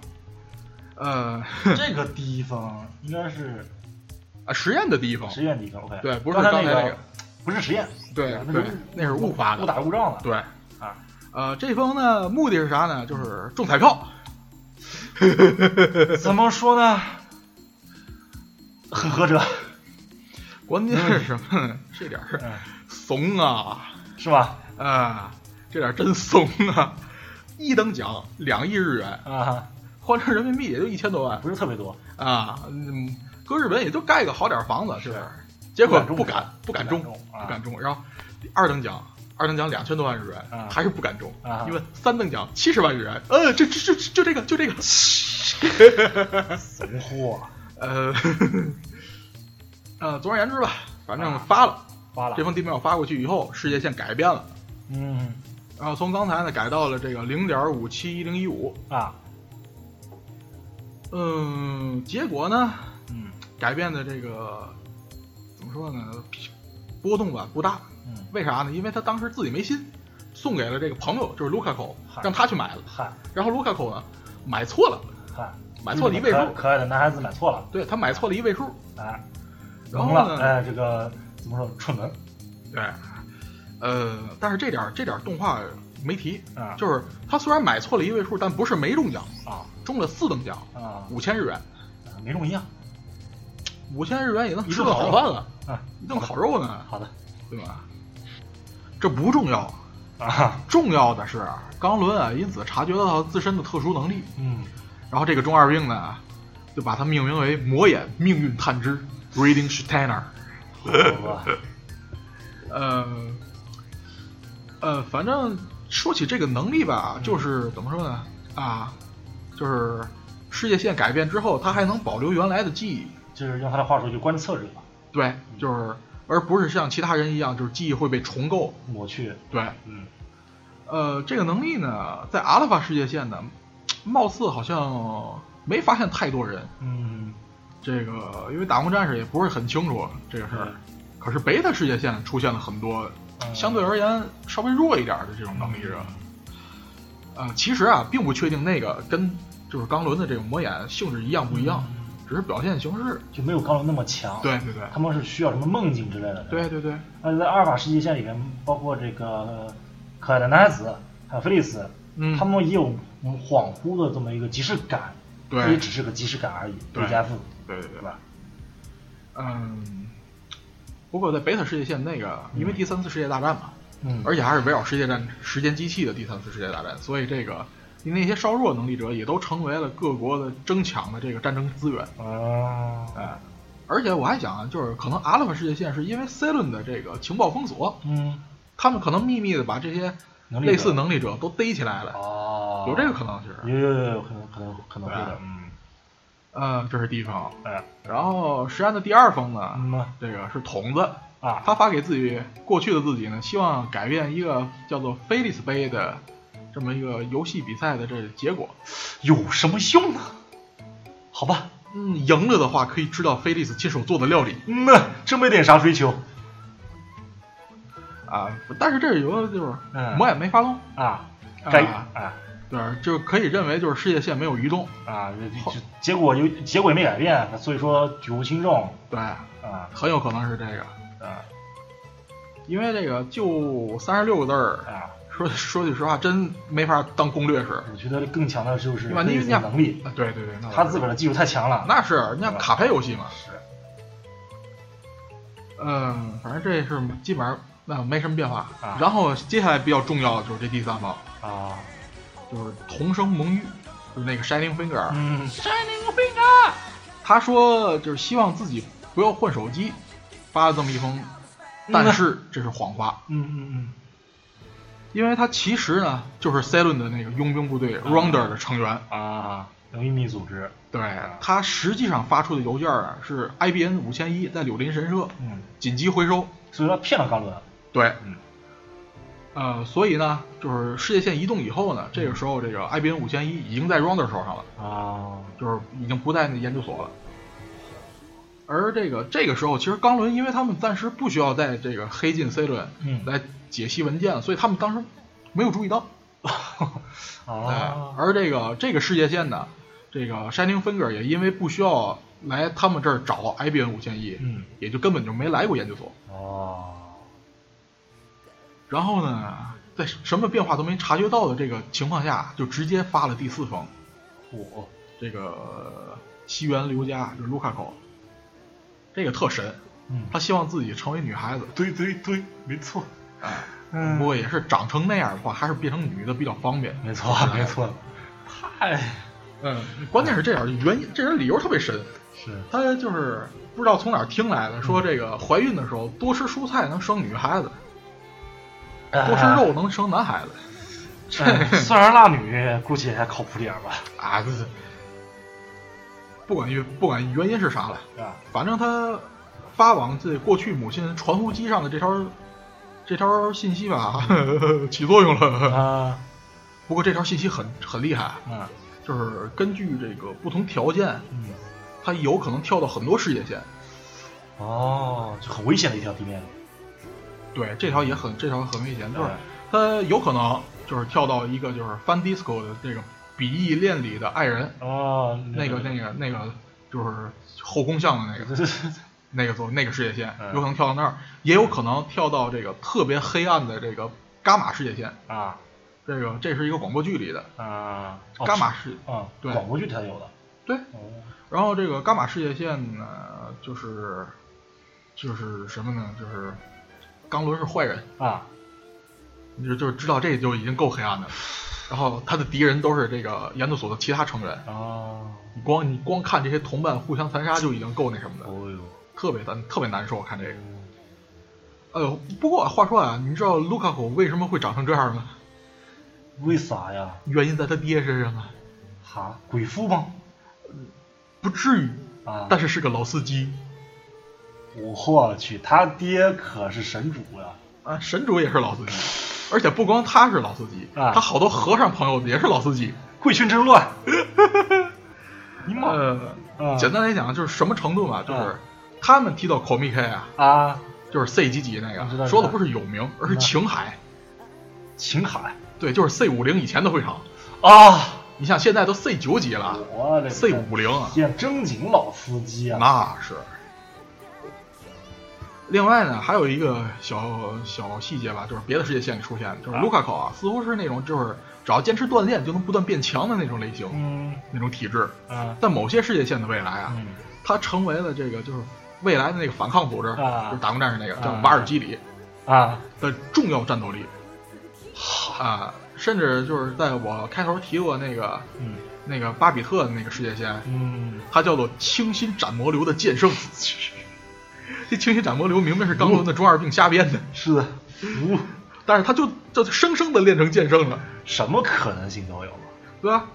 Speaker 2: 呃，
Speaker 1: 这个第一封应该是
Speaker 2: 啊实验的第一封，
Speaker 1: 实验第一个，OK，
Speaker 2: 对不是
Speaker 1: 刚才
Speaker 2: 刚才那
Speaker 1: 个，不是实验，
Speaker 2: 对
Speaker 1: 那
Speaker 2: 对
Speaker 1: 是，
Speaker 2: 啊那是误发
Speaker 1: 误
Speaker 2: 的，
Speaker 1: 打误撞了，
Speaker 2: 对
Speaker 1: 啊。
Speaker 2: 呃，这封呢，目的是啥呢？就是中彩票。
Speaker 1: 怎么说呢？很合辙，
Speaker 2: 关键是什么呢？ 这点儿
Speaker 1: 嗯，
Speaker 2: 怂啊
Speaker 1: 是吧？
Speaker 2: 啊，这点儿真怂啊！一等奖两亿日元，
Speaker 1: 啊，
Speaker 2: 换成人民币也就一千多万
Speaker 1: 不是特别多，
Speaker 2: 啊，嗯，搁日本也就盖个好点儿房子，是不是？结果不敢不敢中，
Speaker 1: 啊，
Speaker 2: 不敢中。然后二等奖，二等奖两千多万日元，
Speaker 1: 啊
Speaker 2: 还是不敢中。
Speaker 1: 啊
Speaker 2: 因为三等奖七十万日元，呃，这这这就这个就这个，
Speaker 1: 怂货，
Speaker 2: 呃，呃，总而言之吧，反正发了、
Speaker 1: 啊发了
Speaker 2: 这，封 email 发过去以后，世界线改变了，
Speaker 1: 嗯
Speaker 2: 然后从刚才呢改到了这个零点五七一零一五，
Speaker 1: 啊，
Speaker 2: 嗯，结果呢
Speaker 1: 嗯
Speaker 2: 改变的这个怎么说呢，波动吧不大，
Speaker 1: 嗯，
Speaker 2: 为啥呢？因为他当时自己没心，送给了这个朋友，就是卢卡口
Speaker 1: 嗨，
Speaker 2: 让他去买了。
Speaker 1: 嗨
Speaker 2: 然后卢卡口呢，啊买错了，
Speaker 1: 嗨，嗯
Speaker 2: 买错了一位
Speaker 1: 可
Speaker 2: 数
Speaker 1: 爱，可爱的男孩子买错了，
Speaker 2: 对他买错了一位数。
Speaker 1: 哎，
Speaker 2: 然
Speaker 1: 聋
Speaker 2: 后
Speaker 1: 了，
Speaker 2: 呢，
Speaker 1: 哎，这个怎么说，蠢文
Speaker 2: 对，呃，但是这点儿这点儿动画没提，
Speaker 1: 啊，
Speaker 2: 就是他虽然买错了一位数，但不是没中奖，
Speaker 1: 啊
Speaker 2: 中了四等奖，
Speaker 1: 啊，
Speaker 2: 五千日元，
Speaker 1: 没中一样，
Speaker 2: 五千日元也能
Speaker 1: 一
Speaker 2: 吃
Speaker 1: 顿
Speaker 2: 顿
Speaker 1: 好
Speaker 2: 好
Speaker 1: 肉
Speaker 2: 饭了，
Speaker 1: 啊，
Speaker 2: 一顿好肉呢，
Speaker 1: 好的
Speaker 2: 对吧？这不重要，
Speaker 1: 啊，
Speaker 2: 重要的是冈伦啊，因此察觉到自身的特殊能力，
Speaker 1: 嗯，
Speaker 2: 然后这个中二病呢，就把它命名为魔眼命运探知 （Reading Steiner）。
Speaker 1: 好吧，
Speaker 2: 呃，呃，反正说起这个能力吧，就是怎么说呢？啊，就是世界线改变之后，他还能保留原来的记忆，
Speaker 1: 就是用他的话说，就观测者
Speaker 2: 对，就是而不是像其他人一样，就是记忆会被重构。
Speaker 1: 抹去，
Speaker 2: 对，
Speaker 1: 嗯
Speaker 2: 呃，这个能力呢，在阿拉法世界线呢，貌似好像没发现太多人。
Speaker 1: 嗯，
Speaker 2: 这个因为打工战士也不是很清楚这个事儿
Speaker 1: 嗯，
Speaker 2: 可是贝塔世界线出现了很多
Speaker 1: 嗯
Speaker 2: 相对而言稍微弱一点的这种能力者。呃，其实啊，并不确定那个跟就是钢轮的这个魔眼性质一样不一样，只是表现形式。
Speaker 1: 就没有刚龙那么强，
Speaker 2: 对对对
Speaker 1: 他们是需要什么梦境之类的，
Speaker 2: 对对对，
Speaker 1: 而且在阿尔法世界线里面，包括这个呃可爱的男孩子，还有菲利斯，
Speaker 2: 嗯
Speaker 1: 他们也有嗯恍惚的这么一个即视感，
Speaker 2: 对
Speaker 1: 这也只是个即视感而已，
Speaker 2: 对
Speaker 1: 加负，
Speaker 2: 对对对
Speaker 1: 对吧？
Speaker 2: 嗯。不过在贝塔世界线那个，因为第三次世界大战嘛，
Speaker 1: 嗯，
Speaker 2: 而且还是围绕世界战时间机器的第三次世界大战，所以这个那些稍弱能力者也都成为了各国的争抢的这个战争资源。
Speaker 1: 啊，
Speaker 2: 哎，而且我还想啊，就是可能阿拉伯世界线是因为 C 轮的这个情报封锁，
Speaker 1: 嗯，
Speaker 2: 他们可能秘密的把这些
Speaker 1: 能力者
Speaker 2: 类似能力者都逮起来了，
Speaker 1: 哦，
Speaker 2: 有这个可能性。
Speaker 1: 有有有有可能可能可能会
Speaker 2: 对
Speaker 1: 的
Speaker 2: 啊，
Speaker 1: 嗯，
Speaker 2: 嗯，这是第一封。
Speaker 1: 哎，
Speaker 2: 然后实验的第二封呢，
Speaker 1: 嗯嘛
Speaker 2: 这个是筒子，
Speaker 1: 啊，
Speaker 2: 他发给自己过去的自己呢，希望改变一个叫做菲利斯杯的这么一个游戏比赛的这结果。
Speaker 1: 有什么用呢？好吧，
Speaker 2: 嗯，赢了的话可以吃到菲利斯亲手做的料理
Speaker 1: 嗯呐，真没点啥追求
Speaker 2: 啊，但是这有个就是
Speaker 1: 嗯
Speaker 2: 魔眼没发动，
Speaker 1: 啊，该
Speaker 2: 啊
Speaker 1: 啊
Speaker 2: 对，就可以认为就是世界线没有移动。
Speaker 1: 啊，就就结果有结果也没改变，所以说举无轻重
Speaker 2: 对，
Speaker 1: 啊
Speaker 2: 很有可能是这个，
Speaker 1: 啊
Speaker 2: 因为这个就三十六个字儿，
Speaker 1: 啊。
Speaker 2: 说说句实话，真没法当攻略使。
Speaker 1: 我觉得更强的就是
Speaker 2: 对吧？你
Speaker 1: 菲
Speaker 2: 你
Speaker 1: 利斯的
Speaker 2: 想
Speaker 1: 能力，
Speaker 2: 啊对对对，那
Speaker 1: 他自个儿的技术太强了。
Speaker 2: 那是人家卡牌游戏嘛。
Speaker 1: 是
Speaker 2: 嗯，反正这是基本上那没什么变化。
Speaker 1: 啊
Speaker 2: 然后接下来比较重要的就是这第三方，
Speaker 1: 啊，
Speaker 2: 就是同生蒙玉，就是那个 Shining Finger。
Speaker 1: 嗯
Speaker 2: Shining Finger，他说就是希望自己不要换手机，发了这么一封，但是这是谎话。
Speaker 1: 嗯嗯
Speaker 2: 因为他其实呢就是 C 论的那个佣兵部队 Rounder 的成员，
Speaker 1: 嗯啊，有秘密组织，
Speaker 2: 对
Speaker 1: 嗯
Speaker 2: 他实际上发出的邮件啊是 IBN 五千一在柳林神社
Speaker 1: 嗯，
Speaker 2: 紧急回收，
Speaker 1: 所以说骗了冈伦，
Speaker 2: 对，
Speaker 1: 嗯
Speaker 2: 呃，所以呢就是世界线移动以后呢，这个时候这个 IBN 五千一已经在 Rounder 手上了，
Speaker 1: 啊，
Speaker 2: 就是已经不在那研究所了。而这个这个时候，其实冈伦因为他们暂时不需要在这个黑进 C 论
Speaker 1: 嗯
Speaker 2: 来解析文件了，所以他们当时没有注意到。哎
Speaker 1: 啊，
Speaker 2: 而这个这个世界线呢，这个 Shining Finger 也因为不需要来他们这儿找 IBN 五千一，
Speaker 1: 嗯，
Speaker 2: 也就根本就没来过研究所。
Speaker 1: 哦，
Speaker 2: 然后呢，在什么变化都没察觉到的这个情况下，就直接发了第四封，
Speaker 1: 我
Speaker 2: 这个西园刘家就是卢卡口，这个特神，
Speaker 1: 嗯
Speaker 2: 他希望自己成为女孩子，
Speaker 1: 对对对，没错，
Speaker 2: 哎，
Speaker 1: 嗯
Speaker 2: 不，过也是长成那样的话，还是变成女的比较方便。
Speaker 1: 没错没 错，太
Speaker 2: 嗯，关键是这样，原因这人理由特别深，
Speaker 1: 是
Speaker 2: 他就是不知道从哪儿听来的，说这个怀孕的时候多吃蔬菜能生女孩子，
Speaker 1: 啊
Speaker 2: 多吃肉能生男孩子。 这
Speaker 1: 哎酸儿辣女估计也靠谱点儿吧，
Speaker 2: 啊，这是不管原不管原因是啥了，
Speaker 1: 是吧？
Speaker 2: 反正他发往自己过去母亲传呼机上的这条这条信息吧， 起作用了。
Speaker 1: 啊，
Speaker 2: 不过这条信息很很厉害，
Speaker 1: 嗯
Speaker 2: 就是根据这个不同条件，
Speaker 1: 嗯，
Speaker 2: 它有可能跳到很多世界线。
Speaker 1: 哦，就很危险的一条地面路，
Speaker 2: 对，这条也很这条很危险，就是
Speaker 1: 哎
Speaker 2: 它有可能就是跳到一个就是翻 disco 的这个比翼恋里的爱人，
Speaker 1: 哦，
Speaker 2: 那个那个那个就是后宫像的那个。 那个走那个世界线，
Speaker 1: 嗯
Speaker 2: 有可能跳到那儿，也有可能跳到这个特别黑暗的这个伽马世界线。
Speaker 1: 啊
Speaker 2: 这个这是一个广播剧里的
Speaker 1: 啊，哦
Speaker 2: 伽马世，
Speaker 1: 啊，
Speaker 2: 对
Speaker 1: 广播剧才有的，
Speaker 2: 对。
Speaker 1: 哦，
Speaker 2: 然后这个伽马世界线呢，就是就是什么呢？就是钢轮是坏人，
Speaker 1: 啊，
Speaker 2: 你就就知道这就已经够黑暗的了。然后他的敌人都是这个研究所的其他成员，
Speaker 1: 哦，
Speaker 2: 你光你光看这些同伴互相残杀就已经够那什么的，
Speaker 1: 哦呦，
Speaker 2: 特别难特别难受。啊看这个，呃，不过话说啊，你知道卢卡库为什么会长成这样吗？
Speaker 1: 为啥呀？
Speaker 2: 原因在他爹身上啊，
Speaker 1: 哈，鬼父吗？
Speaker 2: 不至于，
Speaker 1: 啊，
Speaker 2: 但是是个老司机
Speaker 1: 我去，他爹可是神主呀！
Speaker 2: 啊，神主也是老司机，而且不光他是老司机，
Speaker 1: 啊
Speaker 2: 他好多和尚朋友也是老司机。
Speaker 1: 贵圈真 乱，你妈！
Speaker 2: 呃，
Speaker 1: 啊
Speaker 2: 简单来讲就是什么程度嘛，就是
Speaker 1: 啊
Speaker 2: 他们提到 c o m i K 啊，
Speaker 1: 啊，
Speaker 2: 就是 C 级级那
Speaker 1: 嗯我知道
Speaker 2: 个，说的
Speaker 1: 知道
Speaker 2: 不是有名，而是
Speaker 1: 嗯
Speaker 2: 情海，
Speaker 1: 秦海
Speaker 2: 对，就是 C 五零以前的会场。
Speaker 1: 啊，
Speaker 2: 你像现在都 C 九级了
Speaker 1: 我的
Speaker 2: ，C 五零啊，
Speaker 1: 见正经老司机啊！
Speaker 2: 那是。另外呢，还有一个小小细节吧，就是别的世界线里出现的，就是
Speaker 1: 啊
Speaker 2: 卢卡口啊，似乎是那种就是只要坚持锻炼就能不断变强的那种类型、
Speaker 1: 嗯
Speaker 2: 那种体质。
Speaker 1: 啊
Speaker 2: 但某些世界线的未来啊，
Speaker 1: 嗯
Speaker 2: 他成为了这个就是未来的那个反抗组织，
Speaker 1: 啊
Speaker 2: 就是打工战士那个
Speaker 1: 啊
Speaker 2: 叫瓦尔基里
Speaker 1: 啊
Speaker 2: 的重要战斗力。啊，甚至就是在我开头提过那个
Speaker 1: 嗯
Speaker 2: 那个巴比特的那个世界线，
Speaker 1: 嗯，
Speaker 2: 它叫做清新斩魔流的剑圣。 这清新斩魔流明明是钢轮的中二病瞎编的，
Speaker 1: 是的，无
Speaker 2: 但是他就就生生的练成剑圣了，
Speaker 1: 什么可能性都有了。
Speaker 2: 对吧？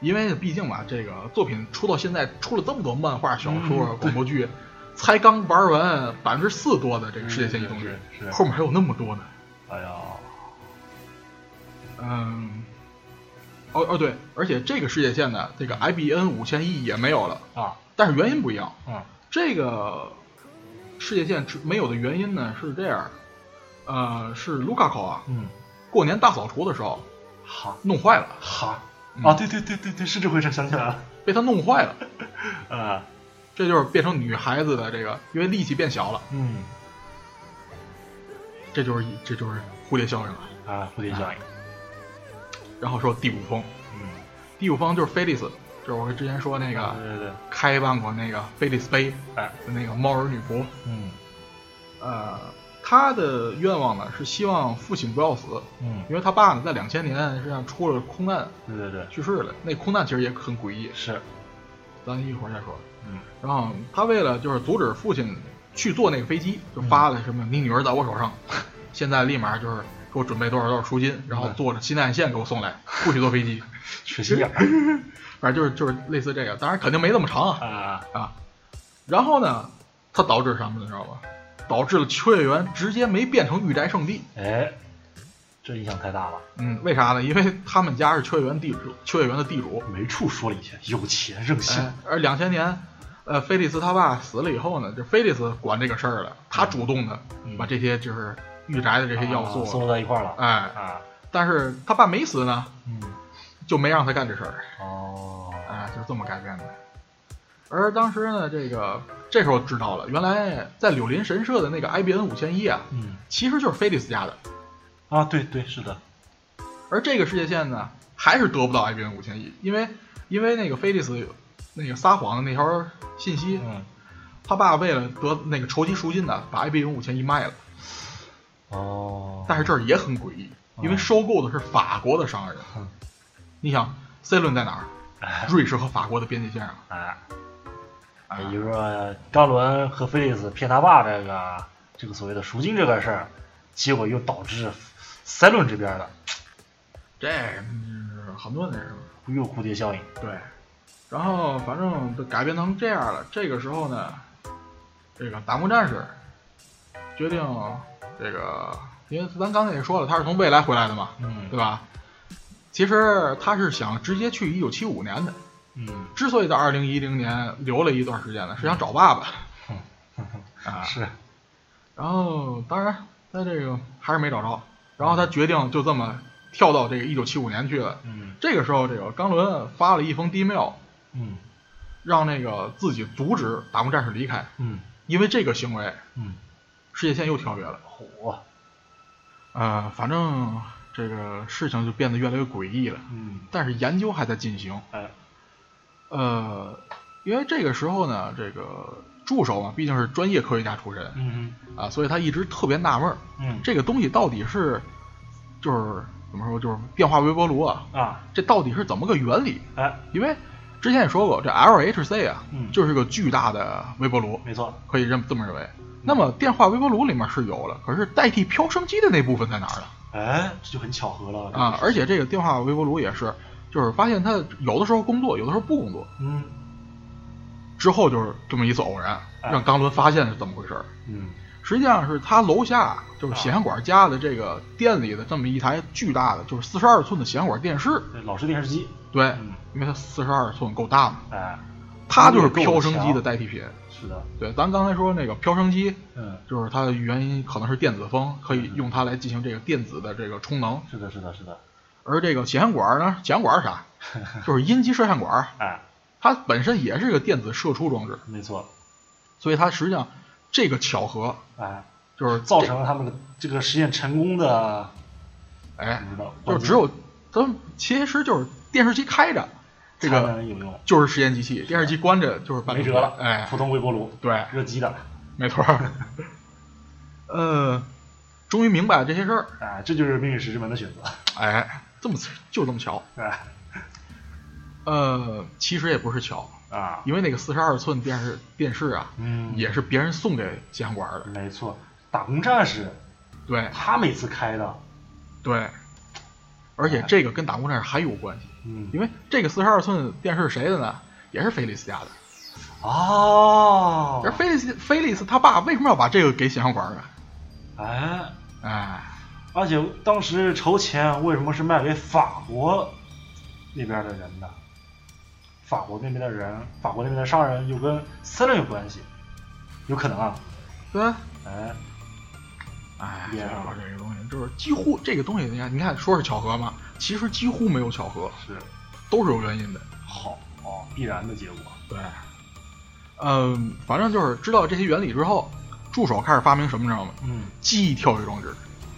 Speaker 2: 因为毕竟嘛，这个作品出到现在出了这么多漫画、小说、啊
Speaker 1: 嗯
Speaker 2: 广播剧，才刚玩完百分之四多的这个世界线移动日，
Speaker 1: 是是
Speaker 2: 后面还有那么多呢。
Speaker 1: 哎呀，
Speaker 2: 嗯，哦哦对，而且这个世界线呢，这个 IBN 五千亿也没有了，
Speaker 1: 啊
Speaker 2: 但是原因不一样。
Speaker 1: 嗯
Speaker 2: 这个世界线之没有的原因呢是这样，呃，是卢卡口啊，
Speaker 1: 嗯，
Speaker 2: 过年大扫除的时候
Speaker 1: 哈
Speaker 2: 弄坏了，
Speaker 1: 哈
Speaker 2: 嗯
Speaker 1: 啊，对对对对对，是这回事，想起来了。
Speaker 2: 被他弄坏了，
Speaker 1: 啊
Speaker 2: 这就是变成女孩子的这个，因为力气变小了，
Speaker 1: 嗯
Speaker 2: 这就是一这就是蝴蝶效应了。
Speaker 1: 啊，蝴蝶效应。
Speaker 2: 然后说第五封，
Speaker 1: 嗯，
Speaker 2: 第五封就是菲利斯，就是我之前说那个啊
Speaker 1: 对对对，
Speaker 2: 开办过那个菲利斯杯
Speaker 1: 哎，
Speaker 2: 的那个猫儿女仆，
Speaker 1: 嗯
Speaker 2: 呃，她的愿望呢是希望父亲不要死，
Speaker 1: 嗯，
Speaker 2: 因为他爸呢在两千年实际上出了空难。
Speaker 1: 对对对，
Speaker 2: 去世了。那空难其实也很诡异，
Speaker 1: 是，
Speaker 2: 咱一会儿再说。
Speaker 1: 嗯
Speaker 2: 然后他为了就是阻止父亲去坐那个飞机，就发了什么“你女儿在我手上”，现在立马就是给我准备多少多少赎金，然后坐着新干线给我送来，不许坐飞机。
Speaker 1: 缺心眼儿
Speaker 2: 反正就是就是类似这个，当然肯定没那么长啊
Speaker 1: 啊，
Speaker 2: 啊。然后呢，它导致什么你知道吗？导致了秋叶原直接没变成御宅圣地。
Speaker 1: 哎，这影响太大了。
Speaker 2: 嗯，为啥呢？因为他们家是秋叶原地主，秋叶原的地主。
Speaker 1: 没处说理去，有钱任性。
Speaker 2: 哎，而两千年，呃，菲利斯他爸死了以后呢，这菲利斯管这个事儿了，他主动的
Speaker 1: 嗯
Speaker 2: 把这些就是御宅的这些要素，
Speaker 1: 啊搜到一块儿了。
Speaker 2: 哎，
Speaker 1: 啊，
Speaker 2: 但是他爸没死呢，
Speaker 1: 嗯，
Speaker 2: 就没让他干这事儿，
Speaker 1: 哦，
Speaker 2: 哎，就是这么改变的。而当时呢，这个这时候知道了，原来在柳林神社的那个 IBN 五千一啊，
Speaker 1: 嗯，
Speaker 2: 其实就是菲利斯家的，
Speaker 1: 啊，对对，是的，
Speaker 2: 而这个世界线呢，还是得不到 IBN 五千一，因为因为那个菲利斯那个撒谎的那条信息，
Speaker 1: 嗯，
Speaker 2: 他爸为了得那个筹集赎金呢，把 AB 零五千一卖了。
Speaker 1: 哦，
Speaker 2: 但是这儿也很诡异，因为收购的是法国的商人。
Speaker 1: 嗯
Speaker 2: 你想，C 轮在哪 儿？瑞士和法国的边界线上。
Speaker 1: 哎，
Speaker 2: 啊
Speaker 1: 也就是说，张伦和菲利斯骗他爸这个这个所谓的赎金这个事儿，结果又导致塞伦这边的
Speaker 2: 这嗯很多那什么。
Speaker 1: 又蝴蝶效应。
Speaker 2: 对，然后反正都改变成这样了。这个时候呢，这个打工战士决定这个，因为咱刚才也说了，他是从未来回来的嘛，
Speaker 1: 嗯
Speaker 2: 对吧？其实他是想直接去一九七五年的，
Speaker 1: 嗯，
Speaker 2: 之所以在二零一零年留了一段时间呢，是想找爸爸 啊。
Speaker 1: 是，
Speaker 2: 然后当然他这个还是没找着，然后他决定就这么跳到这个一九七五年去了。
Speaker 1: 嗯
Speaker 2: 这个时候，这个冈伦发了一封 email
Speaker 1: 嗯
Speaker 2: 让那个自己阻止打工战士离开，
Speaker 1: 嗯
Speaker 2: 因为这个行为，
Speaker 1: 嗯，
Speaker 2: 世界线又跳跃了。
Speaker 1: 火，
Speaker 2: 呃，反正这个事情就变得越来越诡异了。
Speaker 1: 嗯
Speaker 2: 但是研究还在进行。
Speaker 1: 哎，
Speaker 2: 呃，因为这个时候呢，这个助手嘛，毕竟是专业科学家出身
Speaker 1: 嗯
Speaker 2: 啊，所以他一直特别纳闷儿，
Speaker 1: 嗯
Speaker 2: 这个东西到底是就是怎么说，就是变化微波炉啊，
Speaker 1: 啊
Speaker 2: 这到底是怎么个原理？
Speaker 1: 哎，
Speaker 2: 因为之前也说过，这 LHC 啊，
Speaker 1: 嗯
Speaker 2: 就是个巨大的微波炉，
Speaker 1: 没错，嗯
Speaker 2: 可以这么这么认为。那么电话微波炉里面是有了，可是代替飘升机的那部分在哪儿呢？
Speaker 1: 哎，这就很巧合了
Speaker 2: 啊，而且这个电话微波炉也是，就是发现它有的时候工作，有的时候不工作。
Speaker 1: 嗯
Speaker 2: 之后就是这么一次偶然，
Speaker 1: 哎
Speaker 2: 让冈伦发现是怎么回事儿。
Speaker 1: 嗯
Speaker 2: 实际上是他楼下就是显像管家的这个店里的这么一台巨大的，就是四十二寸的显像管电视。
Speaker 1: 这老式电视机，
Speaker 2: 对
Speaker 1: 嗯，
Speaker 2: 因为它四十二寸够大嘛，
Speaker 1: 哎，
Speaker 2: 它就是
Speaker 1: 功率够
Speaker 2: 飘升机的
Speaker 1: 强
Speaker 2: 代替品。
Speaker 1: 是的，
Speaker 2: 对，咱刚才说那个飘升机，
Speaker 1: 嗯，
Speaker 2: 就是它的原因可能是电子风，可以用它来进行这个电子的这个充能。
Speaker 1: 是的，是的，是的，
Speaker 2: 而这个显像管呢，显像管是 啥？就是阴极摄像管，
Speaker 1: 哎，
Speaker 2: 它本身也是个电子射出装置，
Speaker 1: 没错，
Speaker 2: 所以它实际上这个巧合
Speaker 1: 哎，
Speaker 2: 就是
Speaker 1: 造
Speaker 2: 这
Speaker 1: 成了他们的这个实验成功的，
Speaker 2: 哎，
Speaker 1: 不知道，
Speaker 2: 就只有咱其实就是电视机开着，这
Speaker 1: 才
Speaker 2: 个
Speaker 1: 能有用，
Speaker 2: 就是实验机器，电视机关着就是半
Speaker 1: 没
Speaker 2: 导体
Speaker 1: 辙了，
Speaker 2: 哎
Speaker 1: 普，通微波炉，
Speaker 2: 对，
Speaker 1: 热机的，
Speaker 2: 没错儿。呃，终于明白了这些事儿，
Speaker 1: 哎，这就是命运石之门的选择，
Speaker 2: 哎，这么就这么巧。
Speaker 1: 哎
Speaker 2: 呃，其实也不是巧，
Speaker 1: 啊，
Speaker 2: 因为那个四十二寸电视电视啊，
Speaker 1: 嗯，
Speaker 2: 也是别人送给监管的。
Speaker 1: 没错，打工战士
Speaker 2: 对
Speaker 1: 他每次开的，
Speaker 2: 对，而且这个跟打工战士还有关系，
Speaker 1: 嗯
Speaker 2: 因，为这个四十二寸电视是谁的呢？也是菲利斯家的。
Speaker 1: 哦
Speaker 2: 而，菲利斯菲利斯他爸为什么要把这个给显像管呢？啊
Speaker 1: 哎，
Speaker 2: 哎，
Speaker 1: 而且当时筹钱为什么是卖给法国那边的人呢？法国那边的人，法国那边的商人又跟森林有关系，有可能啊，
Speaker 2: 对吧，
Speaker 1: 哎，
Speaker 2: 哎，
Speaker 1: 也是
Speaker 2: 这个东西就是几乎这个东西，你看，你看说是巧合吗？其实几乎没有巧合，
Speaker 1: 是
Speaker 2: 都是有原因的。
Speaker 1: 好哦，必然的结果，
Speaker 2: 对，嗯，反正就是知道这些原理之后，助手开始发明什么，你知道吗？
Speaker 1: 嗯，
Speaker 2: 记忆跳跃装置，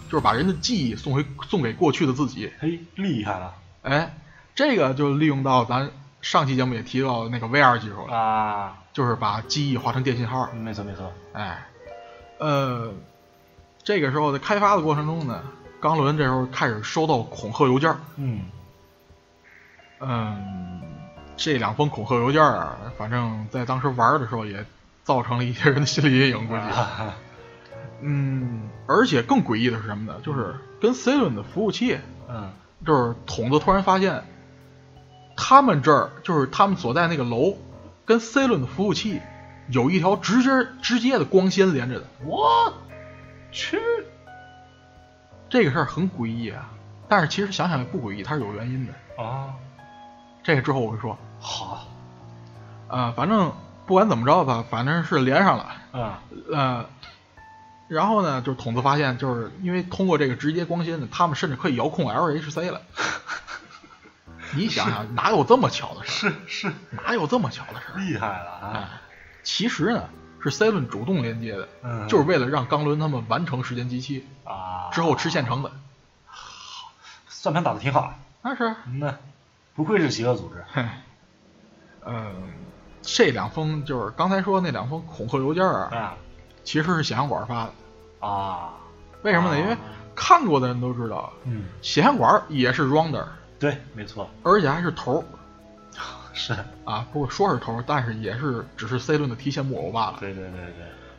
Speaker 2: 就是把人的记忆送回送给过去的自己。
Speaker 1: 嘿，厉害了
Speaker 2: 哎，这个就利用到咱上期节目也提到的那个 VR 技术了，
Speaker 1: 啊，
Speaker 2: 就是把记忆化成电信号。
Speaker 1: 没错没错，
Speaker 2: 哎，呃，这个时候在开发的过程中呢，冈伦这时候开始收到恐吓邮件儿。
Speaker 1: 嗯，
Speaker 2: 嗯，这两封恐吓邮件儿啊，反正在当时玩儿的时候也造成了一些人的心理阴影，估 计。
Speaker 1: 啊
Speaker 2: 嗯，而且更诡异的是什么呢？就是跟 C 轮的服务器，
Speaker 1: 嗯
Speaker 2: 就是筒子突然发现，他们这儿就是他们所在那个楼，跟 C 轮的服务器有一条直接直接的光纤连着的。
Speaker 1: 我去，
Speaker 2: 这个事儿很诡异啊，但是其实想想也不诡异，它是有原因的。
Speaker 1: 啊，
Speaker 2: 这个之后我会说。
Speaker 1: 好，
Speaker 2: 呃，反正不管怎么着吧，反正是连上了。
Speaker 1: 嗯
Speaker 2: 呃，然后呢，就是筒子发现，就是因为通过这个直接光纤呢，他们甚至可以遥控 LHC 了。你想想，哪有这么巧的事儿？
Speaker 1: 是是
Speaker 2: 哪有这么巧的事儿？哎
Speaker 1: 厉害了啊，
Speaker 2: 其实呢，是 C 轮主动连接的，
Speaker 1: 嗯
Speaker 2: 就是为了让冈伦他们完成时间机器
Speaker 1: 啊，
Speaker 2: 之后吃现成本。
Speaker 1: 嗯算盘打的挺好，
Speaker 2: 那是，
Speaker 1: 嗯呐，不愧是邪恶组织，
Speaker 2: 嘿，嗯，这两封就是刚才说那两封恐吓邮件啊，
Speaker 1: 啊
Speaker 2: 其实是显像管发的。
Speaker 1: 啊，
Speaker 2: 为什么呢？因为看过的人都知道，
Speaker 1: 嗯，
Speaker 2: 显像管也是 rounder，
Speaker 1: 对，没错，
Speaker 2: 而且还是头儿
Speaker 1: 是
Speaker 2: 啊。不过说是头儿，但是也是只是 C 轮的提线木偶罢了，
Speaker 1: 对对对对，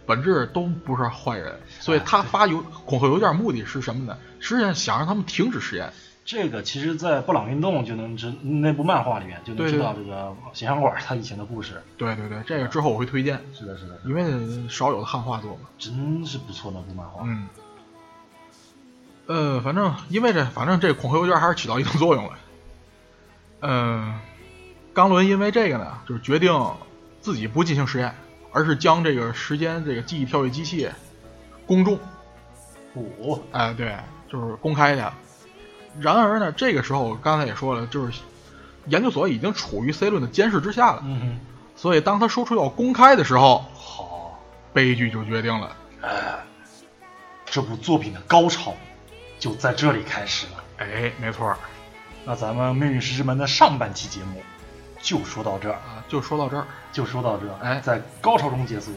Speaker 2: 本质都不是坏人。所以他发邮恐吓邮件目的是什么呢？实际上想让他们停止实验。
Speaker 1: 这个其实，在布朗运动就能知那部漫画里面就能
Speaker 2: 对
Speaker 1: 知
Speaker 2: 对
Speaker 1: 道这个显像管他以前的故事。
Speaker 2: 对对对，这个之后我会推荐，
Speaker 1: 是的，是的，
Speaker 2: 因为少有的汉化作嘛。
Speaker 1: 真是不错那部漫画。
Speaker 2: 嗯，呃，反正因为这，反正这恐吓邮件还是起到一定作用了。嗯、冈伦因为这个呢，就是决定自己不进行实验，而是将这个时间这个记忆跳跃机器公众，
Speaker 1: 五、
Speaker 2: 哎、对，就是公开的。然而呢，这个时候刚才也说了，就是研究所已经处于 C 论的监视之下了，
Speaker 1: 嗯哼，
Speaker 2: 所以当他说出要公开的时候，
Speaker 1: 好，
Speaker 2: 悲剧就决定了。
Speaker 1: 这部作品的高潮就在这里开始了。
Speaker 2: 哎，没错儿
Speaker 1: 那咱们《命运石之门》的上半期节目就说到这儿，
Speaker 2: 啊，就说到这儿。
Speaker 1: 就说到这儿，
Speaker 2: 哎
Speaker 1: 在高潮中结束，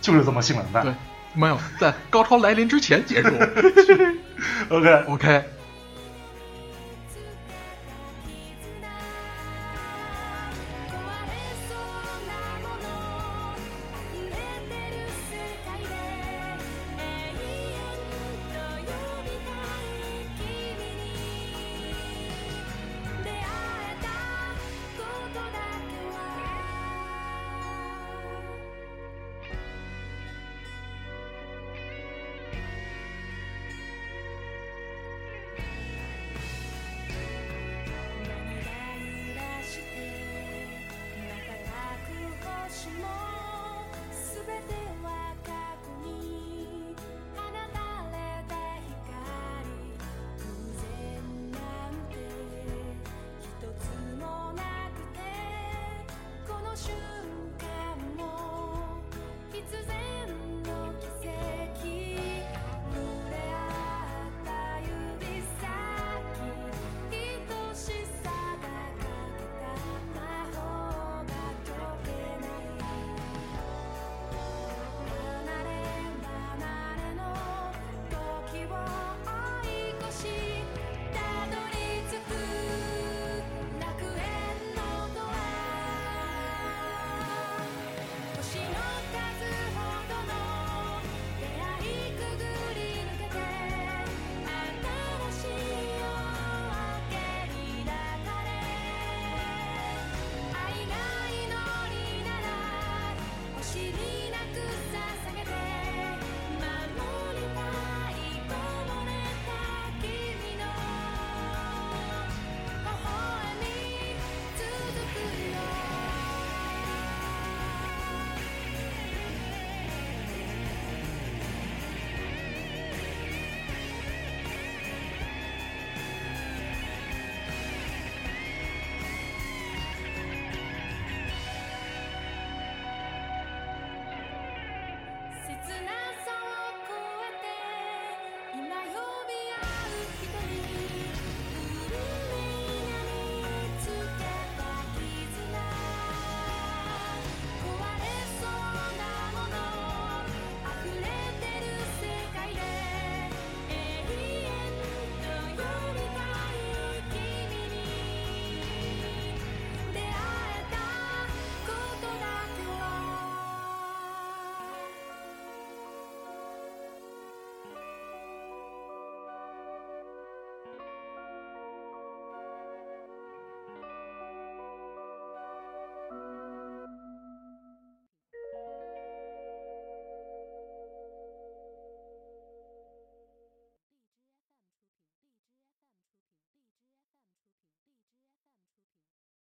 Speaker 1: 就是这么性冷淡。
Speaker 2: 对，没有在高潮来临之前结束。
Speaker 1: ，OK，
Speaker 2: OK，